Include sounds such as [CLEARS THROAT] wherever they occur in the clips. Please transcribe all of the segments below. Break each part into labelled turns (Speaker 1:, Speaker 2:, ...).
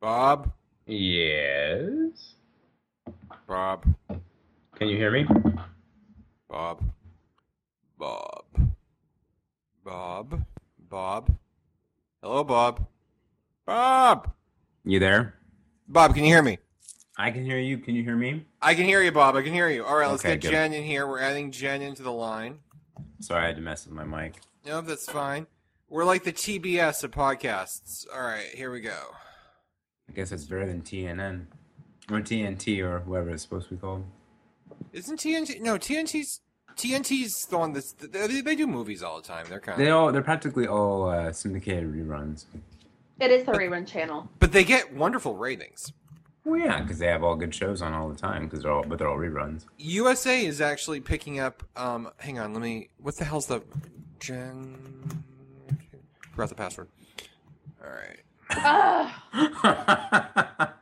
Speaker 1: Bob,
Speaker 2: Yes.
Speaker 1: Bob,
Speaker 2: Can you hear me?
Speaker 1: Bob, Bob, Bob, Bob. Hello, Bob. Bob,
Speaker 2: You there?
Speaker 1: Bob, can you hear me?
Speaker 2: I can hear you. Can you hear me?
Speaker 1: I can hear you, Bob. I can hear you. All right, let's
Speaker 2: Okay,
Speaker 1: get
Speaker 2: good.
Speaker 1: Jen in here. We're adding Jen into the line.
Speaker 2: Sorry, I had to mess with my mic.
Speaker 1: No, that's fine. We're like the TBS of podcasts. All right, here we go.
Speaker 2: I guess it's better than TNN or TNT or whatever it's supposed to be called.
Speaker 1: Isn't TNT? No, TNT's TNT's the one that's they, they do movies all the time. They're kind
Speaker 2: They
Speaker 1: of,
Speaker 2: all—they're practically all uh, syndicated reruns.
Speaker 3: It is the rerun channel.
Speaker 1: but they get wonderful ratings.
Speaker 2: Well, yeah, because they have all good shows on all the time. Because they're all, but they're all reruns. [LAUGHS]
Speaker 1: USA is actually picking up. Um, hang on, let me. What the hell's the Jen? Forgot the password. All right.
Speaker 3: Ugh.
Speaker 2: uh,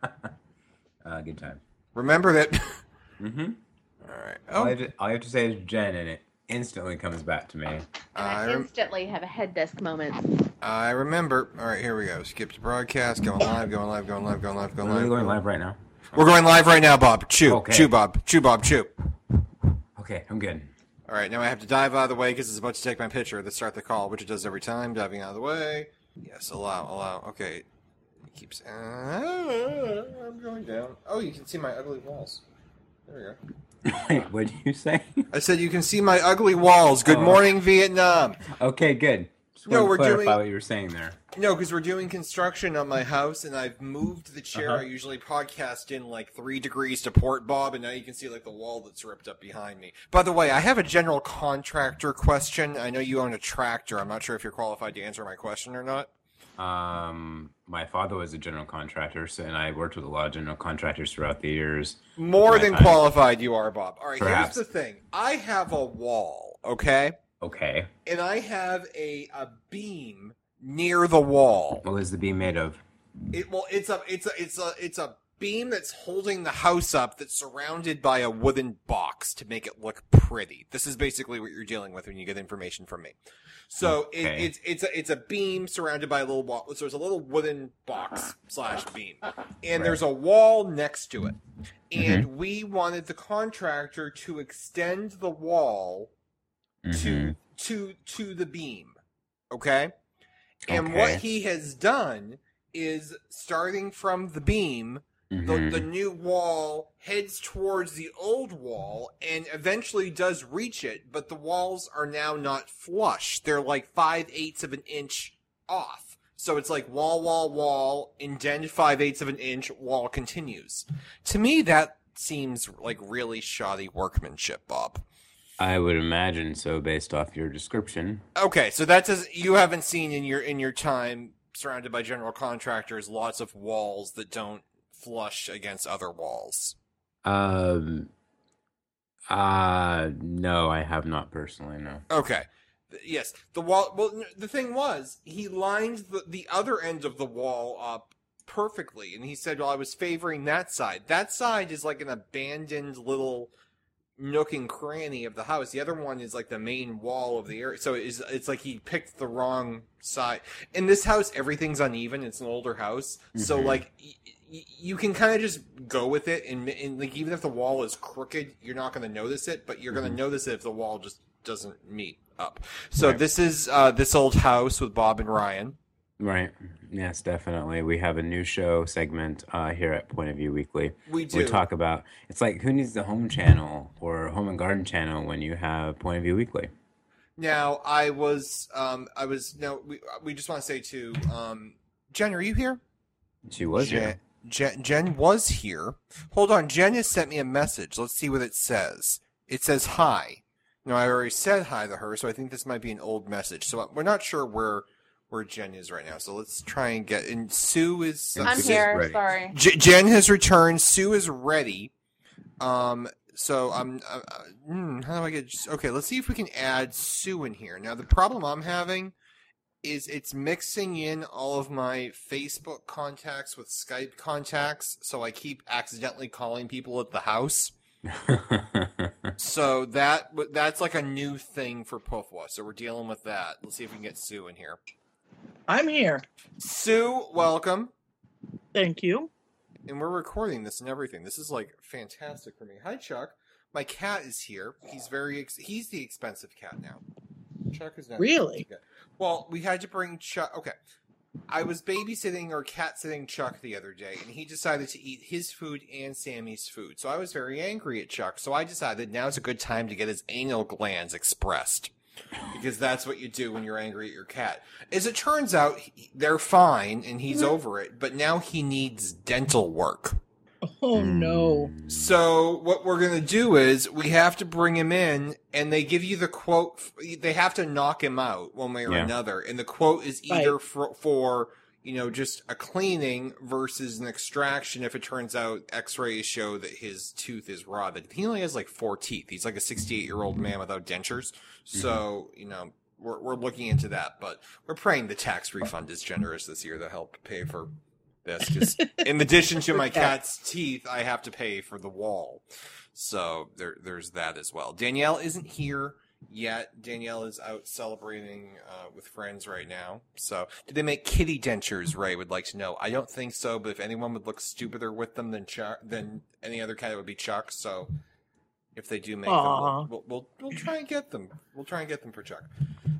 Speaker 2: good time.
Speaker 1: Remember that. [LAUGHS]
Speaker 2: Mm-hmm.
Speaker 1: All right.
Speaker 2: All, I
Speaker 1: Oh,
Speaker 2: have to, all I have to say is Jen, and it instantly comes back to me.
Speaker 3: And I,
Speaker 1: I rem-
Speaker 3: instantly have a head desk moment.
Speaker 1: I remember. All right, here we go. Skip to broadcast. Going live. Going live. Going live. Going live. Going
Speaker 2: Are
Speaker 1: live.
Speaker 2: we going live right now?
Speaker 1: We're going live right now, Bob. Chew,
Speaker 2: Okay.
Speaker 1: chew, Bob, chew, Bob, chew.
Speaker 2: Okay, I'm good. [LAUGHS]
Speaker 1: All right, now I have to dive out of the way because it's about to take my picture to start the call, which it does every time. Diving out of the way. Yes, allow, allow. Okay, it keeps. Uh, I'm going down. Oh, you can see my ugly walls. There we go.
Speaker 2: Wait, what did you say?
Speaker 1: I said you can see my ugly walls. Good
Speaker 2: Oh.
Speaker 1: morning, Vietnam.
Speaker 2: Okay, good. Just
Speaker 1: No,
Speaker 2: wanted to
Speaker 1: we're
Speaker 2: clarify
Speaker 1: doing-
Speaker 2: what you were saying there.
Speaker 1: No, because we're doing construction on my house, and I've moved the chair I
Speaker 2: Uh-huh.
Speaker 1: usually podcast in like three degrees to port, Bob, and now you can see like the wall that's ripped up behind me. By the way, I have a general contractor question. I know you own a tractor. I'm not sure if you're qualified to answer my question or not.
Speaker 2: Um, my father was a general contractor, so, and I worked with a lot of general contractors throughout the years.
Speaker 1: More
Speaker 2: Right,
Speaker 1: than
Speaker 2: I-
Speaker 1: qualified you are, Bob. All right,
Speaker 2: Perhaps.
Speaker 1: here's the thing. I have a wall, okay,
Speaker 2: Okay,
Speaker 1: and I have a a beam near the wall.
Speaker 2: what is the beam made of?
Speaker 1: It well, it's a it's a it's a it's a beam that's holding the house up that's surrounded by a wooden box to make it look pretty. This is basically what you're dealing with when you get information from me. So
Speaker 2: Okay.
Speaker 1: it, it's it's a it's a beam surrounded by a little wall. So there's a little wooden box slash beam, and
Speaker 2: Right. Mm-hmm.
Speaker 1: there's a wall next to it. And we wanted the contractor to extend the wall
Speaker 2: Mhm.
Speaker 1: to to to the beam. Okay? And what
Speaker 2: Okay.
Speaker 1: he has done is starting from the beam,
Speaker 2: Mhm.
Speaker 1: the, the new wall heads towards the old wall and eventually does reach it, but the walls are now not flush. They're like five eighths of an inch off. So it's like wall, wall, wall, indent five eighths of an inch, wall continues. To me, that seems like really shoddy workmanship, Bob.
Speaker 2: I would imagine so, based off your description.
Speaker 1: Okay, so that's as you haven't seen in your in your time surrounded by general contractors lots of walls that don't flush against other walls.
Speaker 2: Um, uh, no, I have not personally. No.
Speaker 1: Okay. Th- Yes, the wall. Well, n- the thing was, he lined the, the other end of the wall up perfectly, and he said, "Well, I was favoring that side. That side is like an abandoned little nook and cranny of the house. The other one is like the main wall of the area. So it's it's like he picked the wrong side. In this house, everything's uneven. It's an older house, so
Speaker 2: Mhm.
Speaker 1: like." Y- y- you can kind of just go with it, and, and like even if the wall is crooked, you're not going to notice it, but you're going to
Speaker 2: Mhm.
Speaker 1: notice it if the wall just doesn't meet up. So
Speaker 2: Right.
Speaker 1: this is uh, this old house with Bob and Ryan.
Speaker 2: Right. Yes, definitely. We have a new show segment uh, here at Point of View Weekly.
Speaker 1: We do.
Speaker 2: We talk about it's like who needs the home channel or home and garden channel when you have Point of View Weekly.
Speaker 1: Now I was um, I was no we we just want to say to um, Jen, are you here?
Speaker 2: She was
Speaker 1: Jen,
Speaker 2: here.
Speaker 1: Jen Jen was here. Hold on, Jen has sent me a message. Let's see what it says. It says hi. Now I already said hi to her, so I think this might be an old message. So uh, we're not sure where where Jen is right now. So let's try and get. And Sue is.
Speaker 2: I'm
Speaker 3: I'm
Speaker 2: This is
Speaker 3: here.
Speaker 2: ready.
Speaker 3: Sorry.
Speaker 1: J- Jen has returned. Sue is ready. Um, so I'm. Uh, uh, hmm, how do I get? Okay, let's see if we can add Sue in here. Now the problem I'm having is it's mixing in all of my Facebook contacts with Skype contacts, so I keep accidentally calling people at the house.
Speaker 2: [LAUGHS]
Speaker 1: So that w- that's like a new thing for Puffwa. So we're dealing with that. Let's see if we can get Sue in here.
Speaker 4: I'm here.
Speaker 1: Sue, welcome.
Speaker 4: Thank you.
Speaker 1: and we're recording this and everything. This is like fantastic for me. Hi, Chuck. My cat is here. He's very ex- he's the expensive cat now. Chuck is not
Speaker 4: Really?
Speaker 1: Okay. Well, we had to bring Chuck. Okay, I was babysitting or cat sitting Chuck the other day, and he decided to eat his food and Sammy's food. So I was very angry at Chuck. So I decided now's a good time to get his anal glands expressed. Because that's what you do when you're angry at your cat. As it turns out, he- they're fine and he's over it, but now he needs dental work.
Speaker 4: Oh
Speaker 1: Hmm.
Speaker 4: no.
Speaker 2: Hmm.
Speaker 1: So what we're gonna do is we have to bring him in, and they give you the quote. They have to knock him out one way or
Speaker 2: Yeah.
Speaker 1: another, and the quote is either for, for you know just a cleaning versus an extraction. If it turns out X-rays show that his tooth is rotted, he only has like four teeth. He's like a sixty-eight-year-old man without dentures. So you know we're we're looking into that, but we're praying the tax refund is generous this year to help pay for this because in addition to my
Speaker 4: Okay.
Speaker 1: cat's teeth, I have to pay for the wall. So there, there's that as well. Danielle isn't here yet. Danielle is out celebrating uh, with friends right now. So do they make kitty dentures? Ray would like to know. I don't think so, but if anyone would look stupider with them than Chuck, than any other cat, it would be Chuck. So if they do make
Speaker 4: Aw.
Speaker 1: them, we'll, we'll, we'll we'll try and get them. We'll try and get them for Chuck.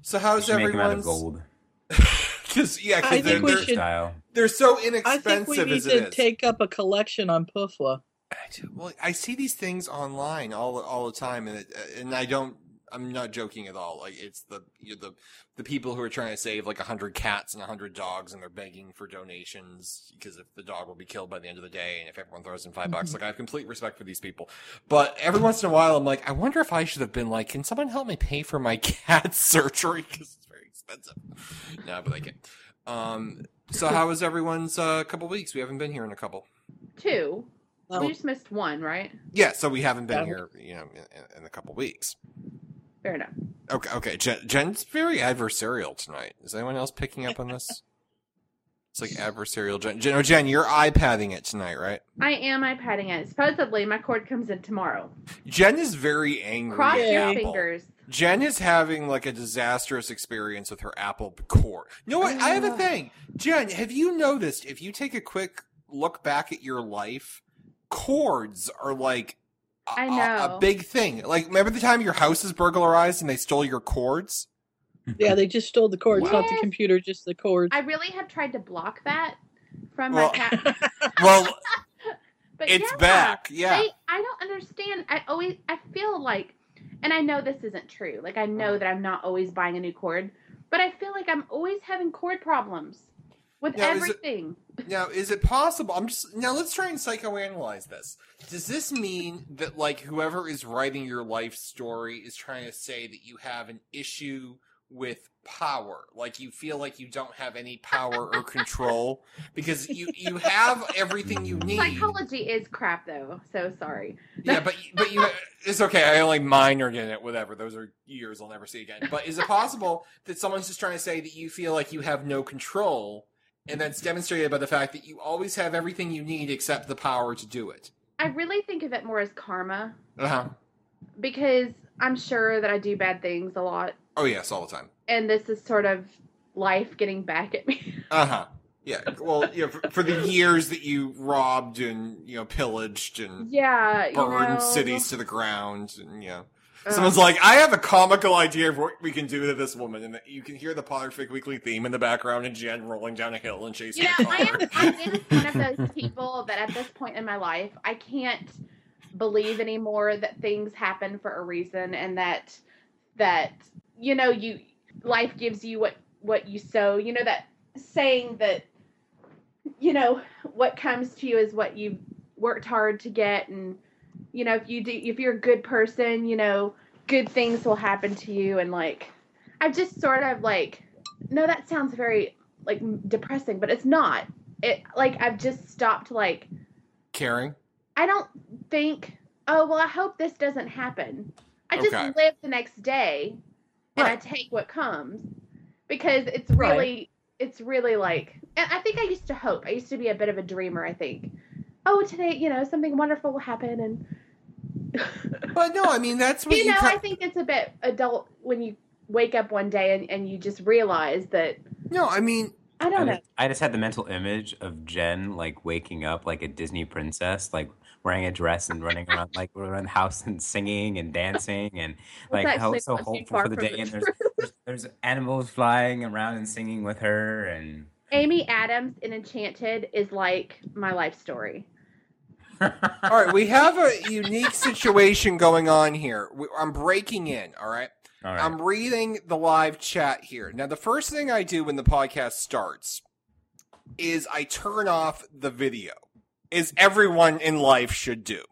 Speaker 1: So how's
Speaker 2: Just make them out of
Speaker 1: everyone's? [LAUGHS]
Speaker 2: gold.
Speaker 1: 'Cause- yeah, 'cause
Speaker 4: I think
Speaker 1: they're,
Speaker 4: we
Speaker 1: they're-
Speaker 4: should-
Speaker 2: Style.
Speaker 1: they're so
Speaker 4: I
Speaker 1: inexpensive
Speaker 4: think we need
Speaker 1: as it
Speaker 4: to
Speaker 1: is.
Speaker 4: take up a collection on Pufla.
Speaker 1: I do- Well, I see these things online all all the time, and it, uh, and I don't. I'm not joking at all. Like it's the you the the people who are trying to save like hundred cats and hundred dogs, and they're begging for donations because if the dog will be killed by the end of the day, and if everyone throws in 5 bucks, like I have complete respect for these people. But every once in a while, I'm like, I wonder if I should have been like, can someone help me pay for my [LAUGHS] cat surgery because it's very expensive. no, but I can't. Um, so how was everyone's uh, couple weeks? We haven't been here in a couple.
Speaker 3: Two.
Speaker 4: Oh.
Speaker 3: We just missed one, right?
Speaker 1: Yeah, so we haven't been
Speaker 4: Yeah.
Speaker 1: here, you know, in, in a couple weeks.
Speaker 3: Fair enough.
Speaker 1: Okay, okay. Jen, Jen's very adversarial tonight. Is anyone else picking up on this? It's like adversarial. Jen, Jen, oh, Jen, you're iPadding it tonight, right?
Speaker 3: I am iPadding it. Supposedly, my cord comes in tomorrow.
Speaker 1: Jen is very angry.
Speaker 3: Cross
Speaker 1: at
Speaker 3: your
Speaker 1: Apple.
Speaker 3: fingers.
Speaker 1: Jen is having like a disastrous experience with her Apple core. You know what? I have a
Speaker 3: Ugh.
Speaker 1: thing. Jen, have you noticed if you take a quick look back at your life, cords are like a,
Speaker 3: I
Speaker 1: a- a
Speaker 3: know.
Speaker 1: big thing. Like, remember the time your house was burglarized and they stole your cords?
Speaker 3: [LAUGHS]
Speaker 4: Yeah, they just stole the cords, not the
Speaker 3: Yes.
Speaker 4: computer, just the cords.
Speaker 3: I really have tried to block that from
Speaker 1: Well,
Speaker 3: my
Speaker 1: [LAUGHS]
Speaker 3: cat.
Speaker 1: Well,
Speaker 3: But
Speaker 1: it's
Speaker 3: yeah,
Speaker 1: back. Yeah.
Speaker 3: I, I don't understand. I always I feel like, and I know this isn't true. Like I know that I'm not always buying a new cord, but I feel like I'm always having cord problems with
Speaker 1: Now, is it-
Speaker 3: everything.
Speaker 1: Now, is it possible? I'm just now. Let's try and psychoanalyze this. Does this mean that like whoever is writing your life story is trying to say that you have an issue with power? Like you feel like you don't have any power or control because you you have everything you need.
Speaker 3: Psychology is crap though. So sorry.
Speaker 1: Yeah, but but you it's okay. I only minored in it. Whatever. Those are years I'll never see again. But is it possible that someone's just trying to say that you feel like you have no control, and that's demonstrated by the fact that you always have everything you need except the power to do it?
Speaker 3: I really think of it more as karma
Speaker 1: Uh huh.
Speaker 3: because I'm sure that I do bad things a lot,
Speaker 1: Oh yes, all the time.
Speaker 3: and this is sort of life getting back at me.
Speaker 1: Uh huh. Yeah. Well, you know, for, for the years that you robbed and you know pillaged and
Speaker 3: [LAUGHS] yeah, you
Speaker 1: burned
Speaker 3: know,
Speaker 1: Mm. cities to the ground and you know.
Speaker 3: um,
Speaker 1: Someone's like, I have a comical idea of what we can do to this woman, and you can hear the Potterfic Weekly theme in the background, and Jen rolling down a hill and
Speaker 3: You
Speaker 1: chasing a
Speaker 3: know,
Speaker 1: [LAUGHS]
Speaker 3: I
Speaker 1: car.
Speaker 3: am, I am one of those people that at this point in my life, I can't believe anymore that things happen for a reason and that that you know you life gives you what what you sow. You know that saying that you know what comes to you is what you worked hard to get and you know if you do if you're a good person, you know good things will happen to you and like I've just sort of like no that sounds very like m- depressing, but it's not. It like I've just stopped like
Speaker 1: Caring.
Speaker 3: I don't think oh well I hope this doesn't happen. I just
Speaker 1: Okay.
Speaker 3: live the next day and I
Speaker 1: Right.
Speaker 3: take what comes because it's
Speaker 4: Right.
Speaker 3: really it's really like and I think I used to hope. I used to be a bit of a dreamer, I think. Oh, today, you know, something wonderful will happen and
Speaker 1: But no, I mean that's what
Speaker 3: you
Speaker 1: you.
Speaker 3: know,
Speaker 1: ki-
Speaker 3: I think it's a bit adult when you wake up one day and, and you just realize that
Speaker 1: no, I mean
Speaker 3: I
Speaker 2: I
Speaker 3: don't know.
Speaker 2: just, I just had the mental image of Jen like waking up like a Disney princess, like wearing a dress and running around like [LAUGHS] around the house and singing and dancing and
Speaker 3: That's
Speaker 2: like how
Speaker 3: actually
Speaker 2: so
Speaker 3: not too
Speaker 2: hopeful
Speaker 3: far
Speaker 2: for the
Speaker 3: from
Speaker 2: day.
Speaker 3: the
Speaker 2: And there's, there's there's animals flying around and singing with her and
Speaker 3: Amy Adams in Enchanted is like my life story.
Speaker 1: All right, we have a unique situation going on here. We, I'm breaking in, all right?
Speaker 2: [LAUGHS] All right.
Speaker 1: I'm reading the live chat here. Now, the first thing I do when the podcast starts is I turn off the video, as everyone in life should do.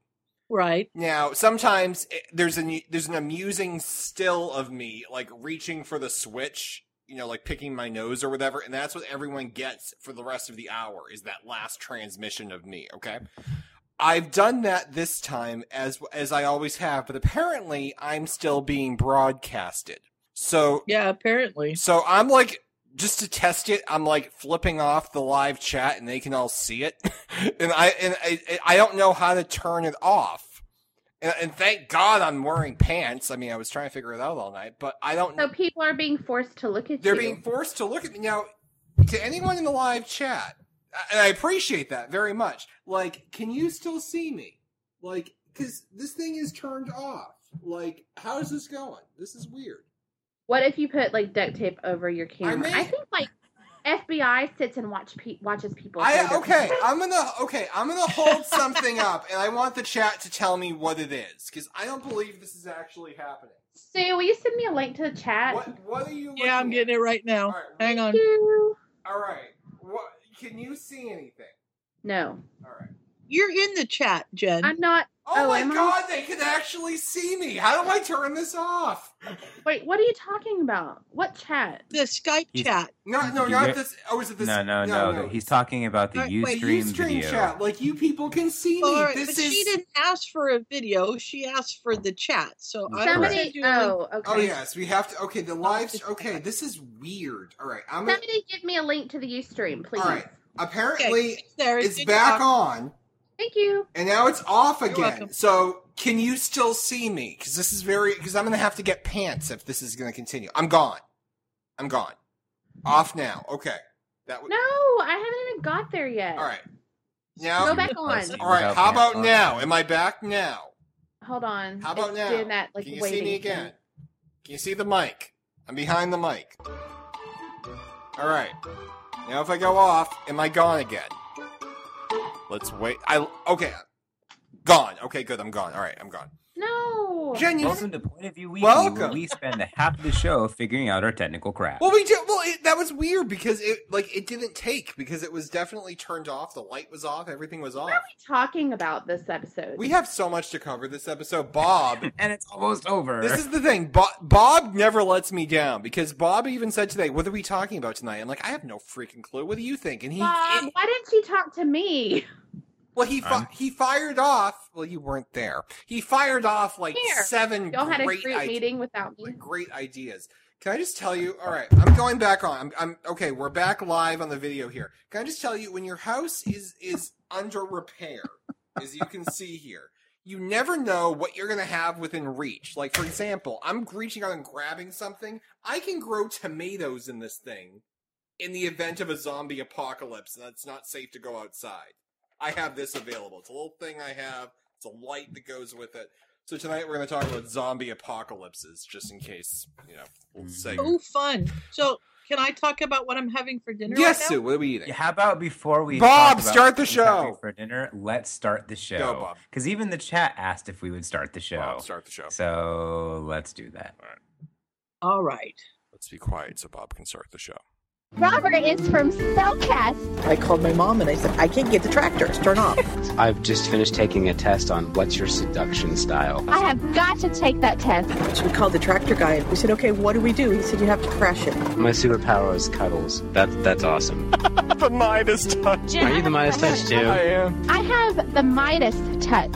Speaker 4: Right.
Speaker 1: Now, sometimes eh, there's an there's an amusing still of me like reaching for the switch, you know, like picking my nose or whatever, and that's what everyone gets for the rest of the hour is that last transmission of me, okay? I've done that this time as as I always have, but apparently I'm still being broadcasted. So
Speaker 4: Yeah, apparently.
Speaker 1: so I'm like, just to test it, I'm like flipping off the live chat, and they can all see it. [LAUGHS] and I and I, I don't know how to turn it off. And, and thank God I'm wearing pants. I mean, I was trying to figure it out all night, but I don't.
Speaker 3: So people are being forced to look at
Speaker 1: They're
Speaker 3: you.
Speaker 1: being forced to look at me now. To anyone in the live chat, and I appreciate that very much. Like, can you still see me? Like, because this thing is turned off. Like, how is this going? This is weird.
Speaker 3: What if you put like duct tape over your camera?
Speaker 1: may-
Speaker 3: I, think like FBI sits and watch pe- watches people. so it
Speaker 1: I
Speaker 3: doesn't-
Speaker 1: okay. I'm gonna okay. I'm gonna hold something up, and I want the chat to tell me what it is because I don't believe this is actually happening.
Speaker 3: Sue, will you send me a link to the chat?
Speaker 1: What What are you? looking
Speaker 4: Yeah, I'm
Speaker 1: at?
Speaker 4: getting it right
Speaker 1: All
Speaker 4: now.
Speaker 1: right.
Speaker 4: Hang on.
Speaker 3: Thank you.
Speaker 1: All right. What? Can you see anything?
Speaker 3: No,
Speaker 1: All right.
Speaker 4: You're in the chat, Jen.
Speaker 3: I'm not.
Speaker 1: Oh,
Speaker 3: Oh,
Speaker 1: my
Speaker 3: am I?
Speaker 1: god! They can actually see me. How do I turn this off?
Speaker 3: Wait, what are you talking about? What chat?
Speaker 4: the Skype
Speaker 2: He's-
Speaker 4: chat.
Speaker 1: No, no,
Speaker 2: You
Speaker 1: not
Speaker 2: get-
Speaker 1: this. Oh, is it this?
Speaker 2: no, no, no, no. He's talking about the
Speaker 4: All right,
Speaker 1: The
Speaker 4: wait,
Speaker 2: Ustream
Speaker 1: Ustream
Speaker 2: video.
Speaker 1: chat. Like you people can see me.
Speaker 4: All right,
Speaker 1: this
Speaker 4: but
Speaker 1: is.
Speaker 4: she didn't ask for a video. She asked for the chat. So I will
Speaker 3: Somebody.
Speaker 4: send you a link.
Speaker 3: Oh, okay.
Speaker 1: Oh yes, we have to. Okay, the live.
Speaker 4: it's-
Speaker 1: Okay, this is weird. All right, I'm gonna.
Speaker 3: Somebody give me a link to the Ustream, please.
Speaker 1: All right.
Speaker 4: Okay,
Speaker 1: Apparently,
Speaker 4: it's there.
Speaker 1: it's
Speaker 4: in
Speaker 1: back
Speaker 4: your-
Speaker 1: on
Speaker 3: Thank you.
Speaker 1: and now it's off
Speaker 4: You're
Speaker 1: again
Speaker 4: welcome.
Speaker 1: so can you still see me because this is very because i'm gonna have to get pants if this is gonna continue i'm gone i'm gone off now okay that was
Speaker 3: No, I haven't even got there yet.
Speaker 1: all right now
Speaker 3: Go back on.
Speaker 1: all right how about now am i back now
Speaker 3: Hold on.
Speaker 1: How about
Speaker 3: It's
Speaker 1: now?
Speaker 3: Doing that, like,
Speaker 1: can you
Speaker 3: waiting
Speaker 1: see me
Speaker 3: thing.
Speaker 1: again can you see the mic i'm behind the mic all right now if i go off am i gone again let's wait i okay gone okay good i'm gone all right i'm gone
Speaker 3: No.
Speaker 1: Jen, you
Speaker 2: Welcome to Point of View Weekly, where
Speaker 1: Welcome.
Speaker 2: we spend the half of the show figuring out our technical crap.
Speaker 1: Well, we did. Well, it, that was weird because it like it didn't take because it was definitely turned off. The light was off. Everything was off.
Speaker 3: what are we talking about this episode?
Speaker 1: We have so much to cover this episode, Bob.
Speaker 2: and it's almost over.
Speaker 1: this is the thing. Bob, Bob never lets me down because Bob even said today, "What are we talking about tonight?" I'm like, "I have no freaking clue. What do you think?" And he,
Speaker 3: Mom, why didn't you talk to me?
Speaker 1: [LAUGHS] well, he
Speaker 2: I'm-
Speaker 1: fi- he fired off. Well, you weren't there. He fired off like
Speaker 3: Here.
Speaker 1: 7
Speaker 3: Y'all had a
Speaker 1: great
Speaker 3: great
Speaker 1: ideas.
Speaker 3: meeting without me.
Speaker 1: like great ideas. Can I just tell you? All right, I'm going back on. I'm, I'm okay. We're back live on the video here. Can I just tell you when your house is is under repair, as you can see here, you never know what you're gonna have within reach. Like for example, I'm reaching out and grabbing something. I can grow tomatoes in this thing, in the event of a zombie apocalypse, and it's not safe to go outside. I have this available. It's a little thing I have. It's a light that goes with it. So tonight we're going to talk about zombie apocalypses, just in case you know. We'll say.
Speaker 4: Oh, fun. So can I talk about what I'm having for dinner?
Speaker 1: Yes,
Speaker 4: right now?
Speaker 1: Sue. What are we eating?
Speaker 2: Yeah, How about before we
Speaker 1: Bob,
Speaker 2: talk about
Speaker 1: start the
Speaker 2: what we're having
Speaker 1: show.
Speaker 2: for dinner? Let's start the show.
Speaker 1: Bob.
Speaker 2: Because even the chat asked if we would start the show.
Speaker 1: Bob, start the show.
Speaker 2: So let's do that.
Speaker 4: All right.
Speaker 1: Let's be quiet so Bob can start the show.
Speaker 5: Robert is from Spellcast.
Speaker 6: I called my mom and I said, I can't get the tractors. Turn
Speaker 7: [LAUGHS]
Speaker 6: off.
Speaker 8: I've just finished taking a test on what's your seduction style.
Speaker 5: I have got to take that test.
Speaker 6: So we called the tractor guy and we said, okay, what do we do? He said, you have to crash it.
Speaker 8: My superpower is cuddles. That's that's awesome.
Speaker 9: the Midas touch.
Speaker 5: Jen,
Speaker 8: Are
Speaker 5: I
Speaker 8: you the
Speaker 5: have
Speaker 8: Midas
Speaker 5: my-
Speaker 8: touch too?
Speaker 9: am.
Speaker 5: I have the Midas touch.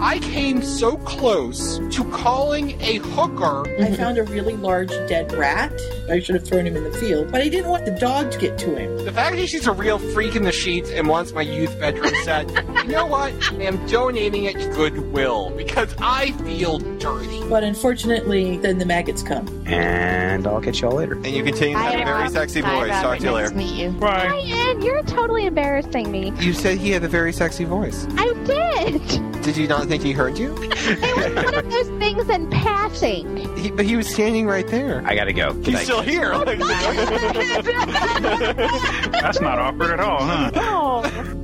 Speaker 1: I came so close to calling a hooker.
Speaker 6: Mm-hmm.
Speaker 7: I found a really large dead rat. I should have thrown him in the field, but I didn't want the dog to get to him.
Speaker 1: The fact that she's a real freak in the sheets and wants my youth veteran said, you know what? I am donating it to Goodwill because I feel dirty.
Speaker 7: But unfortunately, then the maggots come.
Speaker 8: And I'll catch y'all later.
Speaker 10: And you continue in that
Speaker 5: Hi,
Speaker 10: very
Speaker 5: Rob.
Speaker 10: sexy
Speaker 5: Hi,
Speaker 10: voice.
Speaker 5: Robert.
Speaker 10: Talk to you
Speaker 5: Nice
Speaker 10: later.
Speaker 5: meet you.
Speaker 9: Bye.
Speaker 5: Ryan, you're totally embarrassing me.
Speaker 10: You said he had a very sexy voice.
Speaker 5: I did.
Speaker 10: Did you not think he heard you?
Speaker 5: It was one of those things in passing.
Speaker 10: He, but he was standing right there.
Speaker 8: I gotta go.
Speaker 9: He's
Speaker 8: Thank
Speaker 9: still
Speaker 8: you.
Speaker 9: here.
Speaker 5: Oh,
Speaker 9: Like,
Speaker 11: That's not awkward at all, huh?
Speaker 5: Oh.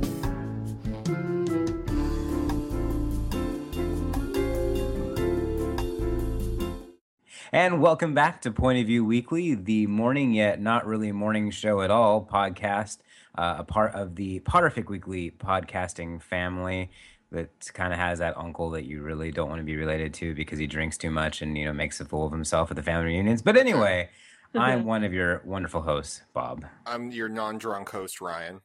Speaker 2: And welcome back to Point of View Weekly, the morning yet not really morning show at all podcast, uh, a part of the Potterfic Weekly podcasting family that kind of has that uncle that you really don't want to be related to because he drinks too much and you know makes a fool of himself at the family reunions. But anyway, I'm one of your wonderful hosts, Bob.
Speaker 1: I'm your non-drunk host, Ryan.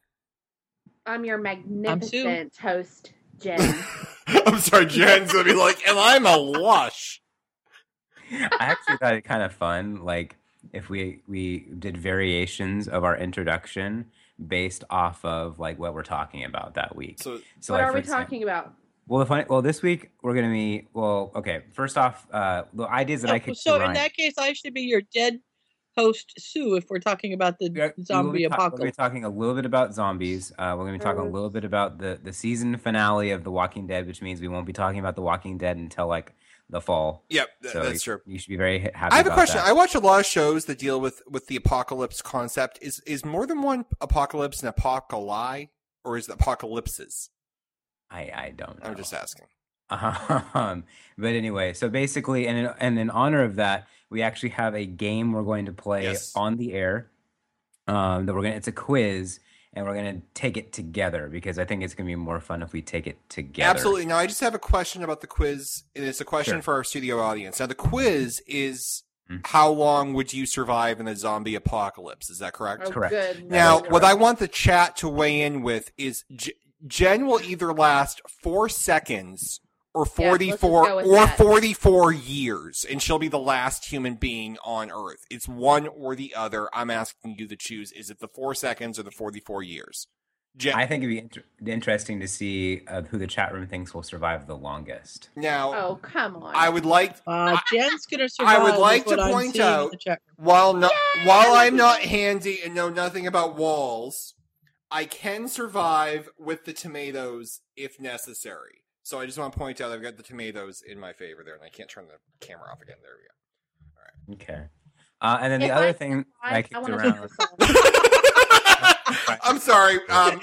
Speaker 3: I'm your magnificent host, Jen.
Speaker 1: [LAUGHS] I'm sorry, Jen's gonna be like, and I'm a lush.
Speaker 2: I actually thought it kind of fun, like if we we did variations of our introduction based off of like what we're talking about that week.
Speaker 1: So
Speaker 2: So,
Speaker 3: what
Speaker 2: like,
Speaker 3: are
Speaker 2: for
Speaker 3: we
Speaker 2: example-
Speaker 3: talking about?
Speaker 2: Well, the funny, well, this week we're gonna be well. Okay, first off, uh, the ideas that I
Speaker 4: Oh,
Speaker 2: could.
Speaker 4: so in that case, I should be your dead host Sue if we're talking about the zombie
Speaker 2: we're We're gonna be
Speaker 4: apocalypse. Mm-hmm.
Speaker 2: talking a little bit about zombies. Uh, we're gonna be talking a little bit about the the season finale of The Walking Dead, which means we won't be talking about The Walking Dead until like the fall.
Speaker 1: Yep, th-
Speaker 2: So
Speaker 1: that's
Speaker 2: you,
Speaker 1: true.
Speaker 2: You should be very ha- happy.
Speaker 1: I have a
Speaker 2: about
Speaker 1: question.
Speaker 2: that.
Speaker 1: I watch a lot of shows that deal with with the apocalypse concept. Is is more than one apocalypse an apocalypse or is it apocalypses?
Speaker 2: I, I don't. Know.
Speaker 1: I'm just asking.
Speaker 2: Um, [LAUGHS] but anyway, so basically, and in, and in honor of that, we actually have a game we're going to play
Speaker 1: Yes.
Speaker 2: on the air. Um, that we're gonna it's a quiz, and we're gonna take it together because I think it's gonna be more fun if we take it together.
Speaker 1: Absolutely. Now, I just have a question about the quiz, and it's a question
Speaker 2: Sure.
Speaker 1: for our studio audience. Now, the quiz is
Speaker 2: Mhm.
Speaker 1: how long would you survive in a zombie apocalypse? Is that correct?
Speaker 3: Oh,
Speaker 2: Correct.
Speaker 3: good
Speaker 1: Now,
Speaker 3: lord.
Speaker 1: what I want the chat to weigh in with is J- Jen will either last four seconds or
Speaker 3: Yeah, let's just
Speaker 1: 44
Speaker 3: go with
Speaker 1: or
Speaker 3: that.
Speaker 1: 44 years, and she'll be the last human being on Earth. It's one or the other. I'm asking you to choose is it the four seconds or the 44 years? Jen,
Speaker 2: I think it'd be inter- interesting to see uh, who the chat room thinks will survive the longest.
Speaker 1: now,
Speaker 3: Oh, come on.
Speaker 1: I would like
Speaker 4: Uh, Jen's gonna survive.
Speaker 1: I would
Speaker 4: is
Speaker 1: like
Speaker 4: what
Speaker 1: to
Speaker 4: I'm
Speaker 1: point
Speaker 4: seeing in
Speaker 1: out-
Speaker 4: the chat room.
Speaker 1: While not, while I'm not handy and know nothing about walls, I can survive with the tomatoes if necessary. So I just want to point out I've got the tomatoes in my favor there, and I can't turn the camera off again. There we go.
Speaker 2: Okay. Uh, and then the
Speaker 3: If
Speaker 2: other
Speaker 3: I
Speaker 2: thing I,
Speaker 3: I,
Speaker 2: kicked
Speaker 3: I want
Speaker 2: around. [LAUGHS]
Speaker 3: [LAUGHS] to song.
Speaker 1: I'm sorry. Um,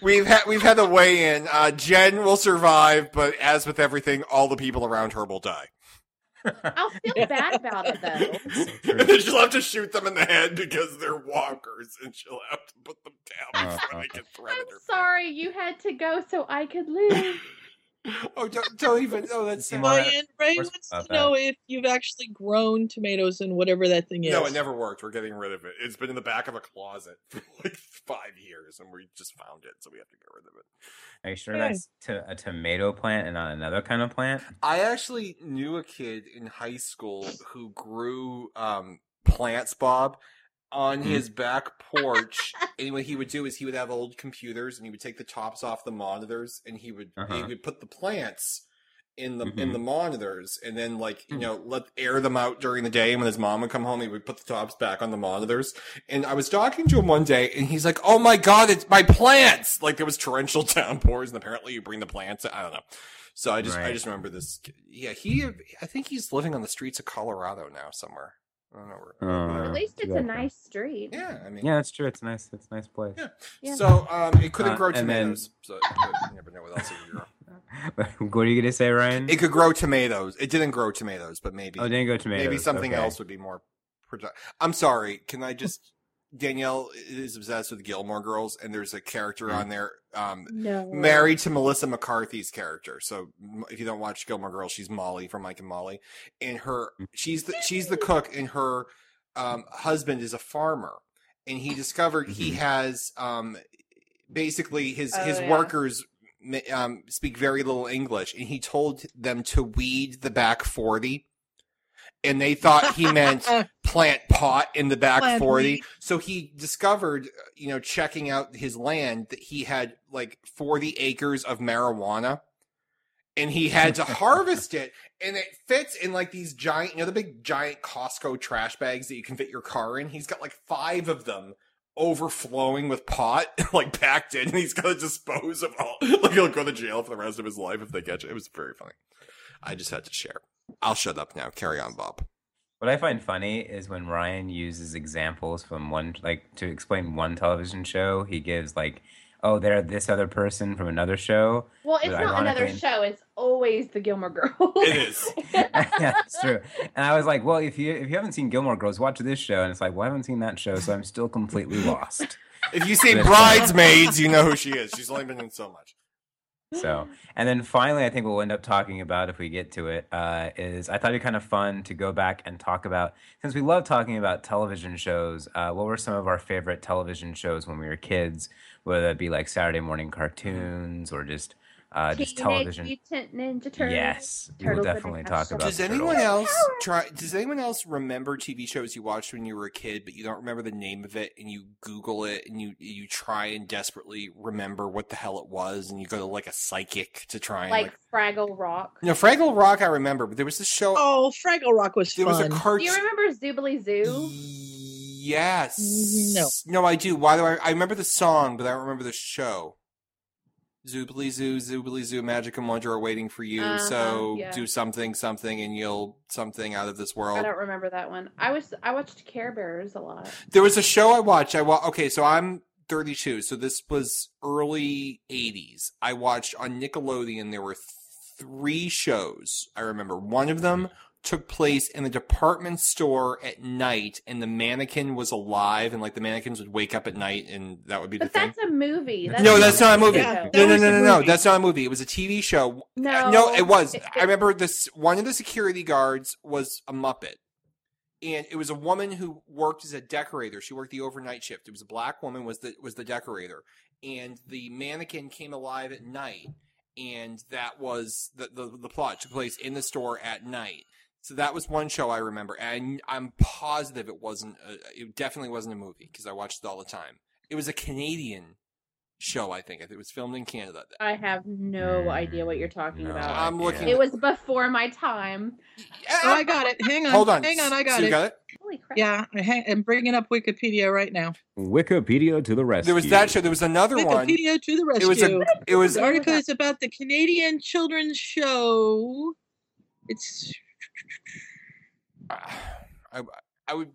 Speaker 1: we've had we've had a weigh in. Uh, Jen will survive, but as with everything, all the people around her will die.
Speaker 3: I'll
Speaker 8: [LAUGHS]
Speaker 3: feel bad about it
Speaker 1: [LAUGHS]
Speaker 3: though.
Speaker 1: and then she'll have to shoot them in the head because they're walkers, and she'll have to put them down before they can threaten
Speaker 3: I'm
Speaker 1: her.
Speaker 3: sorry you had to go so I could live.
Speaker 1: [LAUGHS] Oh, don't, don't even. Oh, that's
Speaker 2: You
Speaker 4: Well,
Speaker 2: wanna-
Speaker 4: and Ray
Speaker 2: course
Speaker 4: wants
Speaker 2: about
Speaker 4: to know if you've actually grown tomatoes and whatever that thing is.
Speaker 1: No, it never worked. We're getting rid of it. It's been in the back of a closet [LAUGHS] for like five years, and we just found it, so we have to get rid of it.
Speaker 2: Are you sure
Speaker 4: Okay.
Speaker 2: that's to a tomato plant and not another kind of plant?
Speaker 1: I actually knew a kid in high school who grew um, plants, Bob, on
Speaker 2: Mhm.
Speaker 1: his back porch. and what he would do is he would have old computers, and he would take the tops off the monitors, and he would he
Speaker 2: Uh-huh.
Speaker 1: would put the plants in the in
Speaker 2: Mhm.
Speaker 1: the monitors, and then like you
Speaker 2: Hmm.
Speaker 1: know let air them out during the day. And when his mom would come home, he would put the tops back on the monitors. And I was talking to him one day, and he's like, "Oh my god, it's my plants!" Like there was torrential [LAUGHS] downpours, and apparently you bring the plants. I don't know. So I just I
Speaker 2: Right.
Speaker 1: just remember this. kid- Yeah, he I think he's living on the streets of Colorado now somewhere. I don't know where.
Speaker 2: Uh,
Speaker 3: At least it's a
Speaker 2: exactly.
Speaker 3: nice street.
Speaker 1: Yeah, I mean,
Speaker 2: Yeah, that's true. It's nice. It's a nice place.
Speaker 3: Yeah.
Speaker 1: So um, it couldn't
Speaker 2: Uh,
Speaker 1: grow
Speaker 2: and then-
Speaker 1: tomatoes. So but you never know what else it could grow.
Speaker 2: [LAUGHS] what are you gonna say, Ryan?
Speaker 1: It could grow tomatoes. It didn't grow tomatoes, but maybe
Speaker 2: oh, didn't go tomatoes.
Speaker 1: maybe something
Speaker 2: okay.
Speaker 1: else would be more. Produ- I'm sorry. Can I just? Danielle is obsessed with Gilmore Girls, and there's a character
Speaker 2: Mm-hmm.
Speaker 1: on there um,
Speaker 3: No.
Speaker 1: married to Melissa McCarthy's character. So m- if you don't watch Gilmore Girls, she's Molly from Mike and Molly, and her she's the she's the cook, and her um, husband is a farmer, and he discovered he
Speaker 2: Mhm.
Speaker 1: has um, basically his
Speaker 3: Oh,
Speaker 1: his
Speaker 3: yeah.
Speaker 1: workers ma- um, speak very little English, and he told them to weed the back forty, and they thought he
Speaker 3: [LAUGHS]
Speaker 1: meant plant pot in the back
Speaker 4: Plant
Speaker 1: 40
Speaker 4: wheat.
Speaker 1: so he discovered uh, you know checking out his land that he had like 40 acres of marijuana and he had to harvest it and it fits in like these giant you know the big giant costco trash bags that you can fit your car in he's got like five of them overflowing with pot [LAUGHS] like packed in and he's got to dispose of all [LAUGHS] like he'll go to jail for the rest of his life if they catch it it was very funny i just had to share i'll shut up now carry on bob
Speaker 2: What I find funny is when Ryan uses examples from one, like to explain one television show, he gives like, oh, they're this other person from another show. [LAUGHS]
Speaker 3: Well, it's
Speaker 2: But
Speaker 3: not another
Speaker 2: ironically-
Speaker 3: show. It's always the Gilmore Girls.
Speaker 1: [LAUGHS] It
Speaker 3: [LAUGHS]
Speaker 2: [LAUGHS]
Speaker 1: is.
Speaker 2: yeah, that's true. And I was like, well, if you if you haven't seen Gilmore Girls, watch this show. And it's like, well, I haven't seen that show, so I'm still completely lost.
Speaker 1: if you see
Speaker 2: That's
Speaker 1: bridesmaids you know who she is she's only been in so much
Speaker 2: So, and then finally, I think we'll end up talking about if we get to it. Uh, is I thought it'd be kind of fun to go back and talk about since we love talking about television shows. Uh, what were some of our favorite television shows when we were kids? Whether it be like Saturday morning cartoons or just uh, just television.
Speaker 3: Mutant Ninja Turtles.
Speaker 2: Yes, we will
Speaker 3: Turtles in
Speaker 2: definitely
Speaker 3: a
Speaker 2: talk about.
Speaker 1: Does
Speaker 2: the
Speaker 1: anyone
Speaker 2: Turtles.
Speaker 1: else try? Does anyone else remember TV shows you watched when you were a kid, but you don't remember the name of it, and you Google it, and you you try and desperately remember what the hell it was, and you go to like a psychic to try and like.
Speaker 3: Like Fraggle Rock.
Speaker 1: no, Fraggle Rock, I remember, but there was this show.
Speaker 4: Oh, Fraggle Rock was
Speaker 1: there was a
Speaker 4: fun.
Speaker 3: Do
Speaker 1: cartoon.
Speaker 3: you remember Zoobly Zoo?
Speaker 1: yes.
Speaker 4: No.
Speaker 1: No, I do. Why do I? I remember the song, but I don't remember the show. Zoobly zoo, zoobly zoo, magic and wonder are waiting for you.
Speaker 3: Uh-huh,
Speaker 1: so
Speaker 3: yeah.
Speaker 1: do something, something, and you'll something out of this world.
Speaker 3: I don't remember that one. I was I watched Care Bears a lot.
Speaker 1: There was a show I watched. I wa- okay, so I'm 32, so this was early 80s. I watched on Nickelodeon. There were th- three shows. I remember one of them took place in the department store at night, and the mannequin was alive, and like the mannequins would wake up at night, and that would be the
Speaker 3: But
Speaker 1: thing.
Speaker 3: that's a movie.
Speaker 1: No, that's not a movie.
Speaker 4: Yeah,
Speaker 1: No,
Speaker 4: that
Speaker 1: no,
Speaker 4: was
Speaker 1: no,
Speaker 4: a
Speaker 1: no, no.
Speaker 4: movie.
Speaker 1: That's not a movie. It was a TV show.
Speaker 3: [LAUGHS] No,
Speaker 1: no it was.
Speaker 3: It-
Speaker 1: I remember this. One of the security guards was a Muppet, and it was a woman who worked as a decorator. She worked the overnight shift. It was a black woman was the was the decorator, and the mannequin came alive at night, and that was the the, the plot It took place in the store at night. So that was one show I remember, and I'm positive it wasn't. A, it definitely wasn't a movie because I watched it all the time. It was a Canadian show, I think. I think it was filmed in Canada.
Speaker 3: I have no idea what you're talking
Speaker 2: No
Speaker 3: about.
Speaker 1: I'm looking-
Speaker 3: It was before my time.
Speaker 4: Oh, I got it. Hang on.
Speaker 1: Hold on,
Speaker 4: Hang on. I got
Speaker 1: So you
Speaker 4: it.
Speaker 1: got it.
Speaker 3: Holy crap!
Speaker 4: Yeah, I hang- I'm bringing up Wikipedia right now.
Speaker 2: Wikipedia to the rescue.
Speaker 1: There was that show. There was another one.
Speaker 4: Wikipedia to the
Speaker 1: It
Speaker 4: rescue.
Speaker 1: was a. It was
Speaker 4: The article is about the Canadian children's show. It's
Speaker 1: [SIGHS] I, I would,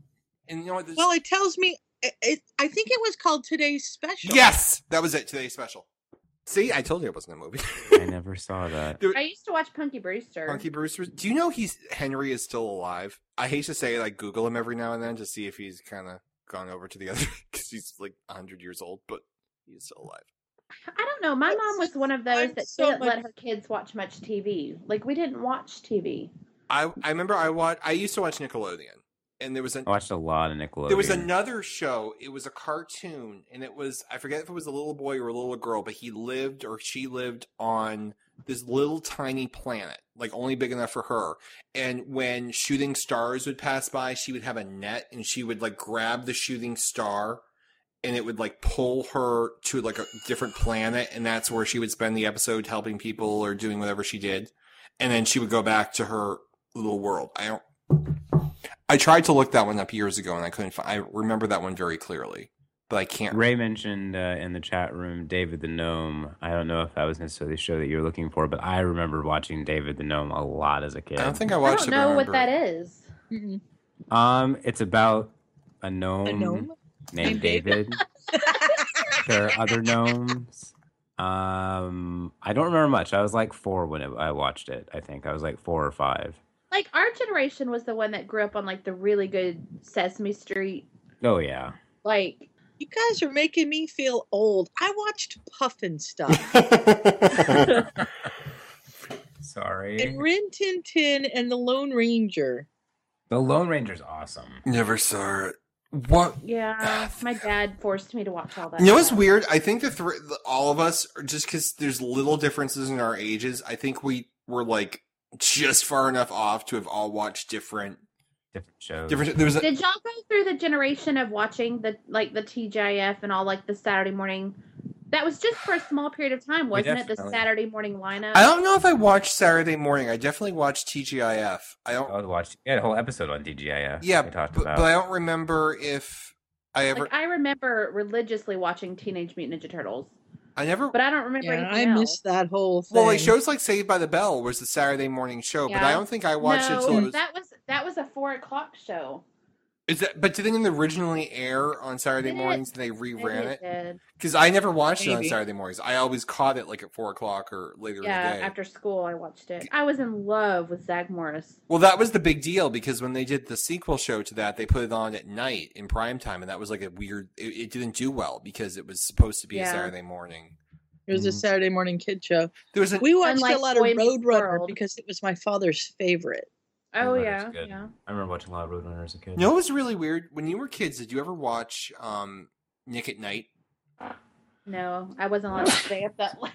Speaker 1: and you know what? This,
Speaker 4: well, it tells me. It, it, I think it was called Today's Special.
Speaker 1: yes, that was it. Today's special. See, I told you it wasn't a movie.
Speaker 2: I never saw that.
Speaker 3: I used to watch Punky
Speaker 1: [LAUGHS]
Speaker 3: Brewster.
Speaker 1: Monkey Brewster. Do you know he's Henry is still alive? I hate to say, it, I Google him every now and then to see if he's kind of gone over to the other [LAUGHS] because he's like hundred years old, but he's still alive.
Speaker 3: I don't know. My
Speaker 4: It's
Speaker 3: mom was
Speaker 4: just-
Speaker 3: one of those
Speaker 4: I'm
Speaker 3: that
Speaker 4: so
Speaker 3: didn't let
Speaker 4: much-
Speaker 3: her kids watch much TV. Like we didn't watch TV.
Speaker 1: I I remember I watched. I used to watch Nickelodeon, and there was an
Speaker 2: I watched a lot of Nickelodeon.
Speaker 1: There was another show. It was a cartoon, and it was I forget if it was a little boy or a little girl, but he lived or she lived on this little tiny planet, like only big enough for her. And when shooting stars would pass by, she would have a net, and she would like grab the shooting star, and it would like pull her to like a different planet, and that's where she would spend the episode helping people or doing whatever she did, and then she would go back to her little world. I don't I tried to look that one up years ago and I couldn't find. I remember that one very clearly, but I can't.
Speaker 2: Ray mentioned uh, in the chat room David the Gnome. I don't know if that was necessarily the show that you were looking for, but I remember watching David the Gnome a lot as a kid.
Speaker 1: I don't think I
Speaker 3: I
Speaker 1: watched.
Speaker 3: don't
Speaker 1: it, but
Speaker 3: know
Speaker 1: I
Speaker 3: what that
Speaker 1: remember
Speaker 3: is.
Speaker 4: Mm-mm.
Speaker 2: Um, it's about a
Speaker 1: Um.
Speaker 2: gnome,
Speaker 4: A gnome? [LAUGHS]
Speaker 2: named
Speaker 4: Named
Speaker 2: David. there are
Speaker 4: [LAUGHS]
Speaker 2: other gnomes. Um, I don't remember much. I was like four when it, I watched it. I think I was like four or five.
Speaker 3: Like our generation was the one that grew up on like the really good Sesame Street.
Speaker 2: Oh
Speaker 4: [LAUGHS]
Speaker 2: yeah,
Speaker 3: Like
Speaker 4: You guys are making me feel old. I watched Puffin
Speaker 1: [LAUGHS]
Speaker 4: stuff.
Speaker 3: [LAUGHS]
Speaker 2: sorry.
Speaker 4: and Rin Tin Tin and the Lone Ranger.
Speaker 2: The Lone Ranger's awesome.
Speaker 1: Never saw it. What? [SIGHS]
Speaker 3: Yeah, my dad forced me to watch all that.
Speaker 1: You know what's
Speaker 3: stuff.
Speaker 1: weird? I think the, thr the all of us, are just because there's little differences in our ages, I think we were like just far enough off to have all watched different.
Speaker 2: Different shows.
Speaker 1: Different. There was a,
Speaker 3: Did y'all go through the generation of watching the like the TGIF and all like the Saturday morning That was just for a small period of time, wasn't it? The
Speaker 1: definitely-
Speaker 3: Saturday morning lineup.
Speaker 1: I don't know if I watched Saturday morning. I definitely watched TGIF. I don't.
Speaker 2: I watched. You had a whole episode on DGIF.
Speaker 1: Yeah,
Speaker 2: we talked
Speaker 1: but,
Speaker 2: about.
Speaker 1: but I don't remember if I ever.
Speaker 3: Like I remember religiously watching Teenage Mutant Ninja Turtles,
Speaker 1: I never.
Speaker 3: but I don't remember
Speaker 1: Yeah,
Speaker 3: anything
Speaker 1: I
Speaker 3: else.
Speaker 1: missed
Speaker 4: that whole
Speaker 1: Well, like shows like Saved by the Bell was the Saturday morning show, but I
Speaker 3: Yeah.
Speaker 1: don't think I watched it
Speaker 3: No,
Speaker 1: till it was.
Speaker 3: that was that was a four o'clock show.
Speaker 1: Is that? But did it originally air on Saturday
Speaker 3: Did it?
Speaker 1: mornings and they reran
Speaker 3: Maybe
Speaker 1: it?
Speaker 3: did.
Speaker 1: Because I never watched it on
Speaker 3: Maybe.
Speaker 1: Saturday mornings. I always caught it like at four o'clock or later in
Speaker 3: Yeah,
Speaker 1: the day.
Speaker 3: after school I watched it. I was in love with Zach Morris.
Speaker 1: Well, that was the big deal because when they did the sequel show to that, they put it on at night in prime time, and that was like a weird. It, it didn't do well because it was supposed to be a
Speaker 4: Yeah.
Speaker 1: Saturday morning.
Speaker 4: It
Speaker 1: Mm-hmm.
Speaker 4: was a Saturday morning kid show.
Speaker 1: There was a,
Speaker 3: [LAUGHS]
Speaker 4: we watched
Speaker 3: Unlike
Speaker 4: a lot of
Speaker 3: Boy Meets
Speaker 4: Roadrunner
Speaker 3: World.
Speaker 4: because it was my father's favorite.
Speaker 3: Oh
Speaker 1: Roadrunner's
Speaker 3: yeah,
Speaker 1: good.
Speaker 3: yeah.
Speaker 2: I remember watching a lot of Roadrunner as a kid.
Speaker 1: You know, it was really weird when you were kids. Did you ever watch um, Nick at Night?
Speaker 3: No, I wasn't allowed to stay up that [LAUGHS] late.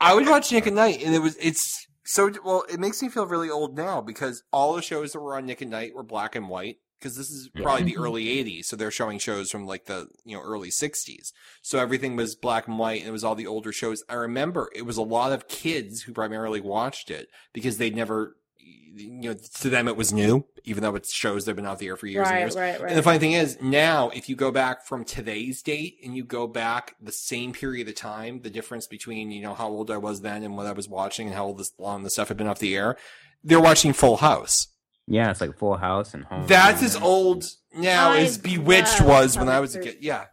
Speaker 1: I would watch Nick at Night, and it was it's so well. It makes me feel really old now because all the shows that were on Nick at Night were black and white. Because this is probably the
Speaker 4: Mhm.
Speaker 1: early '80s, so they're showing shows from like the you know early '60s. So everything was black and white, and it was all the older shows. I remember it was a lot of kids who primarily watched it because they'd never, you know, to them it was new, even though it's shows that've been out the air for years and
Speaker 3: Right,
Speaker 1: years. And
Speaker 3: right,
Speaker 1: the
Speaker 3: right.
Speaker 1: funny thing is, now if you go back from today's date and you go back the same period of time, the difference between you know how old I was then and what I was watching and how old this long the stuff had been off the air, they're watching Full House.
Speaker 2: Yeah, it's like Full House and Home.
Speaker 1: That's as old now
Speaker 3: I
Speaker 1: as Bewitched
Speaker 3: love
Speaker 1: was when I
Speaker 3: Public
Speaker 1: was a
Speaker 3: Service.
Speaker 1: kid. Yeah.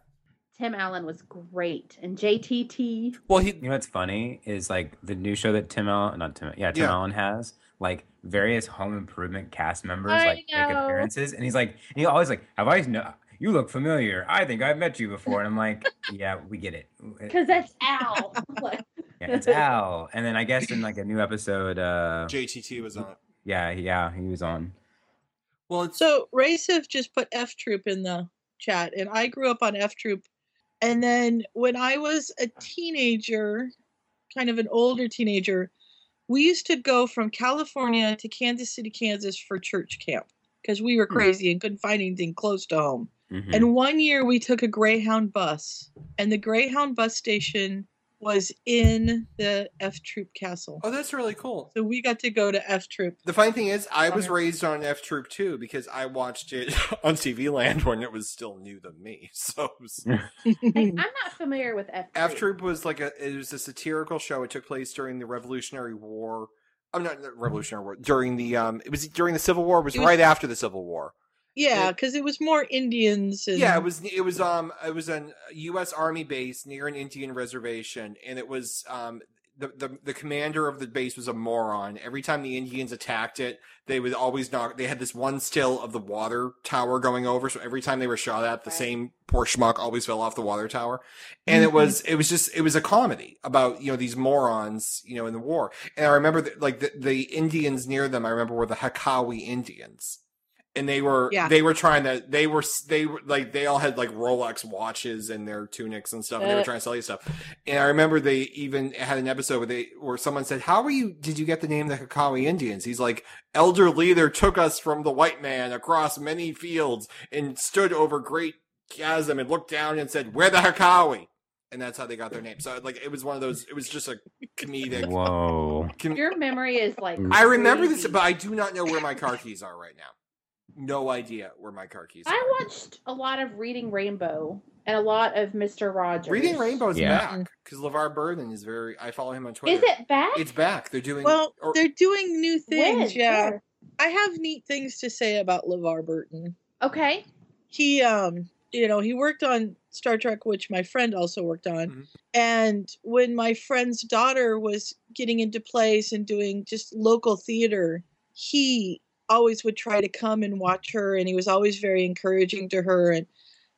Speaker 3: Tim Allen was great, and JTT.
Speaker 1: Well, he.
Speaker 2: You know what's funny is like the new show that Tim Allen, not Tim, yeah, Tim
Speaker 3: Yeah.
Speaker 2: Allen has. Like various Home Improvement cast members
Speaker 3: I
Speaker 2: like make
Speaker 3: know.
Speaker 2: appearances, and he's like, and he always like, have I no? You look familiar. I think I've met you before, and I'm
Speaker 3: [LAUGHS]
Speaker 2: like, yeah, we get it.
Speaker 3: Because that's Al. [LAUGHS] Like-
Speaker 2: Yeah, it's Al. And then I guess in like a new episode, uh,
Speaker 1: JTT was on.
Speaker 2: Yeah, yeah, he was on.
Speaker 1: Well,
Speaker 4: so Ray Sif just put F Troop in the chat, and I grew up on F Troop. And then when I was a teenager, kind of an older teenager, we used to go from California to Kansas City, Kansas for church camp because we were
Speaker 7: Hmm.
Speaker 4: crazy and couldn't find anything close to home.
Speaker 3: Hmm.
Speaker 2: Mm-hmm.
Speaker 4: And one year we took a Greyhound bus, and the Greyhound bus station was in the F Troop Castle.
Speaker 1: Oh, that's really cool.
Speaker 4: So we got to go to F Troop.
Speaker 1: The funny thing is, I was
Speaker 4: Okay.
Speaker 1: raised on F Troop too because I watched it [LAUGHS] on TV Land when it was still new to me. [LAUGHS] So it was-
Speaker 3: [LAUGHS] [LAUGHS] Like, I'm not familiar with F.
Speaker 1: F Troop was like a it was a satirical show. It took place during the Revolutionary War. I'm not the Revolutionary War during the um. It was during the Civil War. It was,
Speaker 4: It was-
Speaker 1: right after the Civil War.
Speaker 4: Yeah, because it was more Indians. And,
Speaker 1: Yeah, it was it was um it was an U.S. Army base near an Indian reservation, and it was um the, the the commander of the base was a moron. Every time the Indians attacked it, they would always knock. They had this one still of the water tower going over, so every time they were shot at, the same poor schmuck always fell off the water tower. And it was it was just it was a comedy about you know these morons you know in the war. And I remember that, like the, the Indians near them. I remember were the Hakawi Indians and they were
Speaker 10: Yeah.
Speaker 1: they were trying to they were they were like they all had like Rolex watches and their tunics and stuff and they were
Speaker 10: Uh.
Speaker 1: trying to sell you stuff. And I remember they even had an episode where they where someone said, "How are you? Did you get the name the Hakawi Indians?" He's like, "Elder leader took us from the white man across many fields and stood over great chasm and looked down and said, "We're the Hakawi." And that's how they got their name. So like it was one of those it was just a comedic
Speaker 2: Whoa.
Speaker 1: com-
Speaker 3: Your memory is like.
Speaker 1: I remember this, but I do not know where my car keys are right now. No idea where my car keys are.
Speaker 3: I watched a lot of Reading Rainbow and a lot of Mister Rogers.
Speaker 1: Reading Rainbow's
Speaker 2: Yeah.
Speaker 4: Mm.
Speaker 1: back because LeVar Burton is very. I follow him on Twitter.
Speaker 3: Is it back?
Speaker 1: It's back. They're doing.
Speaker 4: Well,
Speaker 1: or-
Speaker 4: they're doing new
Speaker 3: When?
Speaker 4: things. Yeah,
Speaker 3: Where?
Speaker 4: I have neat things to say about LeVar Burton.
Speaker 3: Okay.
Speaker 4: He, um, you know, he worked on Star Trek, which my friend also worked on. And when my friend's daughter was getting into plays and doing just local theater, he always would try to come and watch her, and he was always very encouraging to her. And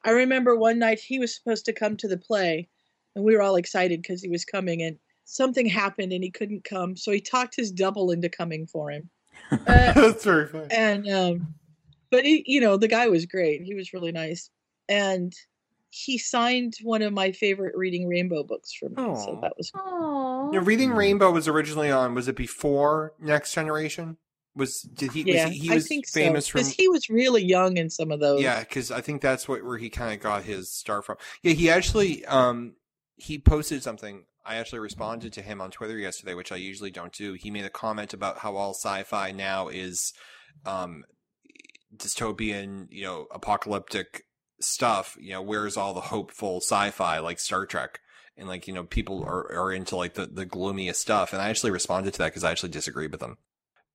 Speaker 4: I remember one night he was supposed to come to the play, and we were all excited because he was coming, and something happened and he couldn't come, so he talked his double into coming for him.
Speaker 1: [LAUGHS] That's very funny.
Speaker 4: And um, but he, you know, the guy was great. He was really nice, and he signed one of my favorite Reading Rainbow books for me. So that was
Speaker 3: Oh.
Speaker 1: No, Reading Rainbow was originally on. Was it before Next Generation? Was did he?
Speaker 4: yeah.
Speaker 1: was he, he
Speaker 4: I
Speaker 1: was
Speaker 4: think
Speaker 1: famous
Speaker 4: so,
Speaker 1: from.
Speaker 4: because he was really young in some of those.
Speaker 1: Yeah, because I think that's what where he kind of got his star from. Yeah, he actually um he posted something. I actually responded to him on Twitter yesterday, which I usually don't do. He made a comment about how all sci-fi now is um, dystopian, you know, apocalyptic stuff. You know, where's all the hopeful sci-fi like Star Trek? And like you know, people are, are into like the, the gloomiest stuff. And I actually responded to that because I actually disagreed with him.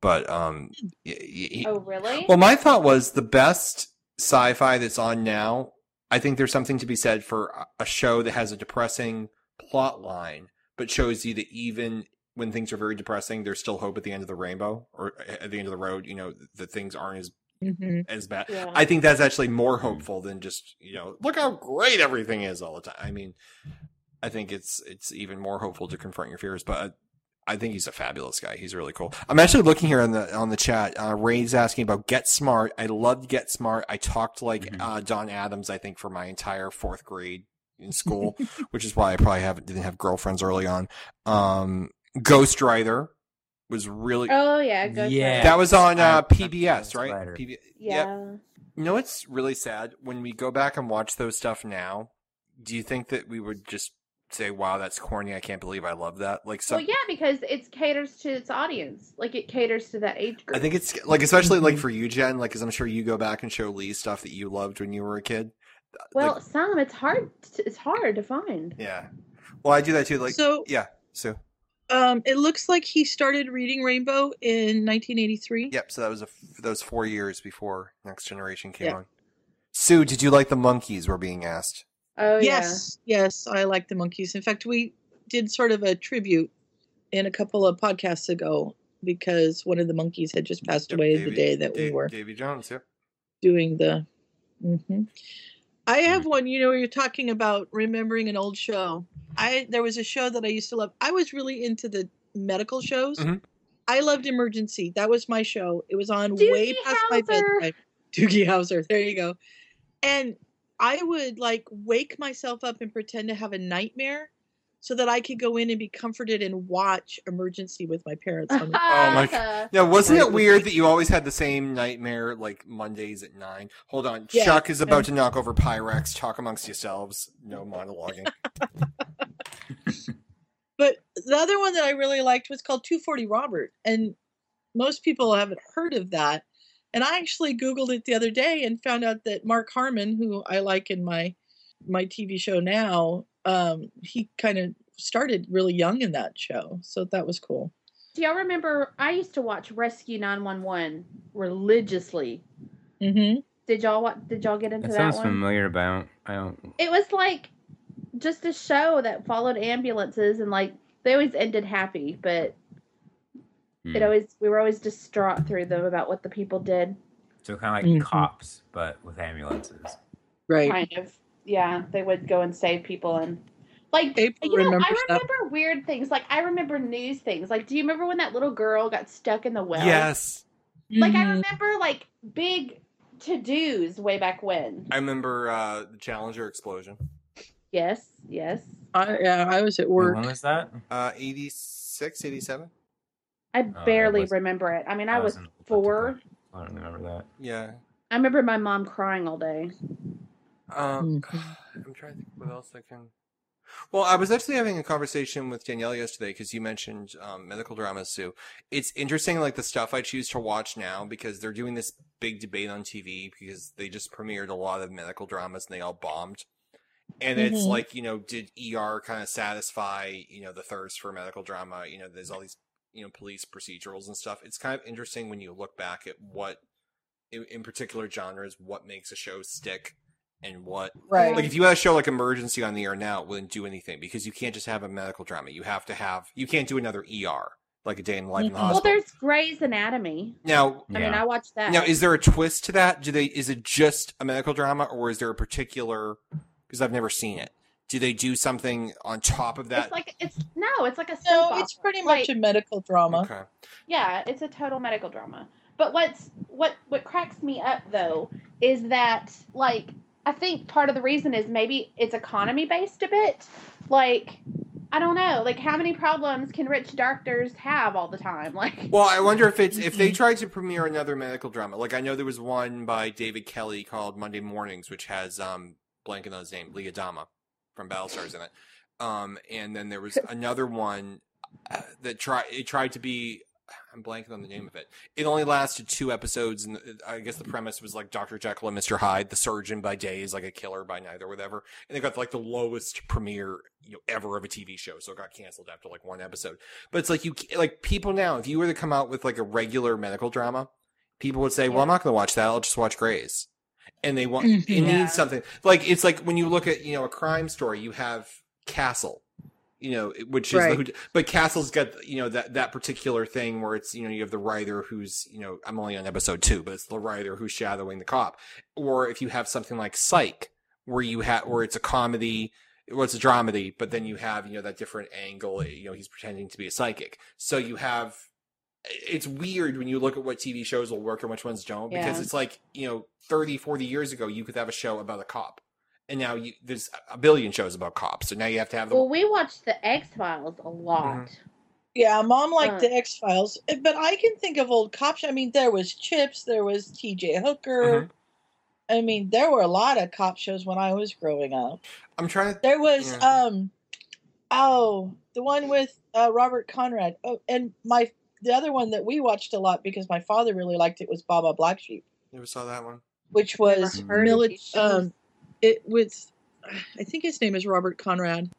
Speaker 1: But um, y- y- he-
Speaker 3: Oh, really?
Speaker 1: well, my thought was the best sci-fi that's on now. I think there's something to be said for a- a show that has a depressing plot line, but shows you that even when things are very depressing, there's still hope at the end of the rainbow or at the end of the road. You know, that things aren't as
Speaker 4: Mhm.
Speaker 1: as bad.
Speaker 4: Yeah.
Speaker 1: I think that's actually more hopeful than just you know, look how great everything is all the time. I mean, I think it's it's even more hopeful to confront your fears. But I, I think he's a fabulous guy. He's really cool. I'm actually looking here on the on the chat. Uh, Ray's asking about Get Smart. I loved Get Smart. I talked like
Speaker 3: Mm-hmm.
Speaker 1: uh, Don Adams. I think for my entire fourth grade
Speaker 3: [LAUGHS]
Speaker 1: in school, which is why I probably haven't didn't have girlfriends early on. Um, Ghost Rider was really
Speaker 3: Oh, yeah, Ghost Yeah. Rider.
Speaker 1: that was on
Speaker 3: I-
Speaker 1: uh, PBS, right? PB-
Speaker 3: Yeah.
Speaker 1: You know what's really sad when we go back and watch those stuff now? Do you think that we would just say, "Wow, that's corny. I can't believe I love that." Like some,
Speaker 3: well, yeah, because it's caters to its audience. Like it caters to that age group.
Speaker 1: I think it's like especially like
Speaker 4: Mm-hmm.
Speaker 1: for you, Jen, like because I'm sure you go back and show Lee stuff that you loved when you were a kid.
Speaker 3: well, some it's hard. To, it's hard to find.
Speaker 1: Yeah. Well, I do that too. Like,
Speaker 4: So-
Speaker 1: yeah. So
Speaker 4: Um, it looks like he started reading Rainbow in 1983.
Speaker 1: yep. So that was a f- those four years before Next Generation came
Speaker 4: Yeah.
Speaker 1: on. Sue, did you like the monkeys? We're being asked.
Speaker 3: Oh [LAUGHS]
Speaker 4: yes, yes, I like the monkeys. In fact, we did sort of a tribute in a couple of podcasts ago because one of the monkeys had just passed away the day that we were
Speaker 1: Davy Jones. Yep.
Speaker 4: doing the. Mhm. I have one. You know, you're talking about remembering an old show. I there was a show that I used to love. I was really into the medical shows.
Speaker 1: Mhm.
Speaker 4: I loved Emergency. That was my show. It was on way
Speaker 3: Doogie
Speaker 4: past my
Speaker 3: Howser.
Speaker 4: bedtime. [LAUGHS] Doogie Howser. There you go. And I would like wake myself up and pretend to have a nightmare so that I could go in and be comforted and watch Emergency with my parents.
Speaker 3: [LAUGHS]
Speaker 4: On the-
Speaker 1: Oh my! g- Now, wasn't it weird that you always had the same nightmare, like Mondays at nine? Hold on,
Speaker 4: Yeah,
Speaker 1: Chuck is about
Speaker 4: and-
Speaker 1: to knock over Pyrex. Talk amongst yourselves. No monologuing.
Speaker 4: [LAUGHS] But the other one that I really liked was called 240 Robert. And most people haven't heard of that. And I actually Googled it the other day and found out that Mark Harmon, who I like in my my TV show now, um, he kind of started really young in that show. So that was cool.
Speaker 3: Do y'all remember? I used to watch Rescue 911 religiously.
Speaker 4: Mm-hmm.
Speaker 3: Did y'all wa- Did y'all get into
Speaker 2: That
Speaker 3: that,
Speaker 2: sounds
Speaker 3: one?
Speaker 2: familiar, but I don't. I don't
Speaker 3: It was like just a show that followed ambulances, and like they always ended happy, but it
Speaker 2: Hmm.
Speaker 3: always we were always distraught through them about what the people did.
Speaker 2: so kind
Speaker 4: Mm-hmm.
Speaker 2: of like cops, but with ambulances.
Speaker 3: Kind of. Yeah, they would go and save people and like you know,
Speaker 2: remembers
Speaker 3: I
Speaker 2: that.
Speaker 3: remember weird things. Like I remember news things. Like do you remember when that little girl got stuck in the well?
Speaker 1: yes,
Speaker 4: Mm-hmm.
Speaker 3: Like I remember like big to-dos way back when.
Speaker 1: I remember uh, the Challenger explosion.
Speaker 3: Yes, yes.
Speaker 4: I, yeah, I was at work.
Speaker 2: When was that?
Speaker 1: Uh, 86, 87?
Speaker 3: I
Speaker 2: I
Speaker 3: barely
Speaker 2: wasn't-
Speaker 3: remember it. I mean, I,
Speaker 2: I
Speaker 3: was
Speaker 2: wasn't
Speaker 3: four.
Speaker 2: I don't remember that.
Speaker 1: Yeah.
Speaker 3: I remember my mom crying all day.
Speaker 1: Um,
Speaker 4: Hmm.
Speaker 1: [SIGHS] I'm trying to think what else I can. Well, I was actually having a conversation with Danielle yesterday because you mentioned um, medical dramas, Sue. It's interesting, like the stuff I choose to watch now because they're doing this big debate on TV because they just premiered a lot of medical dramas and they all bombed. And it's
Speaker 10: Mhm.
Speaker 1: like, you know, did ER kind of satisfy, you know, the thirst for medical drama? You know, there's all these, you know, police procedurals and stuff. It's kind of interesting when you look back at what, in, in particular genres, what makes a show stick and what
Speaker 10: Right.
Speaker 1: like if you had a show like emergency on the air now it wouldn't do anything because you can't just have a medical drama you have to have you can't do another er like a day in the life in the
Speaker 3: Well,
Speaker 1: hospital
Speaker 3: there's Grey's Anatomy.
Speaker 1: now
Speaker 3: I mean, I watched that.
Speaker 1: now is there a twist to that do they is it just a medical drama or is there a particular because i've never seen it do they do something on top of that
Speaker 3: It's like it's no, it's like a
Speaker 4: No,
Speaker 3: soap
Speaker 4: it's
Speaker 3: opera.
Speaker 4: pretty
Speaker 3: Like,
Speaker 4: much a medical drama.
Speaker 1: okay
Speaker 3: Yeah, it's a total medical drama. But what's what what cracks me up though is that like I think part of the reason is maybe it's economy based a bit. Like I don't know, like how many problems can rich doctors have all the time? [LAUGHS] Like
Speaker 1: Well, I wonder if it's if they tried to premiere another medical drama. Like I know there was one by David Kelly called Monday Mornings, which has um blanking on his name, Leah Dama from Battlestar's in it. Um, and then there was another one uh, that tried it tried to be. I'm blanking on the name of it. It only lasted two episodes, and uh, I guess the premise was like Doctor Jekyll and Mister Hyde. The surgeon by day is like a killer by night, or whatever. And it got like the lowest premiere you know, ever of a TV show, so it got canceled after like one episode. But it's like you like people now. If you were to come out with like a regular medical drama, people would say, "Well, I'm not going to watch that. I'll just watch Grey's." And they want it
Speaker 12: Yeah.
Speaker 1: needs something like it's like when you look at you know a crime story, you have Castle, you know, which is the who,
Speaker 12: Right.
Speaker 1: but Castle's got you know that that particular thing where it's you know you have the writer who's you know I'm only on episode two, but it's the writer who's shadowing the cop, or if you have something like Psych, where you have where it's a comedy. Well, it's a dramedy, but then you have you know that different angle. eh, You know he's pretending to be a psychic, so you have it's weird when you look at what TV shows will work and which ones don't because
Speaker 12: Yeah.
Speaker 1: it's like, you know, 30, 40 years ago, you could have a show about a cop. And now you, there's a billion shows about cops. So now you have to have them.
Speaker 3: Well, we watched the X Files a lot.
Speaker 4: Yeah, mom liked
Speaker 3: Uh.
Speaker 4: the X Files, but I can think of old cop shows. I mean, there was Chips, there was T.J. Hooker. I mean, there were a lot of cop shows when I was growing up.
Speaker 1: I'm trying. To,
Speaker 4: there was
Speaker 1: yeah.
Speaker 4: um, oh, the one with uh, Robert Conrad. Oh, and my the other one that we watched a lot because my father really liked it was Baba Black Sheep,
Speaker 1: Never saw that one.
Speaker 4: which
Speaker 1: Mm-hmm.
Speaker 4: was
Speaker 1: heard of
Speaker 4: mili-
Speaker 1: these shows.
Speaker 4: um, it with I think his name is Robert Conrad.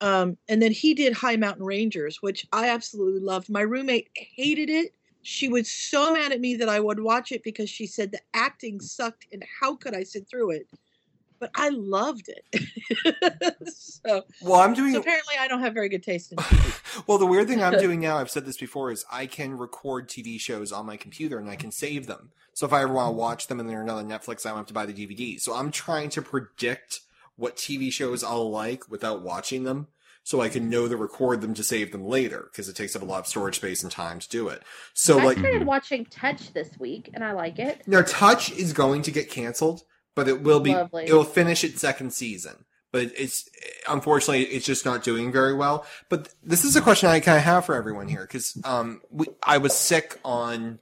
Speaker 4: Um, and then he did High Mountain Rangers, which I absolutely loved. My roommate hated it. She was so mad at me that I would watch it because she said the acting sucked and how could I sit through it? But I loved it. [LAUGHS] so
Speaker 1: Well, I'm doing-
Speaker 4: so apparently, I don't have very good taste in.
Speaker 1: Well, the weird thing I'm doing now, I've said this before, is I can record TV shows on my computer and I can save them. So if I ever want to watch them and they're not on Netflix, I don't have to buy the DVD. So I'm trying to predict what TV shows I'll like without watching them so I can know to record them to save them later because it takes up a lot of storage space and time to do it. So
Speaker 3: I
Speaker 1: like
Speaker 3: started watching Touch this week, and I like it.
Speaker 1: now Touch is going to get canceled, but it will be
Speaker 3: Lovely.
Speaker 1: it will finish its second season. But it's unfortunately it's just not doing very well. But this is a question I kind of have for everyone here because um we, I was sick on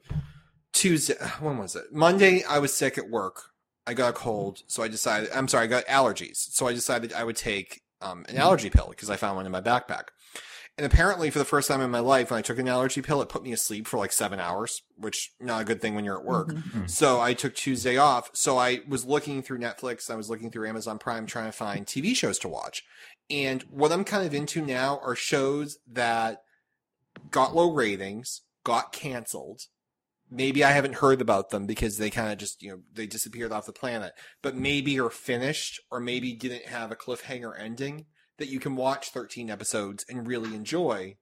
Speaker 1: Tuesday. When was it? Monday. I was sick at work. I got a cold, so I decided. I'm sorry, I got allergies, so I decided I would take um, an allergy pill because I found one in my backpack. And apparently, for the first time in my life, when I took an allergy pill, it put me asleep for like seven hours, which not a good thing when you're at work. So I took Tuesday off. So I was looking through Netflix, I was looking through Amazon Prime, trying to find TV shows to watch. And what I'm kind of into now are shows that got low ratings, got canceled. Maybe I haven't heard about them because they kind of just, you know, they disappeared off the planet, but maybe are finished or maybe didn't have a cliffhanger ending that you can watch 13 episodes and really enjoy.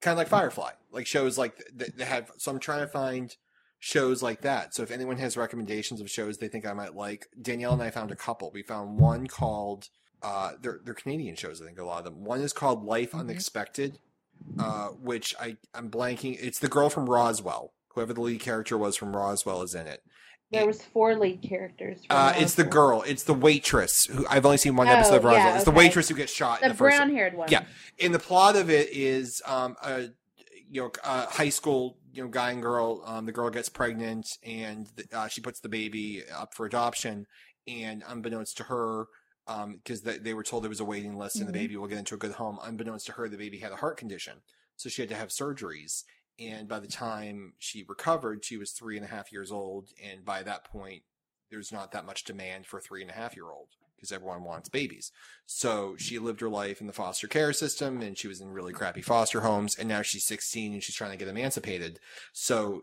Speaker 1: Kind of like Firefly, like shows like th- th- that have. So I'm trying to find shows like that. So if anyone has recommendations of shows they think I might like, Danielle and I found a couple. We found one called uh, they're they're Canadian shows. I think a lot of them. One is called Life
Speaker 3: Mm-hmm.
Speaker 1: Unexpected, uh, which I I'm blanking. It's the girl from Roswell. Whoever the lead character was from Roswell is in it.
Speaker 3: There was four lead characters. from
Speaker 1: Uh,
Speaker 3: Roswell.
Speaker 1: it's the girl. It's the waitress. Who I've only seen one
Speaker 3: Oh,
Speaker 1: episode of Roswell.
Speaker 3: yeah,
Speaker 1: It's the
Speaker 3: okay.
Speaker 1: waitress who gets shot.
Speaker 3: the,
Speaker 1: in the first
Speaker 3: brown-haired one.
Speaker 1: yeah, and the plot of it is um a you know a high school you know guy and girl. Um, the girl gets pregnant and uh, she puts the baby up for adoption, and unbeknownst to her. Um, because they, they were told there was a waiting list and the
Speaker 12: Mhm.
Speaker 1: baby will get into a good home. Unbeknownst to her, the baby had a heart condition, so she had to have surgeries. And by the time she recovered, she was three and a half years old. And by that point, there's not that much demand for a three and a half year old because everyone wants babies. So she lived her life in the foster care system and she was in really crappy foster homes. And now she's 16 and she's trying to get emancipated. So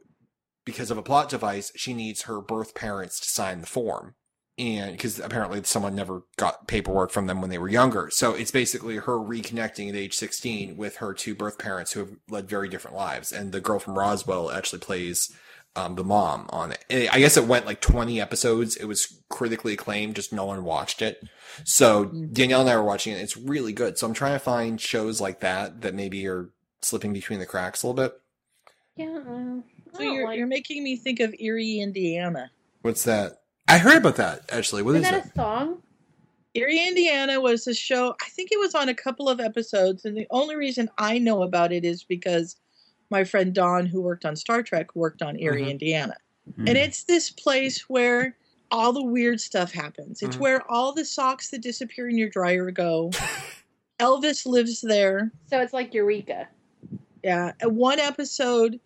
Speaker 1: because of a plot device, she needs her birth parents to sign the form. And because apparently someone never got paperwork from them when they were younger. So it's basically her reconnecting at age 16 with her two birth parents who have led very different lives. And the girl from Roswell actually plays um, the mom on it. And I guess it went like 20 episodes. It was critically acclaimed, just no one watched it. So Danielle and I were watching it. It's really good. So I'm trying to find shows like that that maybe are slipping between the cracks a little bit.
Speaker 3: Yeah. uh,
Speaker 4: So you're you're making me think of Erie, Indiana.
Speaker 1: What's that? I heard about that actually. What is
Speaker 4: Isn't that
Speaker 1: that?
Speaker 4: a
Speaker 3: song?
Speaker 4: Erie, Indiana was a show. I think it was on a couple of episodes, and the only reason I know about it is because my friend Don, who worked on Star Trek, worked on Erie,
Speaker 12: Mhm.
Speaker 4: Indiana,
Speaker 2: Mm-hmm.
Speaker 4: and it's this place where all the weird stuff happens. It's
Speaker 12: Mhm.
Speaker 4: where all the socks that disappear in your dryer go. Elvis lives there.
Speaker 3: So it's like Eureka.
Speaker 4: Yeah. And one episode,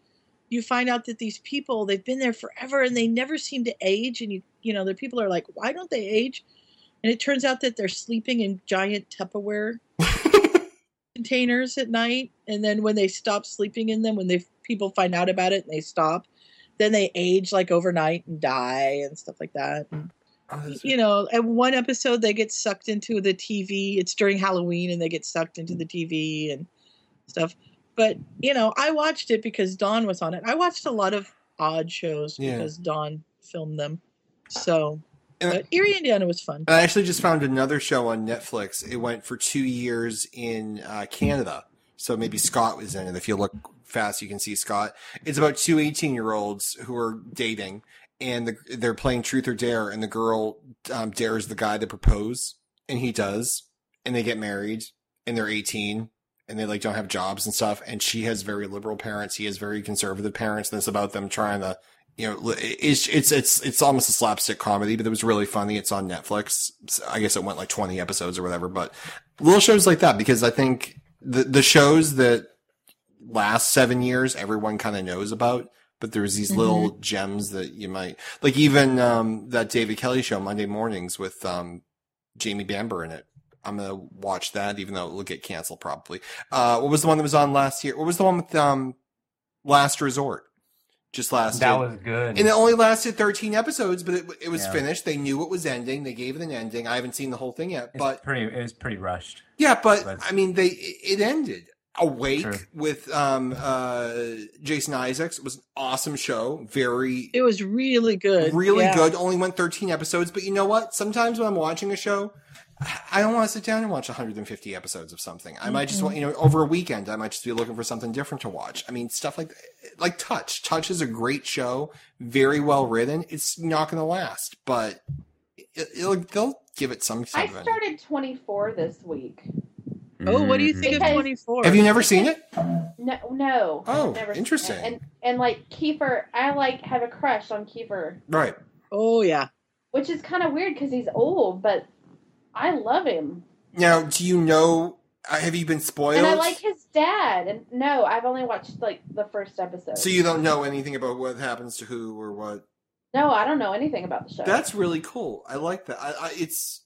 Speaker 4: you find out that these people, they've been there forever and they never seem to age. And, you, you know, the people are like, why don't they age? And it turns out that they're sleeping in giant Tupperware containers at night. And then when they stop sleeping in them, when they people find out about it and they stop, then they age like overnight and die and stuff like that. And,
Speaker 1: Oh,
Speaker 4: you know, at one episode they get sucked into the TV. It's during Halloween and they get sucked into
Speaker 1: Mm-hmm.
Speaker 4: the TV and stuff. But, you know, I watched it because Dawn was on it. I watched a lot of odd shows
Speaker 1: Yeah.
Speaker 4: because Dawn filmed them. So, but Erie, Indiana was fun.
Speaker 1: I actually just found another show on Netflix. It went for two years in uh, Canada. So maybe Scott was in it. If you look fast, you can see Scott. It's about two 18 year olds who are dating and the, they're playing truth or dare. And the girl um, dares the guy to propose and he does. And they get married and they're 18 and they like don't have jobs and stuff. And she has very liberal parents. He has very conservative parents. And it's about them trying to, you know, li- it's, it's, it's, it's almost a slapstick comedy, but it was really funny. It's on Netflix. So I guess it went like 20 episodes or whatever, but little shows like that, because I think the, the shows that last seven years, everyone kind of knows about, but there's these little gems that you might like, even, um, that David Kelly show Monday mornings with, um, Jamie Bamber in it. I'm gonna watch that, even though it'll get canceled probably. Uh, what was the one that was on last year? What was the one with um, Last Resort? Just
Speaker 2: Mm.
Speaker 1: last.
Speaker 12: That
Speaker 1: year.
Speaker 12: was good.
Speaker 1: And it only lasted 13 episodes, but it, it was
Speaker 12: Yeah.
Speaker 1: finished. They knew it was ending. They gave it an ending. I haven't seen the whole thing yet, but
Speaker 2: pretty. It was pretty rushed.
Speaker 1: yeah, but
Speaker 2: But-
Speaker 1: I mean, they it ended. Awake
Speaker 2: True.
Speaker 1: with um uh Jason Isaacs was an awesome show. Very
Speaker 4: It was really good.
Speaker 1: really
Speaker 4: Yeah.
Speaker 1: good. Only went 13 episodes, but you know what? Sometimes when I'm watching a show, I don't want to sit down and watch 150 episodes of something. I might
Speaker 4: Mm-hmm.
Speaker 1: just want, you know, over a weekend, I might just be looking for something different to watch. I mean, stuff like like Touch. Touch is a great show, very well written. It's not going to last, but it, it'll, they'll give it some.
Speaker 3: I
Speaker 1: sort of-
Speaker 3: started 24 this week.
Speaker 4: Oh, what do
Speaker 1: Mm-hmm.
Speaker 4: you think of
Speaker 3: Because-
Speaker 4: 24?
Speaker 1: Have you never seen it?
Speaker 3: No, no. I've
Speaker 1: Oh,
Speaker 3: never seen it.
Speaker 1: interesting.
Speaker 3: And and like Kiefer, I like have a crush on Kiefer,
Speaker 1: Right.
Speaker 4: Oh yeah.
Speaker 3: which is kind of weird because he's old, but I love him.
Speaker 1: Now, do you know? uh, Have you been spoiled?
Speaker 3: And I like his dad. And no, I've only watched like the first episode.
Speaker 1: so you don't know anything about what happens to who or what.
Speaker 3: No, I don't know anything about the show.
Speaker 1: That's really cool. I like that. I, I, it's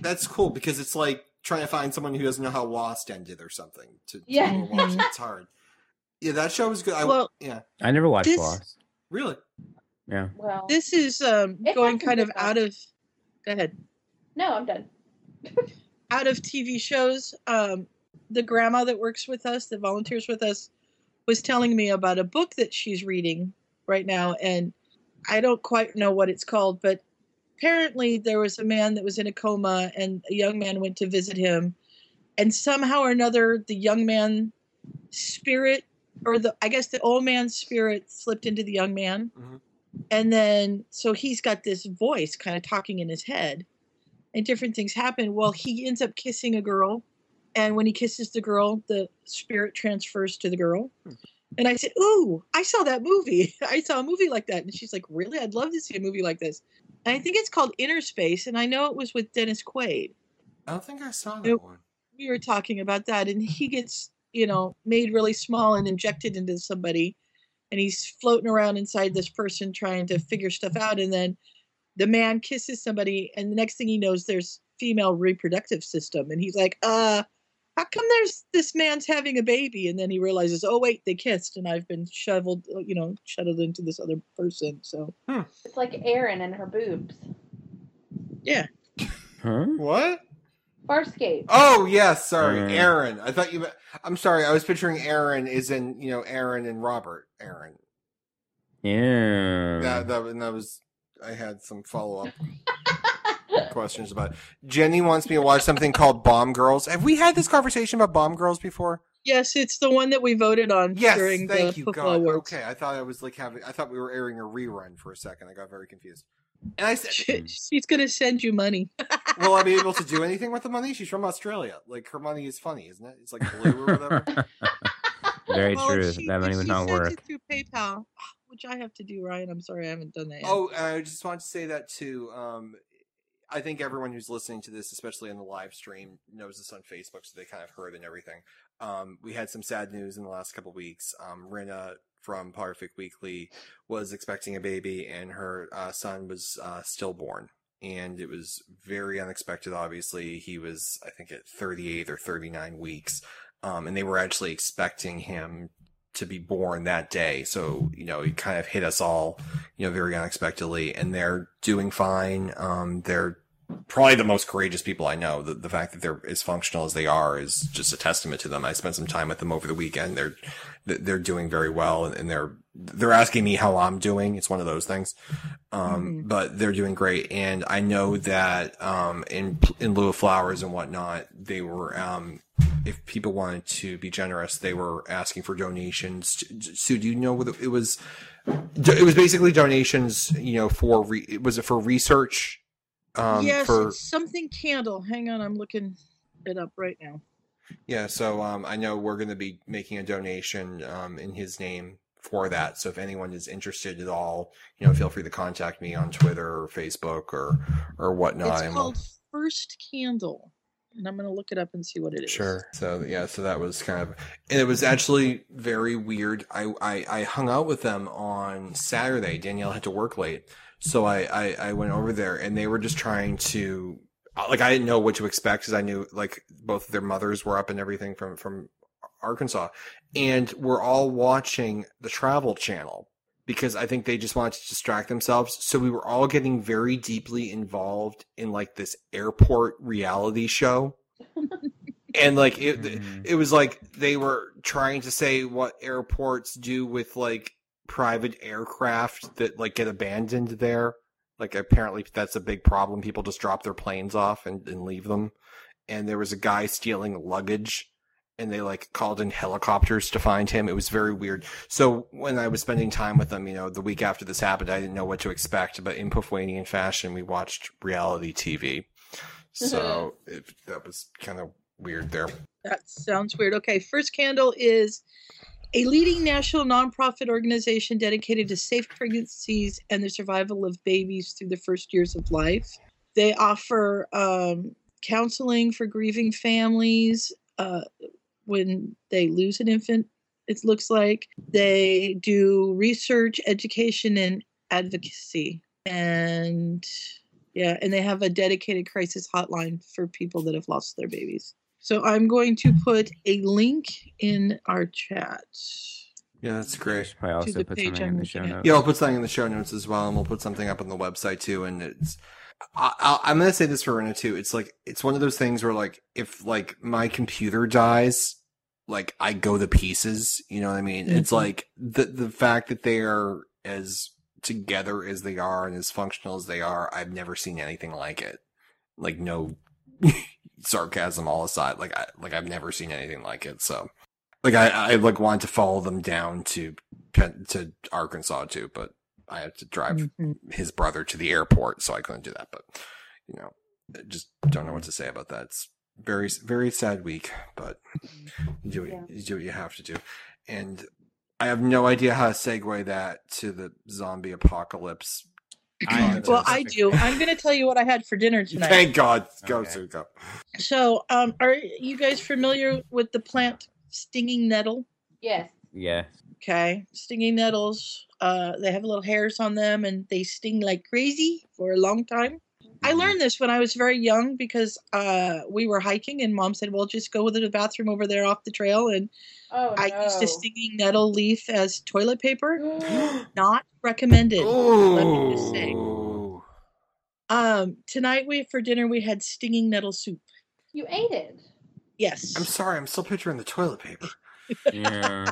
Speaker 1: that's cool because it's like trying to find someone who doesn't know how Lost ended or something to, to
Speaker 3: Yeah.
Speaker 1: watch. It's hard. Yeah, that show was good. I,
Speaker 4: Well,
Speaker 1: yeah,
Speaker 2: I never watched
Speaker 4: This-
Speaker 2: Lost.
Speaker 1: really.
Speaker 2: Yeah.
Speaker 3: well.
Speaker 4: This is um,
Speaker 3: It
Speaker 4: going
Speaker 3: hasn't
Speaker 4: kind
Speaker 3: been
Speaker 4: of
Speaker 3: long.
Speaker 4: out of. Go ahead.
Speaker 3: No, I'm done.
Speaker 4: out of TV shows, um, the grandma that works with us, that volunteers with us, was telling me about a book that she's reading right now, and I don't quite know what it's called, but apparently there was a man that was in a coma, and a young man went to visit him, and somehow or another, the young man spirit, or the I guess the old man's spirit, slipped into the young man,
Speaker 1: Mhm.
Speaker 4: and then so he's got this voice kind of talking in his head and different things happen. Well, he ends up kissing a girl, and when he kisses the girl, the spirit transfers to the girl. And I said, "Ooh, I saw that movie. [LAUGHS] I saw a movie like that." And she's like, "Really? I'd love to see a movie like this." And I think it's called Inner Space, and I know it was with Dennis Quaid.
Speaker 1: I don't think I saw that
Speaker 4: Nope.
Speaker 1: one.
Speaker 4: We were talking about that, and he gets, you know, made really small and injected into somebody, and he's floating around inside this person trying to figure stuff out, and then the man kisses somebody and the next thing he knows there's female reproductive system and he's like uh how come there's this man's having a baby and then he realizes oh wait they kissed and i've been shoveled you know shuttled into this other person so
Speaker 3: It's like Erin and her boobs.
Speaker 4: yeah
Speaker 2: Huh?
Speaker 1: What?
Speaker 3: Farscape.
Speaker 1: Oh yeah, sorry,
Speaker 2: Mm.
Speaker 1: Aaron. I thought you. meant- I'm sorry. I was picturing Aaron is in you know Aaron and Robert. Aaron.
Speaker 2: Yeah.
Speaker 1: That that, and that was. I had some follow up questions about. It. Jenny wants me to watch something called Bomb Girls. Have we had this conversation about Bomb Girls before?
Speaker 4: yes it's the one that we voted on
Speaker 1: Yes,
Speaker 4: during
Speaker 1: thank
Speaker 4: the
Speaker 1: you,
Speaker 4: football
Speaker 1: God.
Speaker 4: awards
Speaker 1: Okay, I thought I was like having. I thought we were airing a rerun for a second. I got very confused. And I said,
Speaker 4: She- [LAUGHS] she's gonna send you money
Speaker 1: "Will I be able to do anything with the money?" She's from Australia. Like her money is funny, isn't it? It's like blue or whatever.
Speaker 2: [LAUGHS]
Speaker 4: [LAUGHS]
Speaker 2: Very
Speaker 4: Well,
Speaker 2: true.
Speaker 4: if she-
Speaker 2: that
Speaker 4: if
Speaker 2: money would
Speaker 4: she
Speaker 2: not
Speaker 4: sends
Speaker 2: work.
Speaker 4: it through paypal [GASPS] which i have to do ryan i'm sorry i haven't done that yet
Speaker 1: oh, and I just want to say that too. Um, I think everyone who's listening to this, especially in the live stream, knows this on Facebook, so they kind of heard and everything. Um, we had some sad news in the last couple weeks. Um, Rena from Perfect Weekly was expecting a baby, and her uh, son was uh, stillborn. And it was very unexpected, obviously. He was, I think, at 38 or 39 weeks. Um, and they were actually expecting him to be born that day. So, you know, it kind of hit us all, you know, very unexpectedly. And they're doing fine. Um, they're probably the most courageous people I know. The, the fact that they're as functional as they are is just a testament to them. I spent some time with them over the weekend. They're, they're doing very well and, and they're, they're asking me how I'm doing. It's one of those things. Um, but they're doing great. And I know that, um, in, in lieu of flowers and whatnot, they were, um, if people wanted to be generous, they were asking for donations. J- J- Sue, do you know whether it was? do- It was basically donations. You know, for re, was it for research? Um,
Speaker 4: yes,
Speaker 1: For
Speaker 4: it's something candle. Hang on, I'm looking it up right now.
Speaker 1: yeah. So um, I know we're going to be making a donation um, in his name for that. So if anyone is interested at all, you know, feel free to contact me on Twitter or Facebook or or whatnot.
Speaker 4: it's
Speaker 1: and we'll-
Speaker 4: called First Candle, and I'm gonna look it up and see what it is.
Speaker 1: Sure. So yeah, so that was kind of, and it was actually very weird. I I, I hung out with them on Saturday. Danielle had to work late, so I, I I went over there, and they were just trying to, uh, like, I didn't know what to expect because I knew like both their mothers were up and everything from from Arkansas, and we're all watching the Travel Channel because I think they just wanted to distract themselves. So we were all getting very deeply involved in like this airport reality show and like it,
Speaker 4: Mm-hmm.
Speaker 1: it was like they were trying to say what airports do with like private aircraft that like get abandoned there like apparently that's a big problem people just drop their planes off and, and leave them and there was a guy stealing luggage and they like called in helicopters to find him it was very weird so when i was spending time with them you know the week after this happened i didn't know what to expect but in pufwanian fashion we watched reality tv so it, that was kind of weird there.
Speaker 4: That sounds weird. Okay, First Candle is a leading national nonprofit organization dedicated to safe pregnancies and the survival of babies through the first years of life. They offer um, counseling for grieving families uh, when they lose an infant, it looks like. They do research, education, and advocacy. And yeah, and they have a dedicated crisis hotline for people that have lost their babies. So I'm going to put a link in our chat.
Speaker 1: Yeah, that's great.
Speaker 2: I
Speaker 4: also the put page something in I'm the show looking at. notes.
Speaker 1: Yeah, I'll put something in the show notes as well, and we'll put something up on the website too. And it's, I, I, I'm gonna say this for Rena too. It's like it's one of those things where like if like my computer dies, like I go to pieces. You know what I mean? It's
Speaker 10: Mhm.
Speaker 1: like the the fact that they are as together as they are and as functional as they are, I've never seen anything like it. Like no [LAUGHS] sarcasm all aside, like I like I've never seen anything like it. So like I, I like wanted to follow them down to Pen- to Arkansas too, but I had to drive
Speaker 4: Mm.
Speaker 3: Mm-hmm.
Speaker 1: his brother to the airport, so I couldn't do that. But you know, I just don't know what to say about that. It's very very sad week, but you do what, you do what you have to do, and I have no idea how to segue that to the zombie apocalypse.
Speaker 4: Well, I do. I'm going to tell you what I had for dinner tonight.
Speaker 1: Thank God, go Sue, go.
Speaker 4: So, um, are you guys familiar with the plant stinging nettle?
Speaker 3: Yes.
Speaker 2: Yeah.
Speaker 1: [LAUGHS]
Speaker 4: Okay, stinging nettles. Uh, they have little hairs on them, and they sting like crazy for a long time. I learned this when I was very young because uh, we were hiking, and mom said, "Well, just go to the bathroom over there off the trail." And
Speaker 3: Oh,
Speaker 4: I used
Speaker 3: no.
Speaker 1: [GASPS]
Speaker 4: a stinging nettle leaf as toilet paper. Not recommended. Let me just say. Um, tonight we for dinner we had stinging nettle soup.
Speaker 3: [GASPS] You ate it.
Speaker 4: Yes.
Speaker 1: I'm sorry, I'm still picturing the toilet paper.
Speaker 2: Yeah.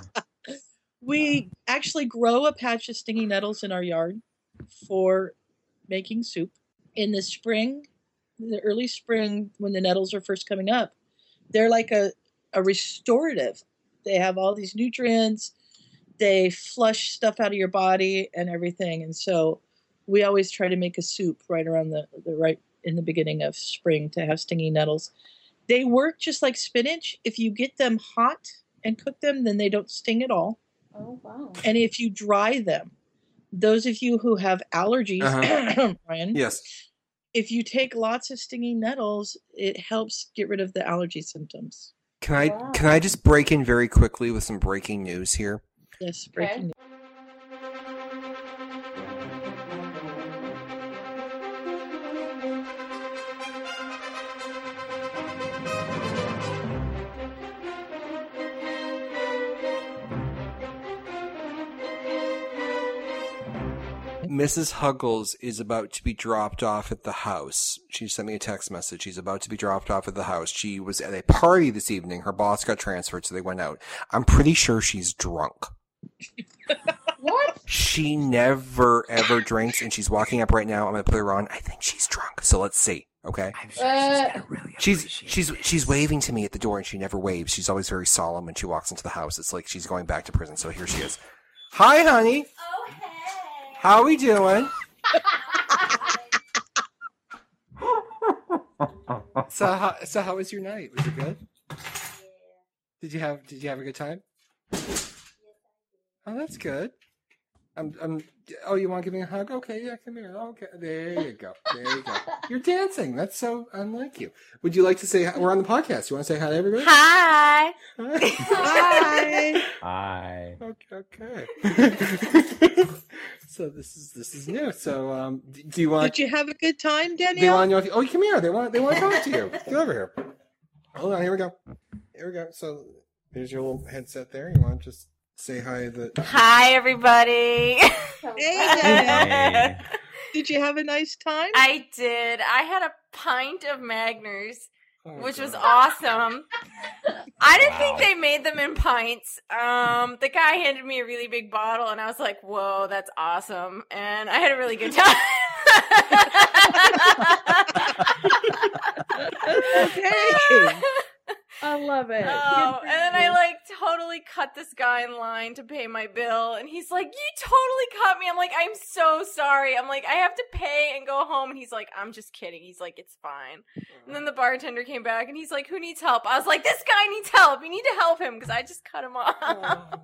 Speaker 4: We actually grow a patch of stinging nettles in our yard for making soup. In the spring, the early spring, when the nettles are first coming up, they're like a, a restorative. They have all these nutrients, they flush stuff out of your body and everything. And so we always try to make a soup right around the, the right in the beginning of spring to have stinging nettles. They work just like spinach. If you get them hot and cook them, then they don't sting at all.
Speaker 3: Oh wow.
Speaker 4: And if you dry them, those of you who have allergies,
Speaker 1: Uh-huh.
Speaker 4: [CLEARS THROAT] Ryan,
Speaker 1: Yes.
Speaker 4: if you take lots of stinging nettles, it helps get rid of the allergy symptoms.
Speaker 1: Can I can I just break in very quickly with some breaking news here?
Speaker 4: Yes, breaking news.
Speaker 1: Mrs. Huggles is about to be dropped off at the house. She sent me a text message. She's about to be dropped off at the house. She was at a party this evening. Her boss got transferred, so they went out. I'm pretty sure she's drunk.
Speaker 3: what?
Speaker 1: She never ever drinks, and she's walking up right now. I'm gonna put her on. I think she's drunk. So let's see. Okay.
Speaker 3: Uh,
Speaker 1: She's she's she's waving to me at the door, and she never waves. She's always very solemn when she walks into the house. It's like she's going back to prison. So here she is. Hi, honey.
Speaker 12: Oh,
Speaker 1: How we doing? so how so how was your night? Was it good? Did you have Did you have a good time? Oh, that's good. I'm I'm. Oh, you want to give me a hug? Okay, yeah, come here. Okay, there you go. There you go. You're dancing. That's so unlike you. Would you like to say we're on the podcast? You want to say hi to everybody?
Speaker 12: Hi.
Speaker 1: Hi.
Speaker 2: Hi.
Speaker 1: Okay. so this is this is new. So um, d- do you want?
Speaker 4: Did you have a good time,
Speaker 1: They want to
Speaker 4: Danielle?
Speaker 1: know if you, oh, come here. They want they want to talk to you. Get over here. Hold on. Here we go. Here we go. So there's your little headset there. You want to just say hi to the
Speaker 12: Hi, everybody.
Speaker 3: Uh,
Speaker 4: Hey, Did you have a nice
Speaker 12: [LAUGHS]
Speaker 4: time?
Speaker 12: I did. I had a pint of Magners,
Speaker 1: oh,
Speaker 12: which was
Speaker 4: God.
Speaker 12: awesome. I didn't
Speaker 4: Wow.
Speaker 12: think they made them in pints. Um, the guy handed me a really big bottle, and I was like, "Whoa, that's awesome!" And I had a really good time.
Speaker 4: [LAUGHS]
Speaker 3: I love it.
Speaker 12: Oh,
Speaker 3: Good for
Speaker 12: and then
Speaker 3: you.
Speaker 12: I like totally cut this guy in line to pay my bill, and he's like, "You totally cut me." I'm like, "I'm so sorry." I'm like, "I have to pay and go home," and he's like, "I'm just kidding." He's like, "It's fine." And then the bartender came back, and he's like, "Who needs help?" I was like, "This guy needs help. You need to help him because I just cut him off."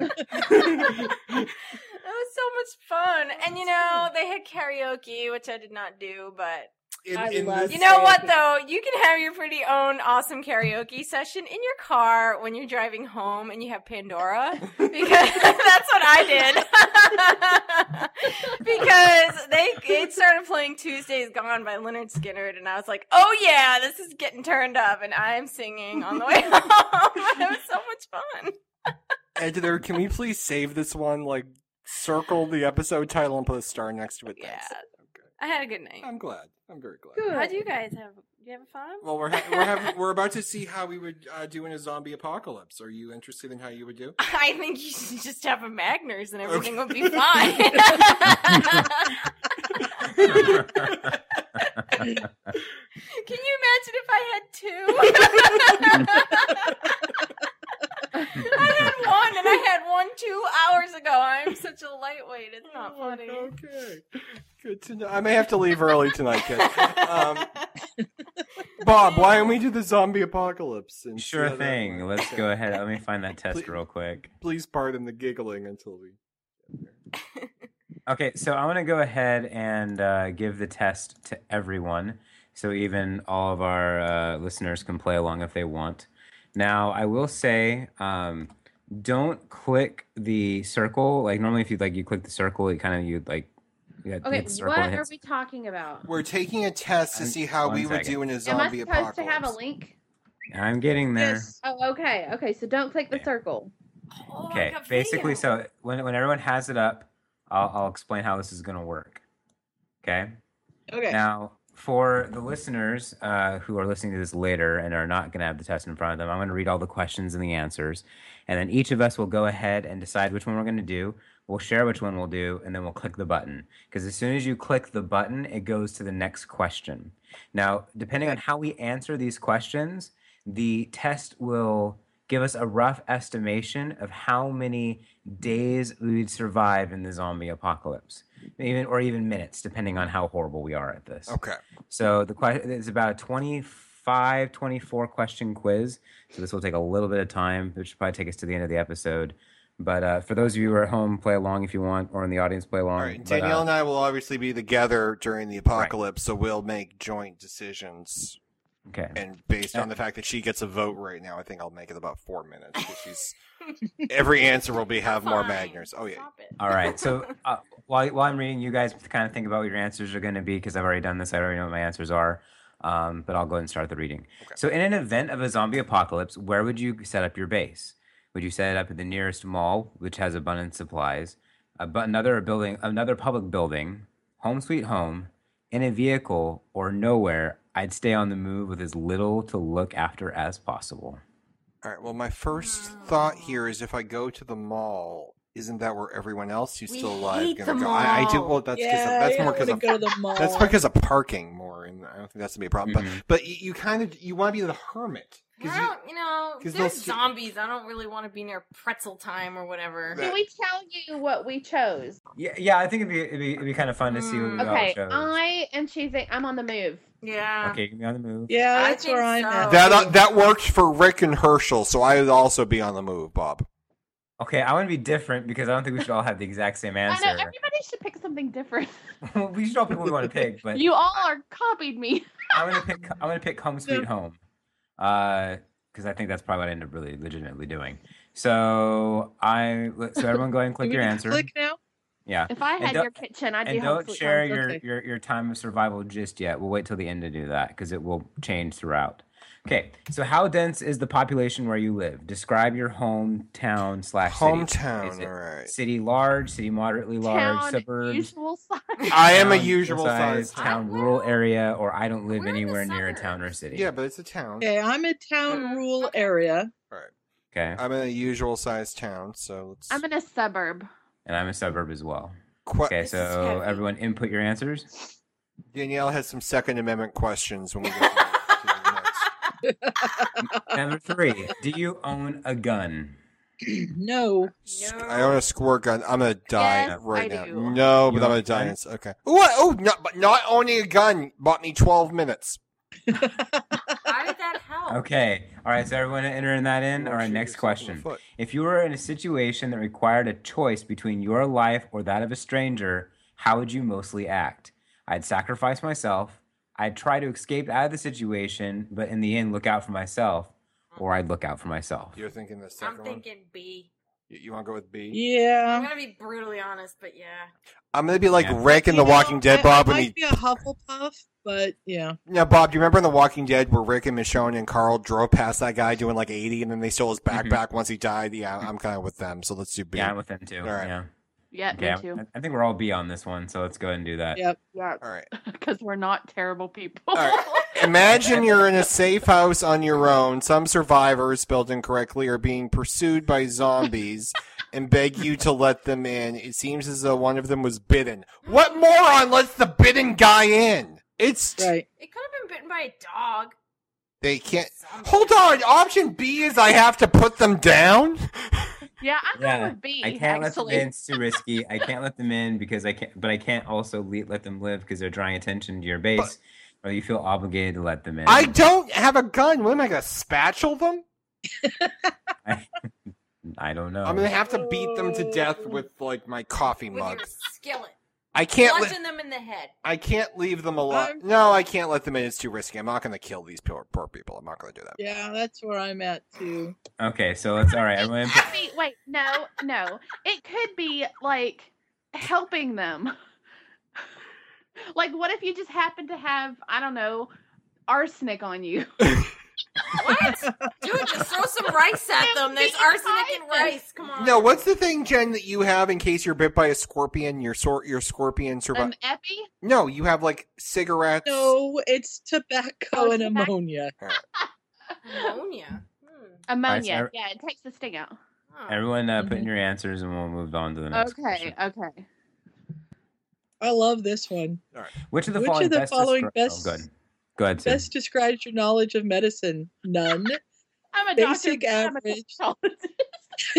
Speaker 12: [LAUGHS] It was so much fun. And you know, they had karaoke, which I did not do, but
Speaker 1: In- I in love this-
Speaker 12: you know what
Speaker 1: karaoke.
Speaker 12: though? You can have your pretty own awesome karaoke session in your car when you're driving home and you have Pandora. Because [LAUGHS] that's what I did. [LAUGHS] because they it started playing Tuesdays Gone by Leonard Skinner and I was like, Oh yeah, this is getting turned up and I'm singing on the way home. [LAUGHS] it was so much fun.
Speaker 1: editor? Can we please save this one? Like circle the episode title and put a star next to it. Yeah.
Speaker 12: I had a good night.
Speaker 1: I'm glad. I'm very glad.
Speaker 12: How'd you guys have? You have a fun?
Speaker 1: Well, we're ha- we're, having, we're about to see how we would uh, do in a zombie apocalypse. Are you interested in how you would do?
Speaker 12: [LAUGHS] I think you should just have a Magners and everything would be fine. [LAUGHS] Can you imagine if I had two? [LAUGHS] I had one and I had one two hours ago. I'm such a lightweight. It's not
Speaker 4: [LAUGHS] Oh
Speaker 12: funny.
Speaker 1: Okay. Good to know. I may have to leave early tonight, kid. Um,
Speaker 3: [LAUGHS]
Speaker 1: Bob, why don't we do the zombie apocalypse? And see
Speaker 2: Sure
Speaker 1: how that
Speaker 2: thing.
Speaker 1: works?
Speaker 2: Let's go ahead. Let me find that test real quick.
Speaker 1: Please pardon the giggling until we.
Speaker 2: Okay, so I want to go ahead and uh, give the test to everyone, so even all of our uh, listeners can play along if they want. Now, I will say, um, don't click the circle. Like normally, if you like, you click the circle, it kind of you like. You got-
Speaker 3: Okay,
Speaker 2: hit the circle,
Speaker 3: what
Speaker 2: it
Speaker 3: are
Speaker 2: hits-
Speaker 3: we talking about?
Speaker 1: We're taking a test to see how
Speaker 2: One
Speaker 1: we would
Speaker 2: second.
Speaker 1: do in a
Speaker 3: Am I
Speaker 1: zombie
Speaker 3: supposed
Speaker 1: apocalypse.
Speaker 3: to have a link?
Speaker 2: I'm getting there.
Speaker 3: Oh, okay. Okay, so don't click the circle.
Speaker 12: Oh,
Speaker 2: okay, basically, so when when everyone has it up, I'll, I'll explain how this is gonna work. Okay.
Speaker 4: Okay.
Speaker 2: Now, for the listeners uh, who are listening to this later and are not going to have the test in front of them, I'm going to read all the questions and the answers. And then each of us will go ahead and decide which one we're going to do. We'll share which one we'll do, and then we'll click the button. Because as soon as you click the button, it goes to the next question. Now, depending on how we answer these questions, the test will give us a rough estimation of how many days we would survive in the zombie apocalypse, even or even minutes, depending on how horrible we are at this.
Speaker 1: Okay.
Speaker 2: So the question is about a 25, 24 question quiz. So this will take a little bit of time. It should probably take us to the end of the episode. But uh, for those of you who are at home, play along if you want, or in the audience, play along. uh, All right,
Speaker 1: Danielle and I will obviously be together during the apocalypse, so we'll make joint decisions.
Speaker 2: Okay.
Speaker 1: And based on the fact that she gets a vote right now, I think I'll make it about four minutes. 'cause She's every answer will
Speaker 4: [LAUGHS]
Speaker 1: be have more Magners. Oh yeah.
Speaker 2: All right. So uh, while, while I'm reading, you guys kind of think about what your answers are going to be because I've already done this. I already know what my answers are. Um, but I'll go ahead and start the reading. So, in an event of a zombie apocalypse, where would you set up your base? Would you set it up at the nearest mall, which has abundant supplies, a bu- another building, another public building, home sweet home, in a vehicle, or nowhere? I'd stay on the move with as little to look after as possible.
Speaker 1: All right. Well, my first thought here is if I go to the mall, isn't that where everyone else who's
Speaker 4: We
Speaker 1: still alive
Speaker 4: hate
Speaker 1: gonna
Speaker 4: the
Speaker 1: go? I, I do.
Speaker 4: mall.
Speaker 1: Well, that's because
Speaker 4: Yeah,
Speaker 1: that's
Speaker 4: you
Speaker 1: more
Speaker 4: don't
Speaker 1: because
Speaker 4: wanna
Speaker 1: of
Speaker 4: go to the mall.
Speaker 1: [LAUGHS] that's because of parking more, and I don't think that's gonna be a problem.
Speaker 2: Mm-hmm.
Speaker 1: But but you, you kind of you want to be the hermit.
Speaker 12: I don't, you know,
Speaker 1: 'cause
Speaker 12: there's
Speaker 1: they'll s-
Speaker 12: zombies. I don't really want to be near pretzel time or whatever.
Speaker 2: That- Did
Speaker 3: we tell you what we chose?
Speaker 2: Yeah, yeah. I think it'd be it'd be, it'd be kind of fun to see what we all
Speaker 3: Mm, Okay,
Speaker 2: chose.
Speaker 3: I am choosing. I'm on the move.
Speaker 12: Yeah.
Speaker 2: Okay, give me on the move.
Speaker 4: Yeah, that's where I'm at.
Speaker 1: That uh, that worked for Rick and Herschel, so I would also be on the move, Bob.
Speaker 2: Okay, I want to be different because I don't think we should all have the exact same
Speaker 3: I know
Speaker 2: answer.
Speaker 3: everybody should pick something different.
Speaker 2: [LAUGHS] we should all pick what we want to pick, but
Speaker 3: you all are copied me.
Speaker 2: I'm gonna pick. I'm gonna
Speaker 3: [LAUGHS]
Speaker 2: pick Home Sweet Home, because I think that's probably what I end up really legitimately doing. So I. So everyone,
Speaker 3: [LAUGHS]
Speaker 2: go ahead and click your answer.
Speaker 4: Click now.
Speaker 2: Yeah.
Speaker 3: If I
Speaker 2: And
Speaker 3: had
Speaker 2: don't-
Speaker 3: your kitchen, I'd be
Speaker 2: and
Speaker 3: home
Speaker 2: don't share
Speaker 3: sweet home.
Speaker 2: your, your your time of survival just yet. We'll wait till the end to do that because it will change throughout. Okay, so how dense is the population where you live? Describe your hometown slash city.
Speaker 1: Hometown,
Speaker 2: Is it City large, city moderately large,
Speaker 3: Town,
Speaker 2: suburbs.
Speaker 3: usual size.
Speaker 1: I am a
Speaker 2: town
Speaker 1: usual size
Speaker 2: town, rural area, or I don't live anywhere near a town or city.
Speaker 1: Yeah, but it's a town.
Speaker 4: Okay, I'm a town rural
Speaker 1: [CLEARS THROAT]
Speaker 4: area.
Speaker 1: All right.
Speaker 2: Okay.
Speaker 1: I'm in a usual sized town, so let's.
Speaker 3: I'm in a suburb.
Speaker 2: And I'm a suburb as well.
Speaker 1: This
Speaker 2: okay,
Speaker 1: is
Speaker 2: so
Speaker 1: heavy.
Speaker 2: everyone input your answers.
Speaker 1: [LAUGHS] Danielle has some Second Amendment questions when we get to
Speaker 2: Number three, do you own a gun?
Speaker 4: No.
Speaker 1: I own a squirt gun. I'm gonna die
Speaker 4: Yes,
Speaker 1: right
Speaker 4: I
Speaker 1: now. No,
Speaker 4: do.
Speaker 2: You
Speaker 1: but I'm
Speaker 2: own
Speaker 1: gonna
Speaker 2: a
Speaker 1: die.
Speaker 2: gun?
Speaker 1: It's- Okay. What? Oh, no, but not owning a gun bought me 12 minutes.
Speaker 12: How did that help?
Speaker 2: Okay. All right. So everyone entering that
Speaker 1: Oh,
Speaker 2: in. All right. Next question. If you were in a situation that required a choice between your life or that of a stranger, how would you mostly act? I'd sacrifice myself. I'd try to escape out of the situation, but in the end, look out for myself, or I'd look out for myself.
Speaker 1: You're thinking the
Speaker 12: I'm
Speaker 1: second one.
Speaker 12: thinking B.
Speaker 1: You, want to go with B?
Speaker 12: I'm
Speaker 4: Yeah.
Speaker 12: gonna be brutally honest, but yeah.
Speaker 1: I'm gonna be like
Speaker 2: Yeah.
Speaker 1: Rick in The Walking Dead,
Speaker 4: I-
Speaker 1: Bob.
Speaker 4: I
Speaker 1: When
Speaker 4: might
Speaker 1: he,
Speaker 4: be a Hufflepuff, but yeah.
Speaker 1: now, Bob, do you remember in The Walking Dead where Rick and Michonne and Carl drove past that guy doing like 80, and then they stole his backpack once he died? Yeah, I'm kind of with them. So let's do B.
Speaker 2: Yeah, I'm with them too.
Speaker 1: All right.
Speaker 2: Yeah.
Speaker 3: Yeah,
Speaker 2: Okay.
Speaker 3: me too. [LAUGHS]
Speaker 2: I- I think we're all B on this one, so let's go ahead and do that.
Speaker 4: Yep.
Speaker 3: Yeah.
Speaker 1: All right.
Speaker 3: Because we're not terrible people. [LAUGHS]
Speaker 1: Imagine you're in a safe house on your own. Some survivors, spelled incorrectly, are being pursued by zombies and beg you to let them in. It seems as though one of them was bitten. What moron lets the bitten guy in? It's
Speaker 4: right.
Speaker 12: It could have been bitten by a dog.
Speaker 1: They can't. Hold on. Option B is I have to put them down.
Speaker 3: yeah, I'm
Speaker 2: Yeah,
Speaker 3: going with B.
Speaker 2: I can't let
Speaker 3: actually.
Speaker 2: them in. It's too risky. I can't let them in because I can't. But I can't also le- let them live because they're drawing attention to your base, or you feel obligated to let them in.
Speaker 1: I don't have a gun. What am I gonna spatchel them?
Speaker 2: I don't know.
Speaker 1: I'm gonna have to beat them to death with like my coffee mug.
Speaker 12: Skillet.
Speaker 1: I can't. let-
Speaker 12: Bludgeon them in the head.
Speaker 1: I can't leave them alive. No, I can't let them in. It's too risky. I'm not going to kill these poor, poor people. I'm not going to do that.
Speaker 4: Yeah, that's where I'm at too.
Speaker 2: Okay, so let's. All right, everyone.
Speaker 3: [LAUGHS] Could be- wait, no, no. It could be like helping them. [LAUGHS] like, what if you just happen to have, I don't know, arsenic on you?
Speaker 12: Dude, just throw some rice at them. There's arsenic in rice. Come on.
Speaker 1: No, what's the thing, Jen, that you have in case you're bit by a scorpion? Your sort, your scorpion survive.
Speaker 3: An Um, epi?
Speaker 1: no, you have like cigarettes.
Speaker 4: No, it's tobacco and ammonia.
Speaker 12: Ammonia. Hmm.
Speaker 3: Ammonia.
Speaker 2: Alright, so-
Speaker 3: yeah, it takes the sting out.
Speaker 2: Everyone, uh, put in your answers, and we'll move on to the next.
Speaker 3: Mm-hmm. Okay, okay.
Speaker 4: I love this one.
Speaker 2: Which of the
Speaker 4: Which
Speaker 2: following
Speaker 4: of the
Speaker 2: best?
Speaker 4: following
Speaker 2: descri-
Speaker 4: best-
Speaker 2: Oh, good. Go ahead. Sid.
Speaker 4: Best describes your knowledge of medicine. None.
Speaker 3: I'm a
Speaker 4: Basic
Speaker 3: doctor. but
Speaker 4: average.
Speaker 3: I'm a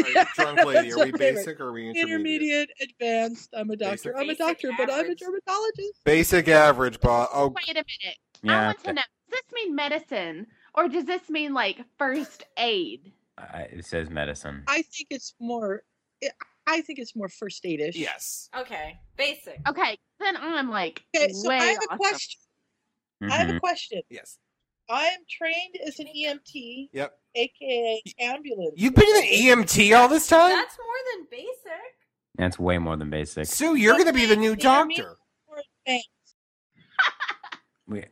Speaker 3: doctor.
Speaker 4: [LAUGHS]
Speaker 1: drunk lady, are we
Speaker 4: That's my favorite.
Speaker 1: basic or are we
Speaker 4: intermediate, advanced. I'm a doctor.
Speaker 1: Basic.
Speaker 4: I'm a doctor, but I'm a dermatologist.
Speaker 1: Basic average, but oh,
Speaker 3: [LAUGHS] Wait a minute. I
Speaker 2: Yeah.
Speaker 3: want to know does this mean medicine or does this mean like first aid?
Speaker 2: uh, it says medicine.
Speaker 4: I think it's more it, I think it's more first aid ish.
Speaker 1: Yes.
Speaker 12: Okay, basic.
Speaker 3: Okay, then I'm like
Speaker 4: Okay, so
Speaker 3: way
Speaker 4: I have a
Speaker 3: awesome.
Speaker 4: question.
Speaker 2: Mm-hmm.
Speaker 4: I have a question.
Speaker 1: Yes.
Speaker 4: I am trained as an E EMT,
Speaker 1: Yep.
Speaker 4: aka ambulance.
Speaker 1: You've been E an EMT all this time?
Speaker 12: That's more than basic.
Speaker 2: That's way more than basic.
Speaker 1: Sue, you're going to be the new doctor.
Speaker 2: Wait.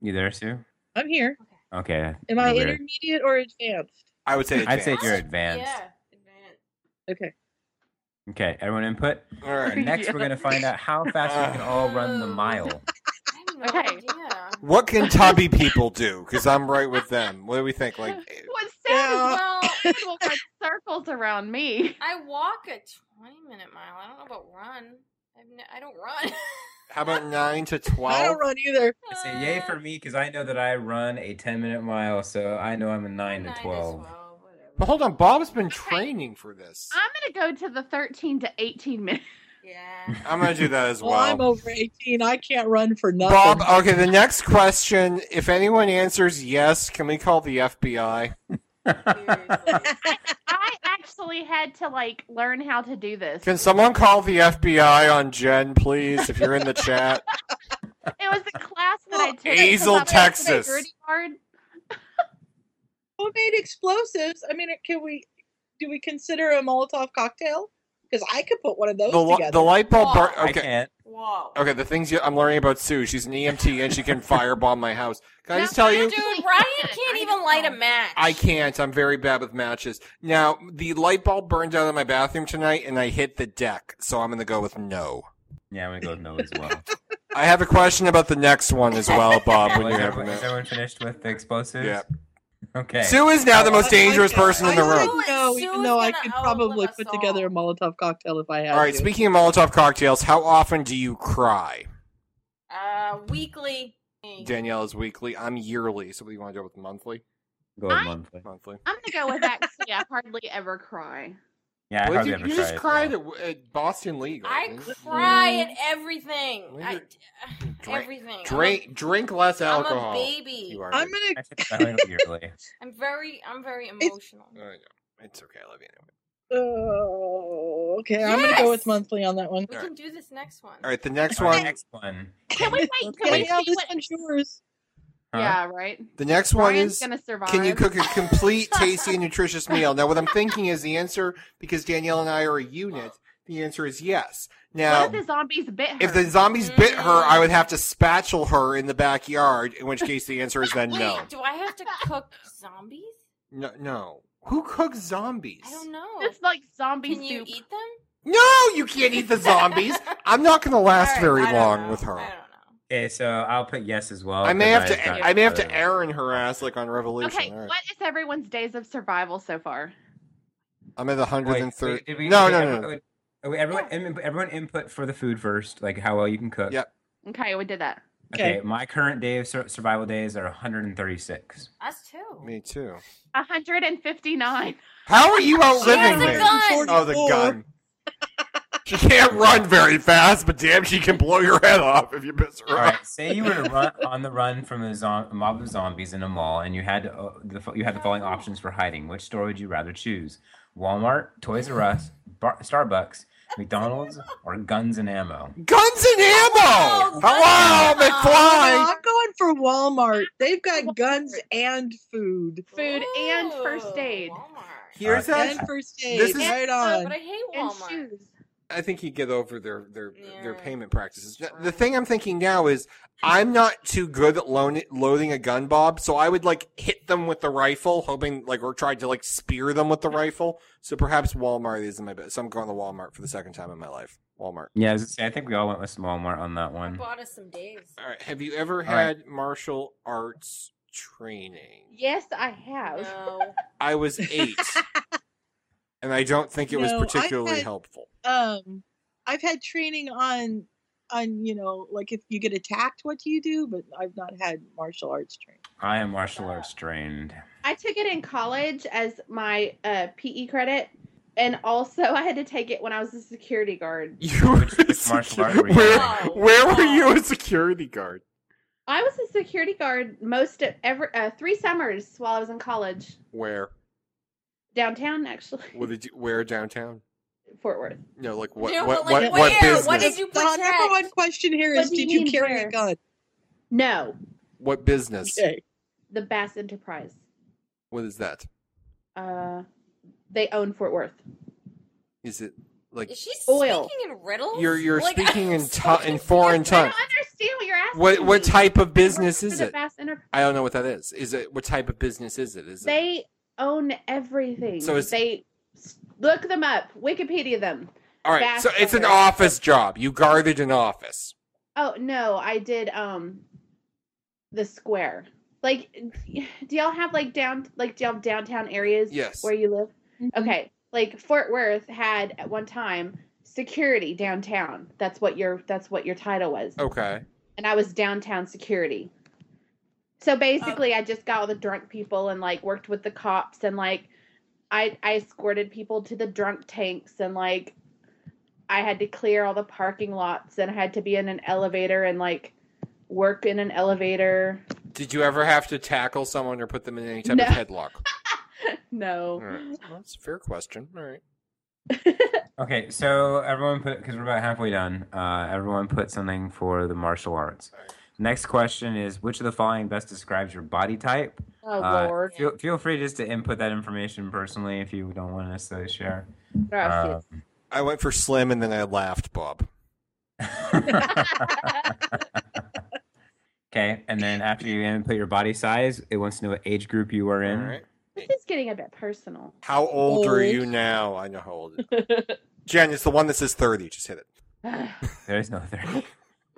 Speaker 2: You there, Sue?
Speaker 4: I'm here.
Speaker 2: Okay.
Speaker 4: Am I
Speaker 2: you're weird.
Speaker 4: intermediate or advanced?
Speaker 1: I would say
Speaker 2: I'd say
Speaker 1: advanced.
Speaker 2: you're advanced.
Speaker 4: Okay.
Speaker 2: Okay, everyone input.
Speaker 1: All right.
Speaker 4: [LAUGHS]
Speaker 2: Next, we're going to find out how fast we can all run
Speaker 3: [LAUGHS]
Speaker 2: the mile.
Speaker 3: Okay.
Speaker 1: What can Tubby people do? Because I'm right with them. What do we think? Like,
Speaker 3: What sounds
Speaker 4: [LAUGHS]
Speaker 3: good will run circles around me.
Speaker 12: I walk a 20 minute mile. I don't know about run. I've n- I don't run.
Speaker 1: how about nine to
Speaker 4: I
Speaker 1: twelve?
Speaker 4: don't run either.
Speaker 2: I
Speaker 12: [LAUGHS]
Speaker 2: say yay for me because I know that I run a 10 minute mile, so I know I'm a 9 to 12.
Speaker 1: But hold on, Bob's been training for this.
Speaker 3: I'm gonna go to the 13 to 18 minutes. [LAUGHS]
Speaker 1: I'm gonna do that as
Speaker 4: Well, I'm
Speaker 1: well. uh
Speaker 4: over 18. I can't run for nothing.
Speaker 1: Bob, okay, the next question, if anyone answers yes, can we call the FBI?
Speaker 2: [LAUGHS]
Speaker 1: [LAUGHS]
Speaker 3: I actually had to like learn how to do this.
Speaker 1: Can someone call the FBI on Jen, please, if you're
Speaker 4: [LAUGHS]
Speaker 1: in the chat?
Speaker 3: It was a class that I took.
Speaker 1: Hazel,
Speaker 3: because I was a
Speaker 1: Texas.
Speaker 3: security guard.
Speaker 4: Homemade explosives. I mean, can we? Do we consider a Molotov cocktail? Because I could put one of those
Speaker 1: The, li-
Speaker 4: together.
Speaker 1: the light bulb burn.
Speaker 2: I
Speaker 1: Okay.
Speaker 2: can't.
Speaker 12: Whoa.
Speaker 1: Okay, the things you- I'm learning about Sue, she's an EMT and she
Speaker 4: [LAUGHS]
Speaker 1: can firebomb my house. Can I
Speaker 3: No,
Speaker 1: just tell you?
Speaker 12: Dude, Ryan can't even light a match.
Speaker 1: I can't. I'm very bad with matches. Now, the light bulb burned out in my bathroom tonight and I hit the deck, so I'm going to go with no.
Speaker 2: Yeah, I'm going to go with no as
Speaker 1: [LAUGHS]
Speaker 2: well.
Speaker 1: I have a question about the next one as well, Bob, when
Speaker 2: Well,
Speaker 1: you're
Speaker 2: is,
Speaker 1: having
Speaker 2: everyone,
Speaker 1: that.
Speaker 2: is everyone finished with the explosives?
Speaker 1: Yeah.
Speaker 2: [LAUGHS] Okay.
Speaker 1: Sue is now the most dangerous person in the
Speaker 4: I
Speaker 1: room.
Speaker 4: don't know, even
Speaker 12: Sue's
Speaker 4: though I
Speaker 12: gonna
Speaker 4: could
Speaker 12: outlive
Speaker 4: probably
Speaker 12: us
Speaker 4: put
Speaker 12: all.
Speaker 4: together a Molotov cocktail if I had.
Speaker 1: All right,
Speaker 4: to.
Speaker 1: speaking of Molotov cocktails, how often do you cry?
Speaker 12: Uh, weekly.
Speaker 1: Danielle is weekly. I'm yearly. So what do you want to do with monthly?
Speaker 2: Go with monthly.
Speaker 1: Monthly.
Speaker 3: I'm gonna go with actually. I hardly ever cry.
Speaker 2: Yeah, I
Speaker 1: What
Speaker 2: hardly
Speaker 1: did
Speaker 2: ever
Speaker 1: you, you
Speaker 2: try
Speaker 1: just
Speaker 2: it,
Speaker 1: cried at, at Boston League.
Speaker 12: I
Speaker 1: Robin.
Speaker 12: cry at everything. I,
Speaker 1: Drink-
Speaker 12: everything.
Speaker 1: Drink, drink less
Speaker 12: I'm a,
Speaker 1: alcohol.
Speaker 12: I'm a baby.
Speaker 1: You are.
Speaker 4: I'm
Speaker 1: baby.
Speaker 4: gonna.
Speaker 2: though. I think
Speaker 1: [LAUGHS]
Speaker 2: I'm yearly.
Speaker 12: I'm very, I'm very emotional.
Speaker 1: Oh, yeah. It's okay. I love you anyway.
Speaker 4: Oh, okay, I'm gonna go
Speaker 12: Yes!
Speaker 4: with monthly on that one.
Speaker 12: We can do this next one.
Speaker 1: All right, the next
Speaker 2: All right,
Speaker 1: one.
Speaker 2: next one.
Speaker 3: Can
Speaker 4: [LAUGHS]
Speaker 3: we wait? Can we
Speaker 4: Danielle,
Speaker 3: see
Speaker 4: this
Speaker 3: what?
Speaker 4: one's yours.
Speaker 2: Huh?
Speaker 3: Yeah, right.
Speaker 1: The next one
Speaker 3: Brian's
Speaker 1: is.
Speaker 3: gonna survive.
Speaker 1: Can you cook a
Speaker 12: [LAUGHS]
Speaker 1: complete, tasty, and nutritious meal? Now, what I'm thinking is the answer because Danielle and I are a unit. The answer is yes. Now,
Speaker 3: What if the zombies bit her?
Speaker 1: If the zombies bit her, I would have to spatchel her in the backyard. In which case, the answer is then
Speaker 12: [LAUGHS] Wait,
Speaker 1: no.
Speaker 12: do I
Speaker 3: [LAUGHS]
Speaker 12: have to cook zombies?
Speaker 1: No, no. Who cooks zombies?
Speaker 12: I don't know.
Speaker 3: It's like zombie
Speaker 12: Can you
Speaker 3: soup.
Speaker 12: eat them?
Speaker 1: No, you can't eat the
Speaker 12: [LAUGHS]
Speaker 1: zombies. I'm not going to last
Speaker 12: All right,
Speaker 1: very
Speaker 12: I don't
Speaker 1: long
Speaker 12: know.
Speaker 1: with
Speaker 12: I
Speaker 1: her.
Speaker 12: don't know.
Speaker 2: Okay, so I'll put yes as well.
Speaker 1: I may
Speaker 2: 'cause
Speaker 1: have
Speaker 2: I've got
Speaker 1: to. I may have to
Speaker 2: the-
Speaker 1: Aaron her ass like on Revolution.
Speaker 3: Okay,
Speaker 1: All right.
Speaker 3: what is everyone's days of survival so far?
Speaker 1: I'm at the hundred and
Speaker 2: Wait,
Speaker 1: thirty.
Speaker 2: wait, did we-
Speaker 1: No,
Speaker 2: did
Speaker 1: no,
Speaker 2: everyone-
Speaker 1: no, no.
Speaker 2: oh, wait, Everyone, em- everyone input for the food first, like how well you can cook.
Speaker 1: Yeah.
Speaker 3: Okay, we did that.
Speaker 2: Okay,
Speaker 4: Okay.
Speaker 2: my current day of sur- survival days are 136.
Speaker 12: Us too.
Speaker 1: Me too.
Speaker 3: 159.
Speaker 1: How are you outliving
Speaker 12: has a
Speaker 1: me?
Speaker 12: gun.
Speaker 1: Oh, the gun. She can't run very fast, but damn, she can blow your head off if you miss her.
Speaker 2: All right, say you were to run [LAUGHS] on the run from a, zom- a mob of zombies in a mall, and you had to, uh, the, fo- you had the following options for hiding. Which store would you rather choose? Walmart, Toys R Us, Bar- Starbucks, McDonald's, or Guns and Ammo?
Speaker 1: Guns and ammo!
Speaker 12: Guns and
Speaker 1: Hello,
Speaker 12: ammo!
Speaker 1: McFly!
Speaker 4: No, I'm going for Walmart. They've got guns and food.
Speaker 3: Food and first
Speaker 12: Ooh,
Speaker 3: aid.
Speaker 12: Walmart. uh,
Speaker 1: Here's
Speaker 2: Alright,
Speaker 1: that.
Speaker 4: And first aid.
Speaker 1: This is-
Speaker 4: right
Speaker 12: But
Speaker 4: on.
Speaker 12: I hate
Speaker 3: And
Speaker 12: Walmart.
Speaker 3: shoes.
Speaker 1: I think you get over their their their
Speaker 12: Yeah.
Speaker 1: payment practices. The- The thing I'm thinking now is I'm not too good at loan, loading a gun, Bob. So I would like hit them with the rifle, hoping like or tried to like spear them with the rifle. So perhaps Walmart isn't my best. So I'm going to Walmart for the second time in my life. Walmart.
Speaker 2: Yeah, I, was gonna say, I think we all went with Walmart on that
Speaker 12: I
Speaker 2: one.
Speaker 12: bought us some days.
Speaker 1: All right. Have you ever
Speaker 2: All right.
Speaker 1: had martial arts training?
Speaker 3: Yes, I have. [LAUGHS]
Speaker 12: No.
Speaker 1: I was eight, and I don't think it was
Speaker 4: No, I
Speaker 1: particularly
Speaker 4: had-
Speaker 1: helpful.
Speaker 4: Um, I've had training on, on you know, like if you get attacked, what do you do? But I've not had martial arts training.
Speaker 2: I am martial arts trained.
Speaker 3: I took it in college as my uh, PE credit, and also [LAUGHS] I had to take it when I was a security guard.
Speaker 1: You were a
Speaker 2: which martial art
Speaker 1: secu-
Speaker 2: were you
Speaker 1: where,
Speaker 12: doing?
Speaker 1: where were
Speaker 12: Wow.
Speaker 1: you a security guard?
Speaker 3: I was a security guard most of every uh, three summers while I was in college.
Speaker 1: Where?
Speaker 3: downtown actually,
Speaker 1: What did you? Where downtown?
Speaker 3: [LAUGHS] Fort Worth.
Speaker 1: No, like what?
Speaker 3: No,
Speaker 1: what?
Speaker 3: but, like,
Speaker 1: what? What
Speaker 3: where?
Speaker 1: business?
Speaker 3: What did you
Speaker 4: The
Speaker 3: protect?
Speaker 4: number one question here
Speaker 3: What
Speaker 4: is:
Speaker 3: do you
Speaker 4: Did you
Speaker 3: mean
Speaker 4: carry
Speaker 3: where?
Speaker 4: a gun?
Speaker 3: No,
Speaker 1: What business?
Speaker 3: the Bass Enterprise.
Speaker 1: What is that?
Speaker 3: Uh, they own Fort Worth.
Speaker 1: Is it like
Speaker 12: Is she
Speaker 3: Oil.
Speaker 12: speaking in riddles?
Speaker 1: you're you're
Speaker 12: Oh, Like, [LAUGHS]
Speaker 1: speaking in tu- in foreign
Speaker 3: [LAUGHS]
Speaker 1: tongue?
Speaker 3: understand what you're asking.
Speaker 1: What what
Speaker 3: me.
Speaker 1: type of
Speaker 3: They work
Speaker 1: business
Speaker 3: for
Speaker 1: is
Speaker 3: the
Speaker 1: it?
Speaker 3: Bass Enterprise.
Speaker 1: I don't know what that is. Is it what type of business is it? Is it
Speaker 3: They own everything.
Speaker 1: So
Speaker 3: So
Speaker 1: it's-
Speaker 3: they look them up, Wikipedia them.
Speaker 1: all right?
Speaker 3: Bass
Speaker 1: So it's an
Speaker 3: Enterprise.
Speaker 1: office job. You guarded an office.
Speaker 3: Oh no, I did um the square. Like [LAUGHS] do y'all have like down like do y'all have downtown areas
Speaker 1: Yes.
Speaker 3: where you live? Okay. Like Fort Worth had at one time security downtown. That's what your that's what your title was.
Speaker 1: Okay.
Speaker 3: And I was downtown security. So basically I just got all the drunk people and like worked with the cops and like I I escorted people to the drunk tanks and like I had to clear all the parking lots and I had to be in an elevator and like work in an elevator.
Speaker 1: Did you ever have to tackle someone or put them in any type
Speaker 3: No.
Speaker 1: of headlock?
Speaker 3: no.
Speaker 1: All right. Well, that's a fair question. All right.
Speaker 2: Okay, so everyone put because we're about halfway done. Uh, everyone put something for the martial arts. Next question is which of the following best describes your body type?
Speaker 3: Oh,
Speaker 2: Uh,
Speaker 3: Lord.
Speaker 2: Feel, feel free just to input that information personally if you don't want to necessarily share.
Speaker 3: Gosh,
Speaker 2: Um,
Speaker 1: I went for slim and then I laughed, Bob.
Speaker 2: Um, [LAUGHS] okay, and then after you input your body size, it wants to know what age group you are in.
Speaker 3: This is getting a bit personal. [SIGHS]
Speaker 1: How old are
Speaker 3: Old.
Speaker 1: you now? I know how old. it
Speaker 3: [LAUGHS]
Speaker 1: is. Jen, it's the one that says thirty. Just hit it.
Speaker 2: There is no thirty.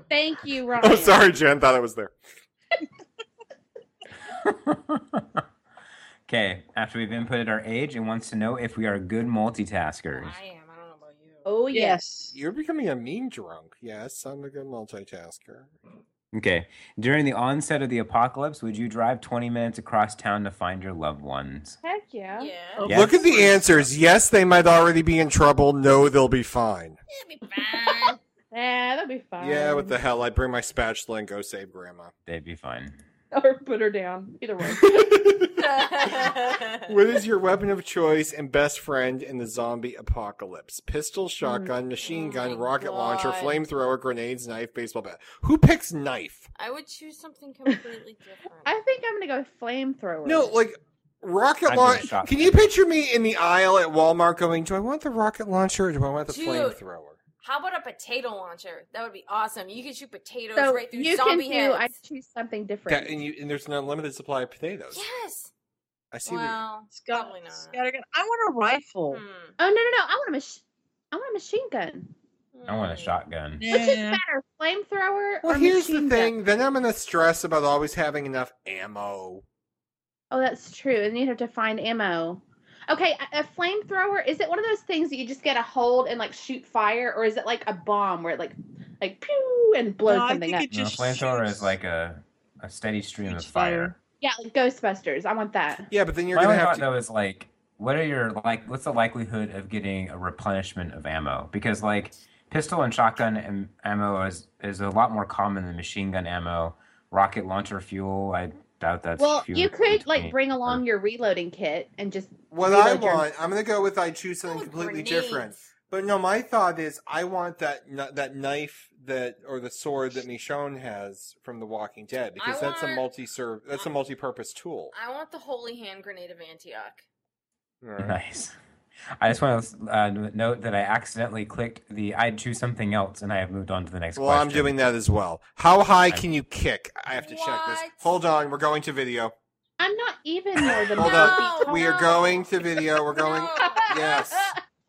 Speaker 3: Thank you, Ryan.
Speaker 1: Oh, [LAUGHS] sorry, Jen. Thought it was there.
Speaker 2: [LAUGHS] Okay, after we've inputted our age, it wants to know if we are good multitaskers.
Speaker 3: Oh
Speaker 4: yes.
Speaker 1: You're becoming a mean drunk. Yes, I'm a good multitasker.
Speaker 2: Okay. During the onset of the apocalypse, would you drive 20 minutes across town to find your loved ones?
Speaker 3: Heck yeah. Oh. Yeah.
Speaker 4: Oh,
Speaker 2: Yes.
Speaker 1: Look at the answers. Yes, they might already be in trouble. No, they'll be fine.
Speaker 3: Yeah, that'll be fine.
Speaker 1: Yeah, what the hell? I'd bring my spatula and go save grandma.
Speaker 2: They'd be fine.
Speaker 3: [LAUGHS] Or put her down. Either way. [LAUGHS]
Speaker 1: what is your weapon of choice and best friend in the zombie apocalypse? Pistol, shotgun, machine gun, rocket launcher,
Speaker 12: God.
Speaker 1: flamethrower, grenades, knife, baseball bat. Who picks knife?
Speaker 12: I would choose something completely different.
Speaker 3: I think I'm gonna go flamethrower.
Speaker 1: No, like rocket
Speaker 2: I'd go
Speaker 1: launcher.
Speaker 2: shotgun.
Speaker 1: Can you picture me in the aisle at Walmart going, "Do I want the rocket launcher or do I want the
Speaker 12: Dude.
Speaker 1: flamethrower?"
Speaker 12: How about a potato launcher? That would be awesome. You could shoot potatoes
Speaker 3: so
Speaker 12: right through
Speaker 3: you can
Speaker 12: zombie
Speaker 3: do.
Speaker 12: heads.
Speaker 3: I choose something different.
Speaker 1: That, and, you, and there's an unlimited supply of potatoes.
Speaker 12: Yes.
Speaker 1: I see. what you-
Speaker 12: Well, probably not.
Speaker 4: I want a
Speaker 12: Hmm.
Speaker 4: rifle.
Speaker 3: Oh no no no! I want a mach- I want a machine gun.
Speaker 12: Hmm.
Speaker 2: I want a
Speaker 3: Mm,
Speaker 2: shotgun.
Speaker 3: Which is better, flamethrower
Speaker 1: Well,
Speaker 3: or
Speaker 1: here's
Speaker 3: machine
Speaker 1: the
Speaker 3: gun?
Speaker 1: thing. Then I'm gonna stress about always having enough ammo.
Speaker 3: Oh, that's true. And you'd have to find ammo. Okay, a- a flamethrower is it one of those things that you just get a hold and like shoot fire, or is it like a bomb where it like like pew and blows
Speaker 4: No, I
Speaker 3: something
Speaker 4: think
Speaker 3: up?
Speaker 4: it
Speaker 2: No,
Speaker 4: just
Speaker 2: flamethrower
Speaker 4: shoots.
Speaker 2: is like a, a steady stream of
Speaker 4: Shoots
Speaker 2: fire.
Speaker 3: Yeah, like Ghostbusters. I want that.
Speaker 1: Yeah, but then you're
Speaker 2: My
Speaker 1: gonna
Speaker 2: only
Speaker 1: have
Speaker 2: thought
Speaker 1: to.
Speaker 2: though is like, what are your like? What's the likelihood of getting a replenishment of ammo? Because like pistol and shotgun am- ammo is is a lot more common than machine gun ammo. Rocket launcher fuel, I doubt that's.
Speaker 3: well,
Speaker 2: few
Speaker 3: you
Speaker 2: and far
Speaker 3: could like
Speaker 2: between.
Speaker 3: bring along your reloading kit and just
Speaker 1: What I
Speaker 3: reload your-
Speaker 1: want, I'm gonna go with I choose something completely different. But no, my thought is I want that kn- that knife that or the sword that Michonne has from The Walking Dead because
Speaker 12: I
Speaker 1: that's a
Speaker 12: want-
Speaker 1: multi serve that's a multi purpose tool.
Speaker 12: I want the holy hand grenade of Antioch.
Speaker 2: Nice. I just want to uh, note that I accidentally clicked the I'd choose something else and I have moved on to the next
Speaker 1: Well,
Speaker 2: question.
Speaker 1: I'm doing that as well. How high can you kick? I have to check this.
Speaker 12: What?
Speaker 1: Hold on, we're going to video.
Speaker 3: I'm not even more than
Speaker 1: Hold
Speaker 3: that.
Speaker 1: up, we are going to video. We're
Speaker 12: [LAUGHS]
Speaker 1: going. Yes,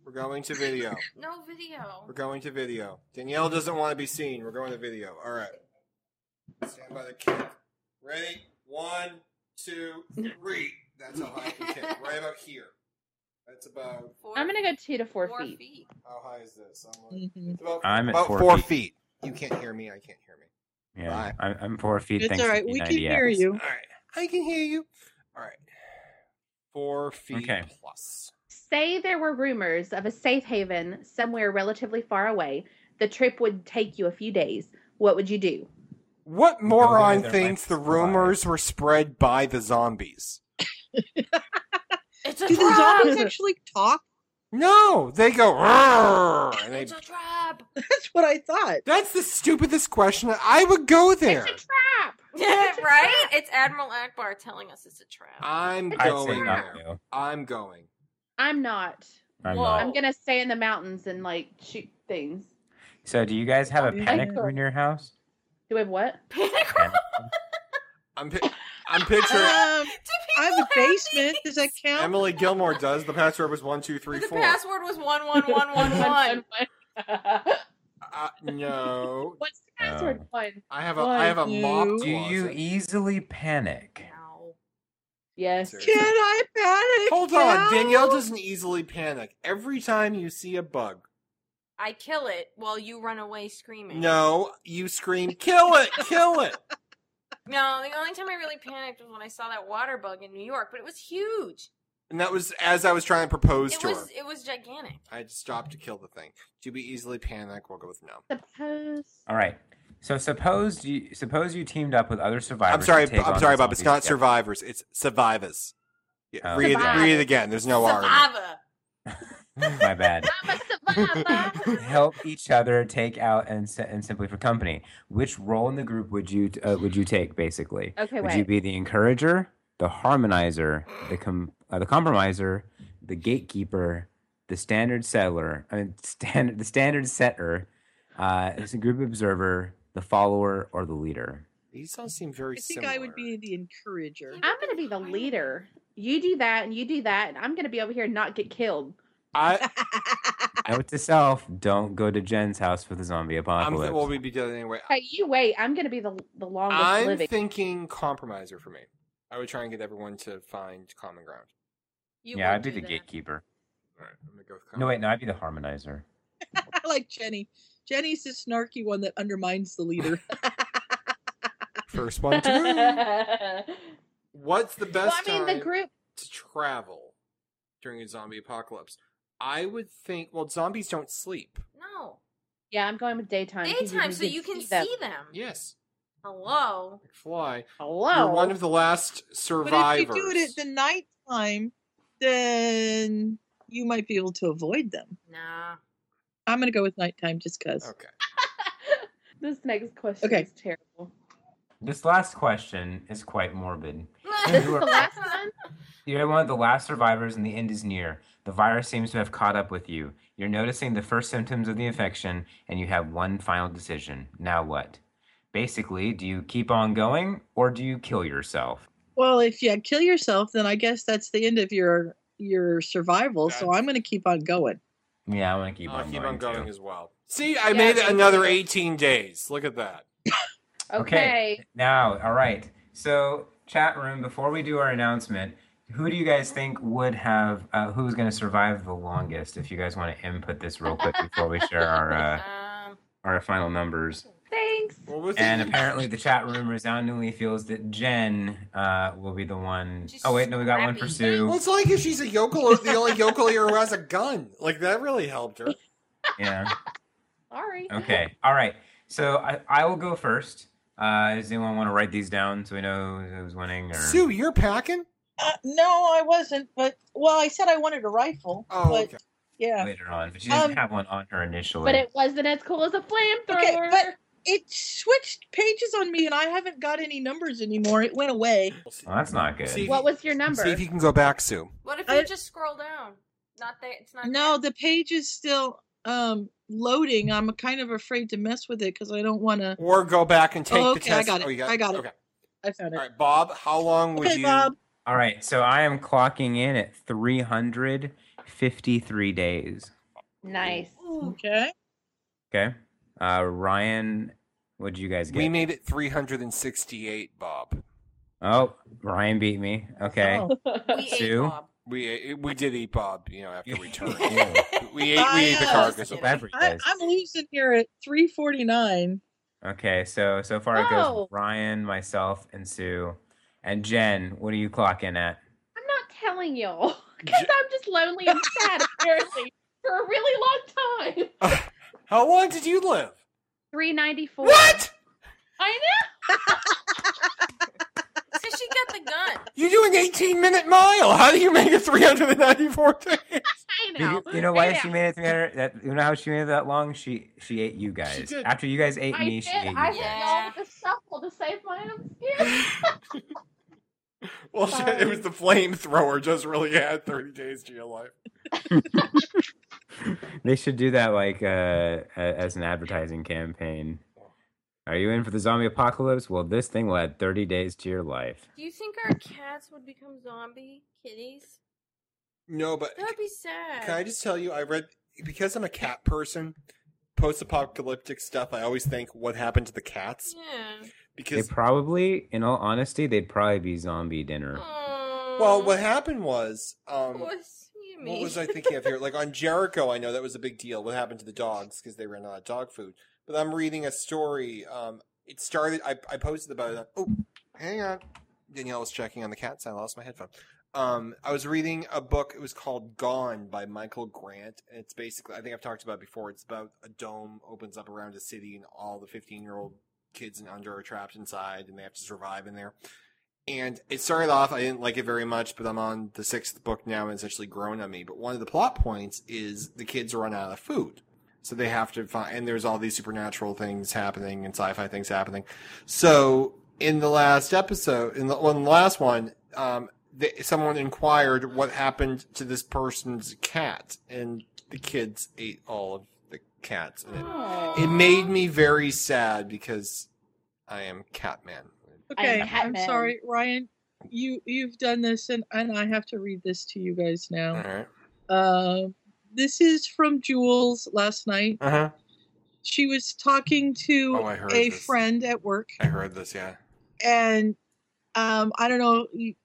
Speaker 1: we're going to video.
Speaker 12: No video.
Speaker 1: We're going to video. Danielle doesn't want to be seen. We're going to video. All right. Stand by the kick. Ready? One, two, three. That's how high I can kick. Right about here. That's about
Speaker 3: I'm gonna go two to four,
Speaker 12: Four
Speaker 3: feet.
Speaker 12: feet.
Speaker 1: how high is this? I'm, like,
Speaker 3: Mm-hmm.
Speaker 1: it's about,
Speaker 2: I'm at
Speaker 1: about
Speaker 2: four
Speaker 1: four
Speaker 2: feet.
Speaker 1: feet. You can't hear me. I can't hear me.
Speaker 2: Yeah, I'm, I'm four feet.
Speaker 4: It's
Speaker 2: thanks
Speaker 4: all
Speaker 2: to
Speaker 4: right. We can
Speaker 2: P90X.
Speaker 4: hear you.
Speaker 1: All right. I can hear you. All right. Four feet
Speaker 2: Okay.
Speaker 1: plus.
Speaker 3: Say there were rumors of a safe haven somewhere relatively far away. The trip would take you a few days. What would you do?
Speaker 1: What moron
Speaker 2: their
Speaker 1: thinks
Speaker 2: length
Speaker 1: the
Speaker 2: is alive.
Speaker 1: rumors were spread by the zombies?
Speaker 12: It's
Speaker 4: [LAUGHS] [LAUGHS] Do
Speaker 12: a
Speaker 4: the
Speaker 12: trap.
Speaker 3: [LAUGHS]
Speaker 4: zombies actually talk?
Speaker 1: No, they go. "Rrrr," And they, [LAUGHS]
Speaker 12: trap. [LAUGHS]
Speaker 4: That's what I thought.
Speaker 1: that's the stupidest question. I would go there.
Speaker 12: trap. [LAUGHS] right? It's Admiral Akbar telling us it's a trap. [LAUGHS]
Speaker 1: I'm
Speaker 2: I'd say
Speaker 1: going
Speaker 2: not
Speaker 1: there.
Speaker 2: you.
Speaker 1: I'm going.
Speaker 3: I'm not.
Speaker 2: I'm
Speaker 12: Whoa.
Speaker 2: not.
Speaker 3: I'm gonna stay in the mountains and like shoot things.
Speaker 2: So, do you guys have a
Speaker 3: I
Speaker 2: panic
Speaker 3: could.
Speaker 2: room in your house?
Speaker 3: Do I have what?
Speaker 1: I'm. Pi-
Speaker 12: [LAUGHS]
Speaker 1: I'm picturing.
Speaker 4: Um, I [LAUGHS] have a basement. Does that count?
Speaker 1: Emily Gilmore does. The password was one two three
Speaker 12: The
Speaker 1: four.
Speaker 12: password was one one
Speaker 3: [LAUGHS]
Speaker 12: one
Speaker 1: [LAUGHS]
Speaker 12: one one.
Speaker 1: Uh, no,
Speaker 3: What's the password?
Speaker 2: Oh.
Speaker 3: One.
Speaker 1: I have a I have a mop.
Speaker 4: One,
Speaker 2: Do you
Speaker 1: closet.
Speaker 2: easily panic?
Speaker 3: Yes.
Speaker 4: Can I panic?
Speaker 1: Hold
Speaker 4: now?
Speaker 1: on, Danielle doesn't easily panic. Every time you see a bug,
Speaker 12: I kill it while you run away screaming.
Speaker 1: no, you scream, "Kill it! Kill it!"
Speaker 12: No, the only time I really panicked was when I saw that water bug in New York, but it was huge.
Speaker 1: And that was as I was trying to propose
Speaker 12: It
Speaker 1: to her.
Speaker 12: was it was gigantic.
Speaker 1: I stopped to kill the thing. Do we easily panic? We'll go with no.
Speaker 3: Suppose.
Speaker 2: All right. So suppose you suppose you teamed up with other survivors.
Speaker 1: I'm
Speaker 2: to
Speaker 1: sorry.
Speaker 2: take on
Speaker 1: I'm
Speaker 2: the
Speaker 1: sorry, Bob. It's
Speaker 2: zombies
Speaker 1: not
Speaker 2: together.
Speaker 1: survivors. It's survivors. Yeah,
Speaker 2: Oh.
Speaker 1: read,
Speaker 3: Survivors.
Speaker 1: read it again. There's no R. in it.
Speaker 12: Survivor.
Speaker 2: [LAUGHS] My bad.
Speaker 3: I'm a survivor.
Speaker 2: Help each other take out and si- and simply for company. Which role in the group would you uh, would you take basically?
Speaker 3: Okay,
Speaker 2: would you
Speaker 3: wait.
Speaker 2: be the encourager, the harmonizer, the com- uh, the compromiser, the gatekeeper, the standard settler? I mean, [LAUGHS] standard the standard setter, uh, is a group observer, the follower, or the
Speaker 12: [LAUGHS]
Speaker 2: leader.
Speaker 1: These all seem very
Speaker 4: I think
Speaker 1: similar.
Speaker 4: I would be the encourager.
Speaker 3: I'm gonna be the leader. You do that and you do that, and I'm gonna be over here and not get killed.
Speaker 4: [LAUGHS]
Speaker 1: I,
Speaker 2: Note to self: Don't go to Jen's house for the zombie
Speaker 1: I'm
Speaker 2: apocalypse.
Speaker 1: th- well, we'd be dead anyway.
Speaker 3: Hey, you wait. I'm gonna be the the longest
Speaker 1: I'm
Speaker 3: living.
Speaker 1: thinking compromiser for me. I would try and get everyone to find common ground.
Speaker 12: You
Speaker 2: yeah,
Speaker 12: would
Speaker 2: I'd be
Speaker 12: do
Speaker 2: the
Speaker 12: that.
Speaker 2: gatekeeper.
Speaker 1: All right, I'm gonna go with common.
Speaker 2: No, wait, no, I'd be the harmonizer.
Speaker 4: I like Jenny. Jenny's the snarky one that undermines the leader.
Speaker 1: First
Speaker 3: [LAUGHS]
Speaker 1: one
Speaker 4: [LAUGHS]
Speaker 1: to. What's the
Speaker 3: well,
Speaker 1: best
Speaker 3: I mean, the
Speaker 1: time
Speaker 3: group.
Speaker 1: to travel during a zombie apocalypse? I would think. Well, zombies don't sleep.
Speaker 12: No.
Speaker 3: Yeah, I'm going with daytime. 'cause
Speaker 12: Daytime, so you can see them.
Speaker 1: Yes,
Speaker 12: Hello.
Speaker 1: like fly.
Speaker 3: Hello.
Speaker 1: You're
Speaker 3: [LAUGHS]
Speaker 1: one of the last
Speaker 4: but
Speaker 1: survivors.
Speaker 4: if you do it at the nighttime, then you might be able to avoid them.
Speaker 12: Nah.
Speaker 4: I'm going to go with nighttime just because.
Speaker 1: okay.
Speaker 3: this next question
Speaker 4: Okay.
Speaker 3: is
Speaker 1: [LAUGHS]
Speaker 3: terrible.
Speaker 2: This last question is quite morbid.
Speaker 3: This is
Speaker 12: [LAUGHS]
Speaker 2: You
Speaker 3: the
Speaker 1: [LAUGHS]
Speaker 2: are-
Speaker 3: last one.
Speaker 2: You're one of the last survivors, and the end is near. The virus seems to have caught up with you. You're noticing the first symptoms of the infection, and you have one final decision. Now what? Basically, do you keep on going, or do you kill yourself?
Speaker 4: Well, if you kill yourself, then I guess that's the end of your your survival. So
Speaker 1: That's-
Speaker 4: I'm going to keep on going.
Speaker 2: Yeah, I want to keep
Speaker 1: I'll
Speaker 2: on
Speaker 1: keep
Speaker 2: going.
Speaker 1: on going
Speaker 2: too.
Speaker 1: as well. See, I
Speaker 3: Yeah,
Speaker 1: made it
Speaker 3: thank
Speaker 1: another
Speaker 3: you.
Speaker 1: 18 days. Look at that.
Speaker 2: Okay.
Speaker 3: Okay.
Speaker 2: Now, all right. So, chat room, before we do our announcement, who do you guys think would have, uh, who's going to survive the longest? If you guys want to input this real quick before we share our, uh,
Speaker 12: Um,
Speaker 2: our final numbers.
Speaker 3: Thanks.
Speaker 1: What was [LAUGHS]
Speaker 2: And
Speaker 1: it?
Speaker 2: apparently, the chat room resoundingly feels that Jen uh, will be the one
Speaker 12: She's
Speaker 2: oh wait, no, we got one for
Speaker 12: scrappy.
Speaker 1: Well, [LAUGHS]
Speaker 2: Sue.
Speaker 1: it's like if she's a yokel, or the only yokel here who has a gun. Like that really helped her.
Speaker 2: Yeah.
Speaker 3: Sorry.
Speaker 2: Okay. All right. So I, I will go first. Uh, does anyone want to write these down so we know who's winning? Or
Speaker 1: Sue, you're packing.
Speaker 4: Uh, no, I wasn't. But well, I said I wanted a rifle.
Speaker 1: Oh,
Speaker 4: but
Speaker 1: okay.
Speaker 4: yeah,
Speaker 2: later on, but she didn't
Speaker 4: Um,
Speaker 2: have one on her initially.
Speaker 3: But it wasn't as cool as a flamethrower.
Speaker 4: Okay, but- it switched pages on me, and I haven't got any numbers anymore. It went away.
Speaker 1: We'll see.
Speaker 2: well, that's not good.
Speaker 1: See-
Speaker 3: what was your number?
Speaker 1: See if you can go back, Sue.
Speaker 12: what if
Speaker 4: I-
Speaker 12: you just scroll down? Not there. It's not.
Speaker 4: No, the page is still um loading. I'm kind of afraid to mess with it because I don't want to.
Speaker 1: Or go back and take
Speaker 4: Oh,
Speaker 1: the
Speaker 4: okay, I
Speaker 1: test.
Speaker 4: got it.
Speaker 1: you
Speaker 4: I got it.
Speaker 1: Okay.
Speaker 4: I found it.
Speaker 1: All right, Bob. How long would
Speaker 4: okay,
Speaker 1: you?
Speaker 4: Bob.
Speaker 2: All right. So I am clocking in at three hundred fifty-three days.
Speaker 3: nice. [LAUGHS]
Speaker 4: Okay.
Speaker 2: Okay. Uh, Ryan, what did you guys get?
Speaker 1: We made it 368, Bob.
Speaker 2: oh, Ryan beat me. Okay.
Speaker 4: Oh.
Speaker 2: [LAUGHS]
Speaker 12: We
Speaker 2: Sue?
Speaker 12: ate Bob.
Speaker 1: We we did eat Bob. You know, after we
Speaker 2: [LAUGHS]
Speaker 1: turned.
Speaker 2: Yeah.
Speaker 1: we ate we ate the
Speaker 4: Yeah.
Speaker 1: carcass.
Speaker 12: Yeah.
Speaker 1: Of
Speaker 2: Bad for you
Speaker 4: I,
Speaker 2: guys.
Speaker 4: I'm losing here at 349.
Speaker 2: Okay, so so far it goes
Speaker 3: Oh.
Speaker 2: with Ryan, myself, and Sue, and Jen. What are you clocking at?
Speaker 3: I'm not telling y'all [LAUGHS] because
Speaker 1: J-
Speaker 3: I'm just lonely and
Speaker 1: [LAUGHS]
Speaker 3: sad apparently for a really long time.
Speaker 1: How long did you live?
Speaker 3: Three ninety four.
Speaker 1: What?
Speaker 3: I know.
Speaker 12: So she got the gun.
Speaker 1: You do an 18 minute mile. How do you make it 394 days?
Speaker 2: You- You, know why she made it 300? That, you know how she made it that long? She she ate you guys.
Speaker 3: did.
Speaker 2: After you guys ate
Speaker 3: I
Speaker 2: me,
Speaker 3: did.
Speaker 2: she ate you.
Speaker 3: I went all with the shuffle to save my own skin.
Speaker 1: [LAUGHS] Well, shit, it was the flamethrower just really add 30 days to your life.
Speaker 2: They should do that like uh, a- as an advertising campaign. Are you in for the zombie apocalypse? Well, this thing will add 30 days to your life.
Speaker 12: Do you think our cats would become zombie kitties?
Speaker 1: No, but
Speaker 12: That would be sad.
Speaker 1: Can I just tell you, I read because I'm a cat person. Post-apocalyptic stuff. I always think, "What happened to the cats?"
Speaker 12: Yeah.
Speaker 1: Because
Speaker 2: they probably, in all honesty, they'd probably be zombie dinner.
Speaker 1: well, what happened was, um,
Speaker 12: you
Speaker 1: what was I thinking of here? Like on Jericho, I know that was a big deal. What happened to the dogs because they ran out of dog food? But I'm reading a story. Um, it started. I, I posted about it. Oh, hang on. Danielle was checking on the cats. I lost my headphone. Um, I was reading a book. It was called Gone by Michael Grant, and it's basically I think I've talked about it before. It's about a dome opens up around a city, and all the 15 year old kids and under are trapped inside, and they have to survive in there. And it started off, I didn't like it very much, but I'm on the sixth book now and it's actually grown on me. But one of the plot points is the kids run out of food. So they have to find, and there's all these supernatural things happening and sci fi things happening. So in the last episode, in the, well, in the last one, um, they, someone inquired what happened to this person's cat, and the kids ate all of the cats. And it, it made me very sad because I am Catman.
Speaker 4: Okay,
Speaker 1: I'm
Speaker 4: I'm
Speaker 1: Catman.
Speaker 4: sorry, Ryan. You you've done this, and and I have to read this to you guys now.
Speaker 1: All right.
Speaker 4: Uh, this is from Jules last night.
Speaker 1: Uh huh.
Speaker 4: She was talking to
Speaker 1: Oh, I heard
Speaker 4: a
Speaker 1: this.
Speaker 4: friend at work,
Speaker 1: I heard this, yeah.
Speaker 4: and um, I don't know, you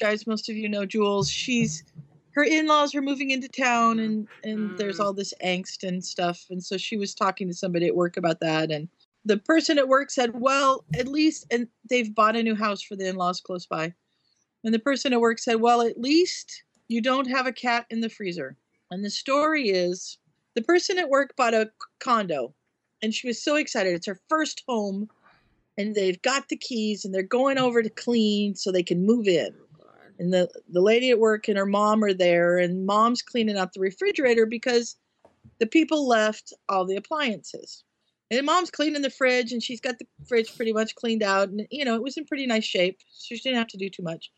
Speaker 4: guys. Most of you know Jules. She's her in-laws are moving into town, and and there's all this angst and stuff. And so she was talking to somebody at work about that, and the person at work said, "Well, at least," and they've bought a new house for the in-laws close by. And the person at work said, Well, at least you don't have a cat in the freezer. And the story is the person at work bought a condo and she was so excited. It's her first home and they've got the keys and they're going over to clean so they can move in. And the, the lady at work and her mom are there, and mom's cleaning out the refrigerator because the people left all the appliances. And mom's cleaning the fridge, and she's got the fridge pretty much cleaned out. And, you know, it was in pretty nice shape. So she didn't have to do too much.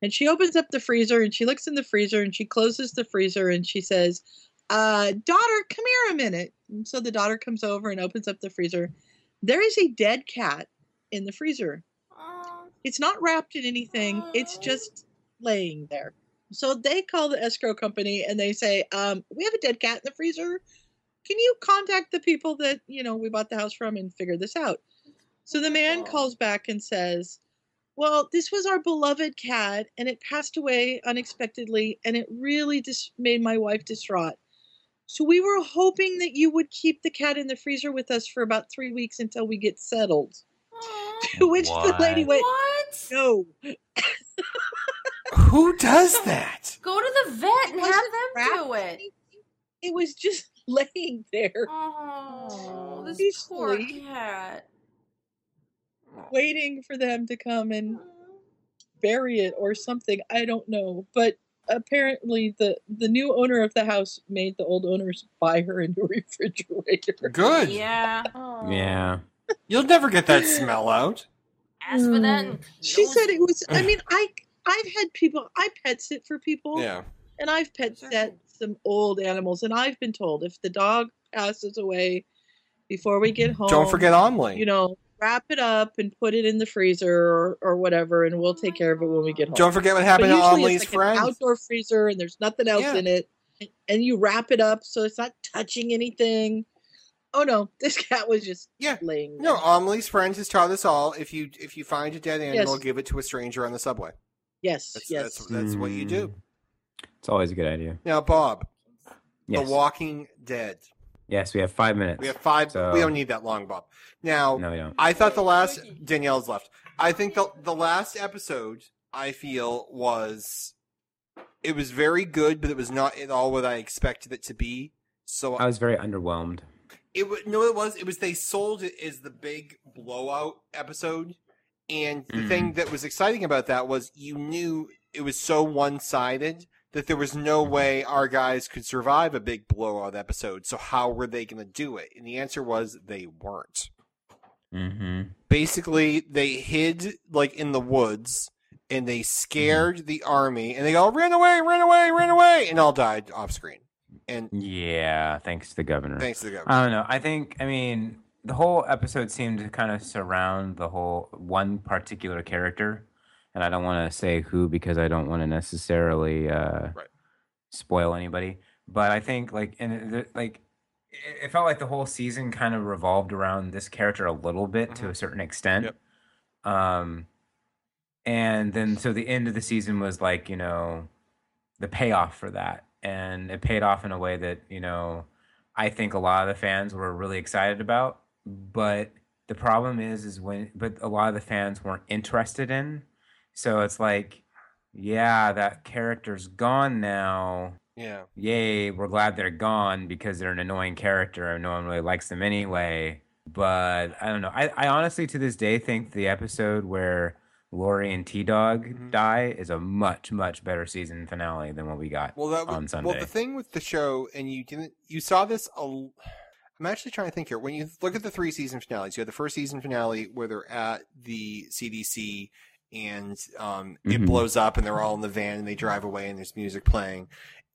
Speaker 4: And she opens up the freezer and she looks in the freezer and she closes the freezer and she says, uh, Daughter, come here a minute. And so the daughter comes over and opens up the freezer. There is a dead cat in the freezer. It's not wrapped in anything, it's just laying there. So they call the escrow company and they say, um, We have a dead cat in the freezer. Can you contact the people that, you know, we bought the house from and figure this out? So the man calls back and says, well, this was our beloved cat, and it passed away unexpectedly, and it really just made my wife distraught. So we were hoping that you would keep the cat in the freezer with us for about three weeks until we get settled. [LAUGHS] To which the lady went,
Speaker 12: What?
Speaker 4: No.
Speaker 1: Who does that?
Speaker 12: Go to the vet and have them do it.
Speaker 4: It was just [LAUGHS] laying there.
Speaker 12: Oh, this poor
Speaker 4: Peacefully.
Speaker 12: cat.
Speaker 4: waiting for them to come and bury it or something. I don't know, but apparently the the new owner of the house made the old owners buy her a new [LAUGHS] refrigerator.
Speaker 1: Good.
Speaker 12: Yeah.
Speaker 2: Yeah.
Speaker 1: You'll never get that smell out.
Speaker 12: As for that,
Speaker 4: Mm. she said it was. I mean, I I've had people. I pet sit for people.
Speaker 1: Yeah.
Speaker 4: and I've pet sat some old animals, and I've been told if the dog passes away before we get home,
Speaker 1: forget omelet.
Speaker 4: um, You know, wrap it up and put it in the freezer or, or whatever, and we'll take care of it when we get home.
Speaker 1: Don't forget what happened
Speaker 4: But
Speaker 1: to
Speaker 4: usually
Speaker 1: Omelie's
Speaker 4: it's like an
Speaker 1: friends.
Speaker 4: outdoor freezer, and there's nothing else
Speaker 1: Yeah.
Speaker 4: in it, and you wrap it up so it's not touching anything. Oh no, [LAUGHS] this cat was just
Speaker 1: yeah.
Speaker 4: laying.
Speaker 1: No, Amelie's friend has taught us all: if you if you find a dead animal,
Speaker 4: Yes.
Speaker 1: give it to a stranger on the subway.
Speaker 4: Yes,
Speaker 1: that's, yes, that's, that's what you do.
Speaker 2: Hmm. It's always a good idea.
Speaker 1: Now, Bob,
Speaker 2: Yes.
Speaker 1: The Walking Dead.
Speaker 2: Yes, we have five minutes.
Speaker 1: We have five.
Speaker 2: So-
Speaker 1: We don't need that long, Bob. Now,
Speaker 2: No, we don't.
Speaker 1: I thought the last Danielle's left. I think the the last episode I feel was it was very good, but it was not at all what I expected it to be. So
Speaker 2: I was very underwhelmed.
Speaker 1: It was no, it was. It was they sold it as the big blowout episode, And the thing that was exciting about that was you knew it was so one sided that there was no way our guys could survive a big blowout episode. So, how were they going to do it? And the answer was they weren't.
Speaker 2: Mm-hmm.
Speaker 1: Basically, they hid like in the woods and they scared the army and they all ran away, ran away, ran away, and all died off screen. And
Speaker 2: yeah, Uh, thanks to the governor.
Speaker 1: Thanks to the governor.
Speaker 2: I don't know. I think I mean the whole episode seemed to kind of surround the whole one particular character, and I don't want to say who because I don't want to necessarily uh, spoil anybody. But I think like and it- it- like it, it felt like the whole season kind of revolved around this character a little bit to a certain extent. Um, and then so the end of the season was like you know the payoff for that and it paid off in a way that you know i think a lot of the fans were really excited about but the problem is is when but a lot of the fans weren't interested in so it's like yeah that character's gone now
Speaker 1: Yeah.
Speaker 2: yay we're glad they're gone because they're an annoying character and no one really likes them anyway but i don't know i, I honestly to this day think the episode where Lori and T Dog
Speaker 1: Mm-hmm.
Speaker 2: die is a much much better season finale than what we got
Speaker 1: Well, that was,
Speaker 2: on Sunday.
Speaker 1: well, the thing with the show, and you didn't, you saw this. A, l- I'm actually trying to think here. When you look at the three season finales, you had the first season finale where they're at the CDC and um, it
Speaker 2: Mm-hmm.
Speaker 10: Mhm.
Speaker 1: blows up, and they're all in the van and they drive away, and there's music playing,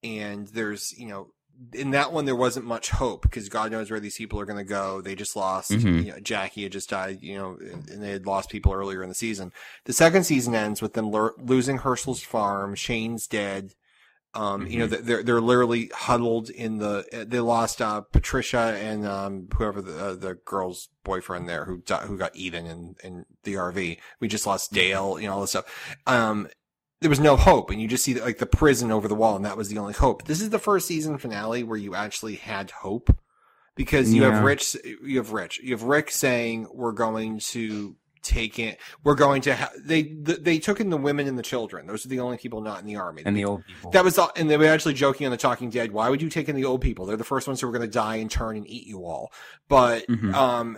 Speaker 1: and there's you know. In that one, there wasn't much hope because God knows where these people are going to go. They just lost.
Speaker 2: Mm-hmm.
Speaker 10: Mhm.
Speaker 1: You know, Jackie had just died, you know, and and they had lost people earlier in the season. The second season ends with them lo- losing Herschel's farm. Shane's dead. Um, you know,
Speaker 10: Mhm.
Speaker 1: they're they're literally huddled in the. uh, They lost uh, Patricia and um, whoever the uh, the girl's boyfriend there who di- who got eaten in in the RV. We just lost Dale. You know all this stuff. Um, there was no hope, and you just see like the prison over the wall, and that was the only hope. This is the first season finale where you actually had hope because you have
Speaker 10: Yeah.
Speaker 1: Rich, you have Rich, you have Rick saying we're going to take it, we're going to ha-. they th- they took in the women and the children. Those are the only people not in the army.
Speaker 2: and the old people.
Speaker 1: That was all, and they were actually joking on the Talking Dead. Why would you take in the old people? They're the first ones who are going to die and turn and eat you all. But
Speaker 2: Mhm.
Speaker 1: um,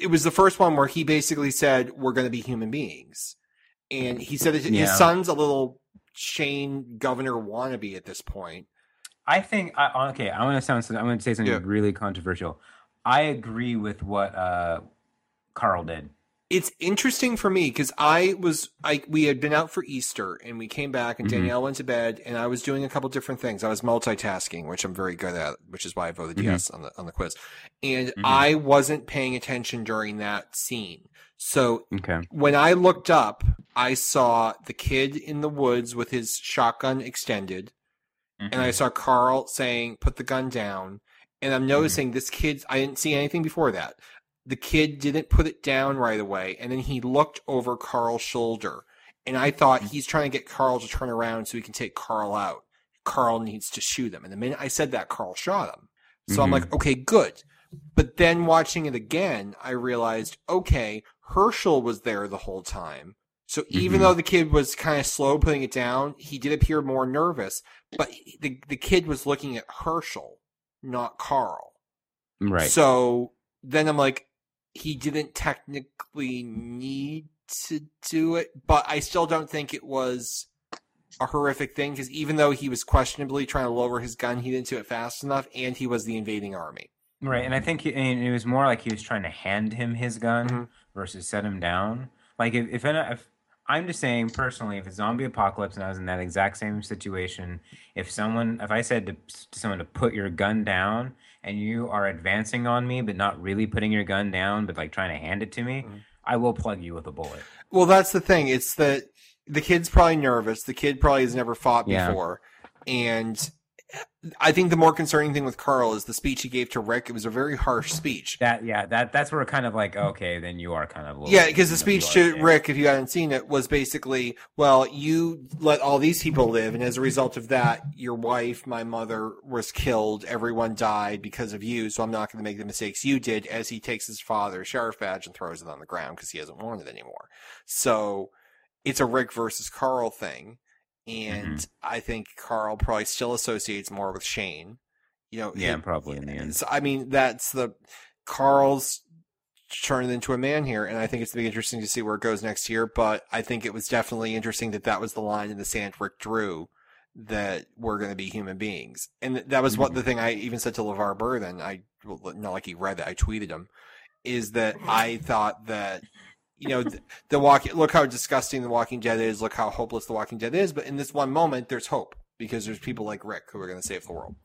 Speaker 1: it was the first one where he basically said, "We're going to be human beings," and he said that
Speaker 2: Yeah.
Speaker 1: his son's a little Shane governor wannabe at this point.
Speaker 2: I think I okay. I want to sound. I'm going to say something really controversial. I agree with what uh, Carl did.
Speaker 1: it's interesting for me because I was I we had been out for Easter and we came back and
Speaker 10: Mhm.
Speaker 1: Danielle went to bed and I was doing a couple different things. I was multitasking, which I'm very good at, which is why I voted
Speaker 10: Mhm.
Speaker 1: yes on the on the quiz. And I wasn't paying attention during that scene. So
Speaker 2: Okay.
Speaker 1: when I looked up, I saw the kid in the woods with his shotgun extended,
Speaker 2: Mm-hmm.
Speaker 1: and I saw Carl saying, "Put the gun down." And I'm noticing this kid. I didn't see anything before that. The kid didn't put it down right away, and then he looked over Carl's shoulder, and I thought he's trying to get Carl to turn around so he can take Carl out. Carl needs to shoot him. And the minute I said that, Carl shot him. So I'm
Speaker 10: Mhm.
Speaker 1: like, okay, good. But then watching it again, I realized, okay, Herschel was there the whole time. So even
Speaker 10: Mhm.
Speaker 1: though the kid was kind of slow putting it down, he did appear more nervous. But he- the the kid was looking at Herschel, not Carl.
Speaker 2: Right.
Speaker 1: So then I'm like, he didn't technically need to do it, but I still don't think it was a horrific thing because even though he was questionably trying to lower his gun, he didn't do it fast enough, and he was the invading army.
Speaker 2: Right, and I think he, and it was more like he was trying to hand him his gun
Speaker 1: Mm-hmm.
Speaker 2: versus set him down. Like if if, I, if I'm just saying personally, if a zombie apocalypse and I was in that exact same situation, if someone if I said to, to someone to put your gun down and you are advancing on me but not really putting your gun down but like trying to hand it to me,
Speaker 1: Mm-hmm.
Speaker 2: I will plug you with a bullet.
Speaker 1: Well, that's the thing. It's that the kid's probably nervous. The kid probably has never fought
Speaker 2: Yeah.
Speaker 1: before, and I think the more concerning thing with Carl is the speech he gave to Rick. It was a very harsh speech.
Speaker 2: That yeah, that that's where kind of like okay, then you are kind of a little-
Speaker 1: Yeah, because the
Speaker 2: you know, you
Speaker 1: speech
Speaker 2: are-
Speaker 1: to Rick, if you hadn't seen it, was basically, well, you let all these people live, and as a result of that, your wife, my mother, was killed. Everyone died because of you, so I'm not going to make the mistakes you did. As he takes his father's sheriff badge and throws it on the ground because he hasn't worn it anymore. So it's a Rick versus Carl thing, and
Speaker 2: Mm-hmm.
Speaker 1: I think Carl probably still associates more with Shane. You know,
Speaker 2: yeah,
Speaker 1: it-
Speaker 2: probably in the end.
Speaker 1: so, I mean, that's the Carl's turn it into a man here, and I think it's gonna be interesting to see where it goes next year. But I think it was definitely interesting that that was the line in the sand Rick drew that we're going to be human beings, and that was what the thing I even said to LeVar Burr. Then I well, not like he read that I tweeted him is that I thought that you know the, the walk look how disgusting the Walking Dead is, look how hopeless the Walking Dead is, but in this one moment there's hope because there's people like Rick who are going to save the world.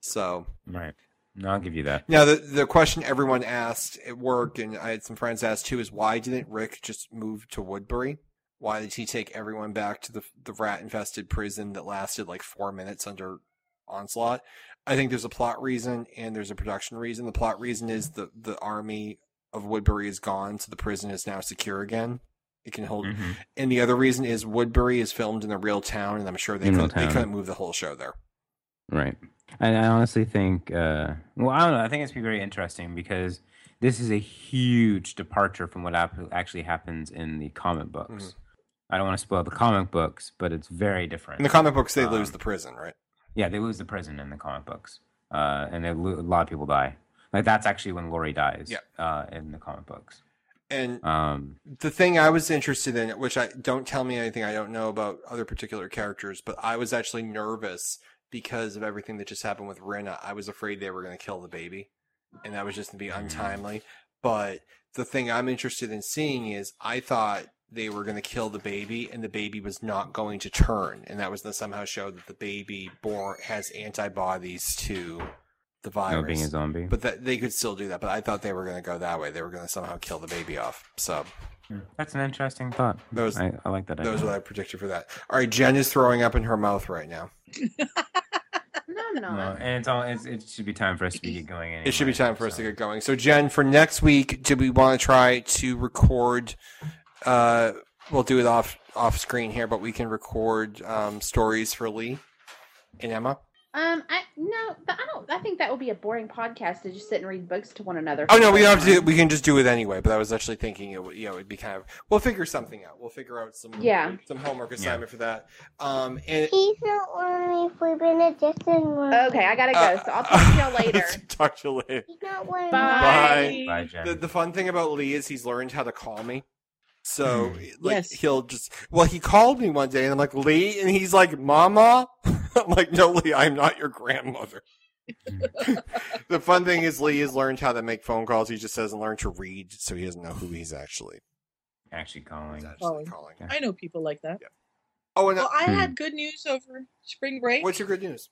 Speaker 1: So
Speaker 2: right. No, I'll give you that.
Speaker 1: Now, the, the question everyone asked at work, and I had some friends ask too, is why didn't Rick just move to Woodbury? Why did he take everyone back to the the rat infested prison that lasted like four minutes under onslaught? I think there's a plot reason and there's a production reason. The plot reason is the the army of Woodbury is gone, so the prison is now secure again. It can hold.
Speaker 2: Mhm.
Speaker 1: And the other reason is Woodbury is filmed in the real town, and I'm sure they
Speaker 2: In real
Speaker 1: couldn't, they
Speaker 2: town.
Speaker 1: couldn't move the whole show there.
Speaker 2: Right. And I honestly think, uh, well, I don't know. I think it's be very interesting because this is a huge departure from what ap- actually happens in the comic books.
Speaker 1: Mhm.
Speaker 2: I don't want to spoil the comic books, but it's very different.
Speaker 1: In the comic books, they
Speaker 2: Um,
Speaker 1: lose the prison, right?
Speaker 2: Yeah, they lose the prison in the comic books, uh, and they lo- a lot of people die. Like that's actually when Lori dies.
Speaker 1: Yeah.
Speaker 2: Uh, in the comic books.
Speaker 1: And
Speaker 2: Um,
Speaker 1: the thing I was interested in, which I don't tell me anything I don't know about other particular characters, but I was actually nervous because of everything that just happened with Rena. I was afraid they were going to kill the baby, and that was just going to be
Speaker 2: Mm-hmm.
Speaker 1: untimely. But the thing I'm interested in seeing is I thought they were going to kill the baby, and the baby was not going to turn, and that was to somehow show that the baby born has antibodies to the virus.
Speaker 2: no, Oh, being a zombie.
Speaker 1: But that they could still do that. But I thought they were going to go that way. They were going to somehow kill the baby off. So
Speaker 2: That's an interesting thought.
Speaker 1: Those-
Speaker 2: I, I like that.
Speaker 1: that was
Speaker 2: idea.
Speaker 1: what I predicted for that. All right, Jen is throwing up in her mouth right now.
Speaker 3: No, I'm not.
Speaker 2: Well, and it's all. It's, it should be time for us to get going. Anyway.
Speaker 1: It should be time for us to get going. So, Jen, for next week, do we want to try to record? Uh, we'll do it off off screen here, but we can record um, stories for Lee and Emma.
Speaker 3: Um, I no, but I don't. I think that would be a boring podcast to just sit and read books to one another.
Speaker 1: Oh no, we don't have to. do- We can just do it anyway. But I was actually thinking it would, you know, it'd be kind of. We'll figure something out. We'll figure out some
Speaker 3: Yeah.
Speaker 1: some homework assignment for that. Um, and
Speaker 13: Please don't worry if we've been a distant one.
Speaker 3: Okay, I gotta go. so I'll talk
Speaker 1: [LAUGHS]
Speaker 2: [LAUGHS]
Speaker 3: to y'all later.
Speaker 1: talk to you later.
Speaker 13: Not worry.
Speaker 1: Bye.
Speaker 2: Bye, Jen.
Speaker 1: The, the fun thing about Lee is he's learned how to call me. So like
Speaker 4: Yes.
Speaker 1: he'll just well he called me one day and I'm like Lee and he's like Mama. [LAUGHS] I'm like no Lee I'm not your grandmother. [LAUGHS] the fun thing is Lee has learned how to make phone calls. He just hasn't learned to read, so he doesn't know who he's actually.
Speaker 2: Actually, calling.
Speaker 1: actually calling.
Speaker 4: I know people like that.
Speaker 1: Oh, and
Speaker 4: Well, I
Speaker 1: Hmm.
Speaker 4: had good news over spring break.
Speaker 1: What's your good news?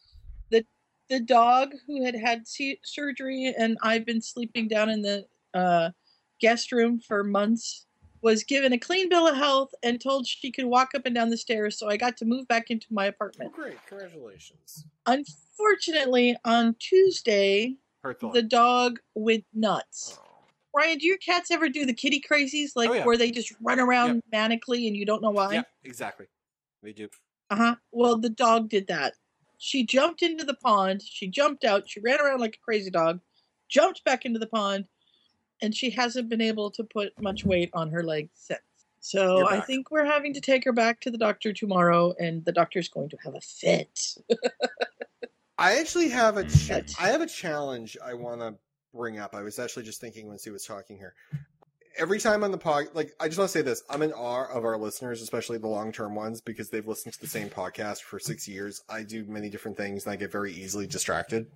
Speaker 4: The the dog who had had se- surgery and I've been sleeping down in the uh, guest room for months was given a clean bill of health and told she could walk up and down the stairs. So I got to move back into my apartment.
Speaker 1: Oh, great, congratulations.
Speaker 4: Unfortunately, on Tuesday,
Speaker 1: Her thought.
Speaker 4: the dog went nuts. Ryan, do your cats ever do the kitty crazies, like
Speaker 1: Oh, yeah.
Speaker 4: where they just run around manically and you don't know why?
Speaker 1: yeah, exactly. We do.
Speaker 4: Uh huh. Well, the dog did that. She jumped into the pond. She jumped out. She ran around like a crazy dog, jumped back into the pond, and she hasn't been able to put much weight on her leg since. So
Speaker 1: You're
Speaker 4: I
Speaker 1: back.
Speaker 4: think we're having to take her back to the doctor tomorrow, and the doctor's going to have a fit.
Speaker 1: I actually have a cha- I have a challenge I want to bring up. I was actually just thinking when Sue was talking here. Every time on the pod, like I just want to say this, I'm in awe of our listeners, especially the long term ones, because they've listened to the same podcast for six years. I do many different things, and I get very easily distracted.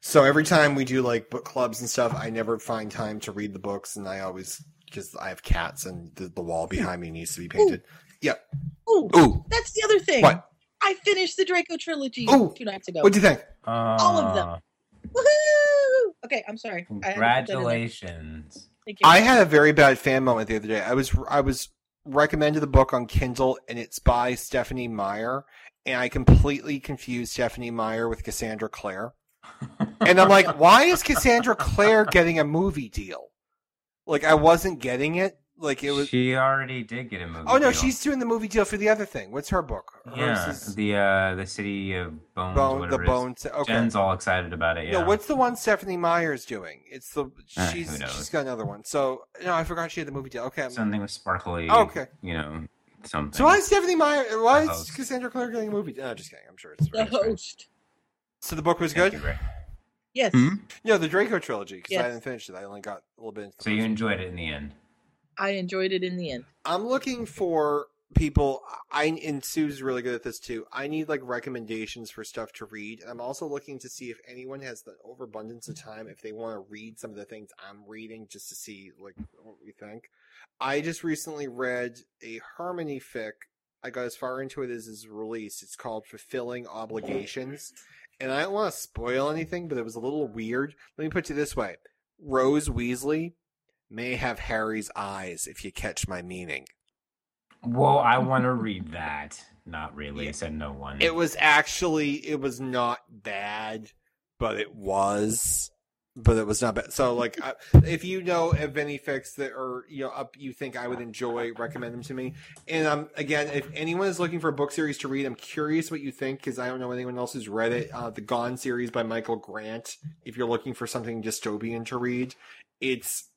Speaker 1: So every time we do like book clubs and stuff, I never find time to read the books, and I always because I have cats and the, the wall behind me needs to be painted. Yep.
Speaker 4: Ooh,
Speaker 1: Ooh.
Speaker 4: that's the other thing.
Speaker 1: What?
Speaker 4: I finished the Draco trilogy two nights ago.
Speaker 1: What do you think?
Speaker 2: Oh,
Speaker 4: All of them. Woohoo! Okay, I'm sorry. I haven't done enough.
Speaker 2: Congratulations.
Speaker 4: Thank you.
Speaker 1: I had a very bad fan moment the other day. I was I was recommended the book on Kindle, and it's by Stephanie Meyer, and I completely confused Stephanie Meyer with Cassandra Clare. And I'm
Speaker 2: [LAUGHS]
Speaker 1: like, why is Cassandra Clare getting a movie deal? Like I wasn't getting it. Like it was.
Speaker 2: She already did get a movie.
Speaker 1: oh no,
Speaker 2: deal.
Speaker 1: she's doing the movie deal for the other thing. What's her book? Hers
Speaker 2: yeah.
Speaker 1: is-
Speaker 2: The uh, the city of bones.
Speaker 1: Bone-
Speaker 2: whatever
Speaker 1: the
Speaker 2: it is.
Speaker 1: bones- okay.
Speaker 2: Jen's all excited about it. Yeah.
Speaker 1: No, what's the one Stephanie Meyer's doing? It's the
Speaker 2: Ah,
Speaker 1: she's
Speaker 2: who knows?
Speaker 1: she's got another one. So no, I forgot she had the movie deal. Okay, I'm-
Speaker 2: something with sparkly?
Speaker 1: Oh, okay.
Speaker 2: You know something.
Speaker 1: So why is Stephanie Meyer? Why
Speaker 2: The
Speaker 1: is
Speaker 2: host.
Speaker 1: Cassandra Clare getting a movie? No, just kidding. I'm sure it's
Speaker 4: the host.
Speaker 1: so. The book was good.
Speaker 4: Yes.
Speaker 1: Yeah, the Draco trilogy because I
Speaker 4: Yes.
Speaker 1: didn't finish it. I only got a little bit. Into the
Speaker 2: So you
Speaker 1: first one.
Speaker 2: enjoyed it in the end.
Speaker 4: I enjoyed it in the end.
Speaker 1: I'm looking for people. I and Sue's really good at this too. I need like recommendations for stuff to read, and I'm also looking to see if anyone has the overabundance of time if they want to read some of the things I'm reading just to see like what we think. I just recently read a Harmony fic. I got as far into it as is released. It's called Fulfilling Obligations. And I don't want to spoil anything, but it was a little weird. Let me put it this way Rose Weasley may have Harry's eyes, if you catch my meaning.
Speaker 2: Whoa, I want to read that. Not really, said no one.
Speaker 1: It was actually it was not bad, but it was, but it was not bad. So like, I, if you know of any fics that are you know up, you think I would enjoy, recommend them to me. And um, again, if anyone is looking for a book series to read, I'm curious what you think because I don't know anyone else who's read it. Uh, the Gone series by Michael Grant. If you're looking for something dystopian to read, it's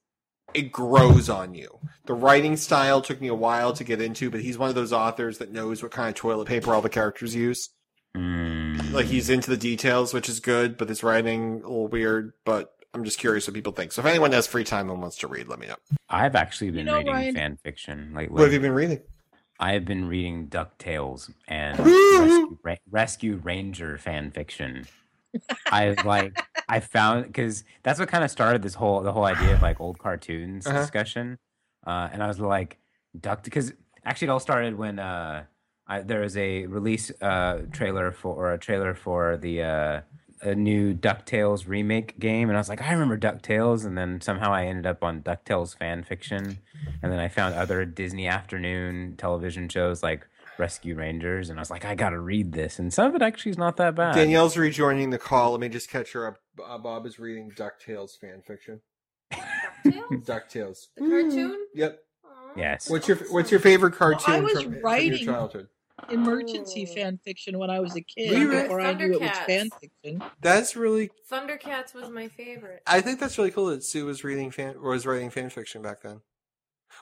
Speaker 1: it grows on you. The writing style took me a while to get into, but he's one of those authors that knows what kind of toilet paper all the characters use.
Speaker 2: Mm.
Speaker 1: Like he's into the details, which is good, but his writing a little weird. But I'm just curious what people think. So if anyone has free time and wants to read, let me know.
Speaker 2: I've actually been
Speaker 1: know,
Speaker 2: reading
Speaker 1: Ryan-
Speaker 2: fan fiction lately.
Speaker 1: What have you been reading?
Speaker 2: I have been reading DuckTales
Speaker 1: [GASPS]
Speaker 2: and Rescue, Ra- Rescue Ranger fan fiction. I like I found because that's what kind of started this whole the whole idea of like old cartoons
Speaker 14: Uh-huh.
Speaker 2: discussion, uh, and I was like Duck because actually it all started when uh, I, there was a release uh, trailer for or a trailer for the uh, a new Ducktales remake game, and I was like I remember Ducktales, and then somehow I ended up on Ducktales fan fiction, and then I found other Disney afternoon television shows like. Rescue Rangers, and I was like, I gotta read this, and some of it actually is not that bad.
Speaker 1: Danielle's rejoining the call. Let me just catch her up. Uh, Bob is reading DuckTales fan fiction. DuckTales.
Speaker 2: [LAUGHS]
Speaker 1: DuckTales.
Speaker 12: The cartoon?
Speaker 1: Yep.
Speaker 2: Yes.
Speaker 1: What's your What's your favorite cartoon
Speaker 4: I was
Speaker 1: from, from
Speaker 4: writing-
Speaker 1: your childhood?
Speaker 4: Emergency fan fiction when I was a kid,
Speaker 1: We read
Speaker 4: before I knew it was
Speaker 12: Thundercats.
Speaker 4: fan fiction.
Speaker 1: That's really.
Speaker 12: Thundercats was my favorite.
Speaker 1: I think that's really cool that Sue was reading fan or was writing fan fiction back then.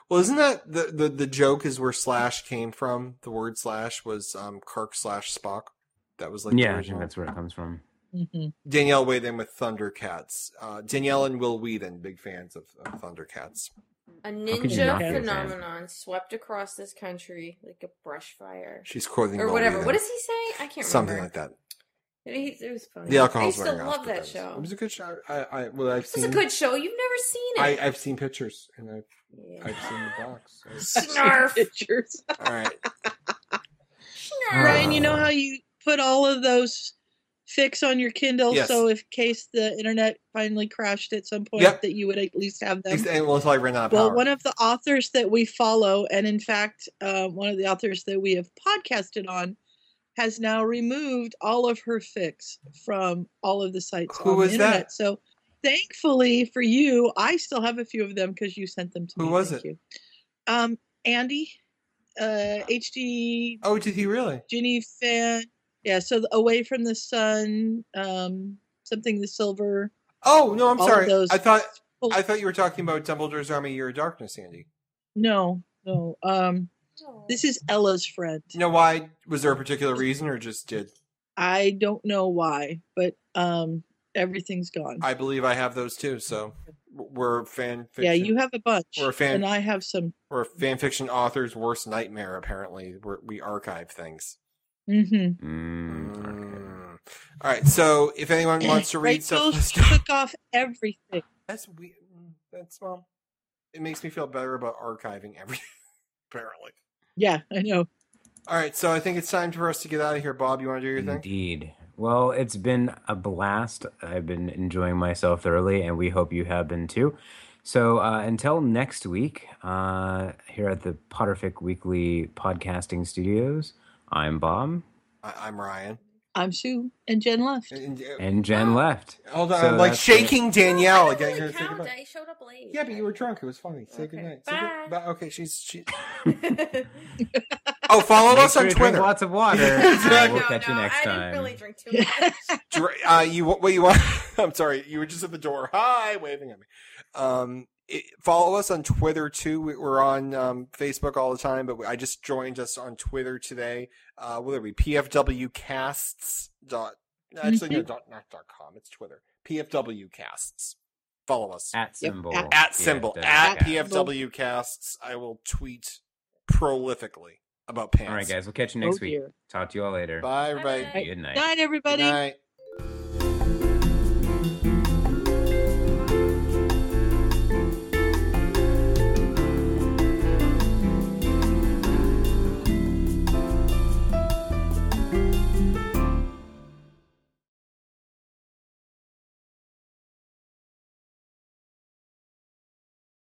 Speaker 1: Well, isn't that the the, the joke is where slash came from? The word slash was um Kirk slash Spock. That was like the
Speaker 2: yeah, I think
Speaker 1: original.
Speaker 2: that's where it comes from.
Speaker 4: Mm-hmm.
Speaker 1: [LAUGHS] Danielle weighed in with Thundercats. Uh, Danielle and Will Whedon, big fans of, of Thundercats.
Speaker 12: A
Speaker 1: could you
Speaker 12: ninja
Speaker 1: not be a fan?
Speaker 12: phenomenon swept across this country like a brush fire.
Speaker 1: She's quoting
Speaker 12: or
Speaker 1: Will
Speaker 12: whatever.
Speaker 1: Wheaton.
Speaker 12: What does he say? I can't
Speaker 1: Something
Speaker 12: remember.
Speaker 1: like that.
Speaker 12: It, it was funny.
Speaker 1: The alcohol's
Speaker 12: I used to
Speaker 1: wearing off, but
Speaker 12: love that
Speaker 1: that
Speaker 12: show.
Speaker 1: It was a good show. I, I well, I've
Speaker 12: It's
Speaker 1: seen
Speaker 12: a good show. You've never seen it.
Speaker 1: I, I've seen pictures and I've I've
Speaker 12: [LAUGHS]
Speaker 1: seen the box. so-
Speaker 12: Snarf.
Speaker 4: Pictures.
Speaker 1: All right.
Speaker 4: Ryan, you
Speaker 2: Uh,
Speaker 1: Oh.
Speaker 4: know how you put all of those fix on your Kindle,
Speaker 1: Yes.
Speaker 4: so if case the internet finally crashed at some point,
Speaker 1: Yep.
Speaker 4: that you would at least have them.
Speaker 1: Ex- and well, until I ran out of
Speaker 4: Well,
Speaker 1: power.
Speaker 4: one of the authors that we follow, and in fact, uh, one of the authors that we have podcasted on, has now removed all of her fix from all of the sites
Speaker 1: Who
Speaker 4: on
Speaker 1: was
Speaker 4: the internet.
Speaker 1: that?
Speaker 4: So, thankfully for you, I still have a few of them because you sent them to me.
Speaker 1: Who was
Speaker 4: Thank
Speaker 1: it?
Speaker 4: you. Um, Andy, uh, HD
Speaker 1: Oh, did he really?
Speaker 4: Ginny fan. Yeah, so the Away from the Sun, um, something the Silver.
Speaker 1: Oh no, I'm
Speaker 4: all of
Speaker 1: sorry.
Speaker 4: those-
Speaker 1: I thought I thought you were talking about Dumbledore's Army Year of Darkness, Andy.
Speaker 4: no, no. Um, this is Ella's friend.
Speaker 1: You know why? Was there a particular reason, or just did
Speaker 4: I don't know why, but um, everything's gone.
Speaker 1: I believe I have those too? So we're fan. Fiction.
Speaker 4: yeah, you have a bunch,
Speaker 1: We're a fan.
Speaker 4: and I have some.
Speaker 1: We're fan fiction author's worst nightmare. Apparently, we're, we archive things.
Speaker 4: Mm-hmm.
Speaker 2: Hmm,
Speaker 1: Mm. All right. So if anyone wants
Speaker 4: [COUGHS]
Speaker 1: to read
Speaker 4: Rachel
Speaker 1: stuff,
Speaker 4: took off everything.
Speaker 1: That's weird. That's well. it makes me feel better about archiving everything. [LAUGHS] Apparently.
Speaker 4: Yeah, I know.
Speaker 1: All right. So I think it's time for us to get out of here. Bob, you want to do your thing?
Speaker 2: Indeed. Well, it's been a blast. I've been enjoying myself thoroughly, and we hope you have been too. So uh, until next week, uh, here at the Potterfic Weekly Podcasting Studios, I'm Bob,
Speaker 1: I, I'm Ryan. uh,
Speaker 4: I'm Sue, and Jen left.
Speaker 2: and Jen left.
Speaker 1: Hold on,
Speaker 2: So
Speaker 1: I'm like
Speaker 2: that's
Speaker 1: shaking Danielle.
Speaker 12: I
Speaker 1: Getting
Speaker 12: really
Speaker 1: her to say
Speaker 12: count.
Speaker 1: goodbye.
Speaker 12: I showed up late.
Speaker 1: Yeah, but you were
Speaker 12: [LAUGHS]
Speaker 1: drunk. It was funny. Say goodnight. Say good- bye. Okay, she's she. oh, follow
Speaker 2: Make
Speaker 1: us
Speaker 2: sure
Speaker 1: on
Speaker 2: you
Speaker 1: Twitter.
Speaker 2: drink lots
Speaker 1: [LAUGHS]
Speaker 2: of
Speaker 1: [LAUGHS]
Speaker 2: water.
Speaker 1: Exactly.
Speaker 2: We'll catch you next time.
Speaker 12: drink too much.
Speaker 1: [LAUGHS] Dr- uh, you what you want? [LAUGHS] I'm sorry, you were just at the door. Hi, waving at me. Um, it, follow us on Twitter too. We, we're on um, Facebook all the time, but I just joined us on Twitter today. Uh, will there be PFW Casts dot? Actually, no,
Speaker 10: Mhm.
Speaker 1: dot, not dot com. It's Twitter. PFW casts. Follow us
Speaker 2: at symbol
Speaker 1: at,
Speaker 2: PFW
Speaker 1: symbol at
Speaker 2: casts.
Speaker 1: PFW casts. I will tweet prolifically about pants.
Speaker 2: All right, guys. We'll catch you next
Speaker 1: Oh,
Speaker 2: week.
Speaker 1: dear.
Speaker 2: Talk to you all later.
Speaker 1: Bye, everybody.
Speaker 2: Good night.
Speaker 4: Night, everybody.
Speaker 1: Good night.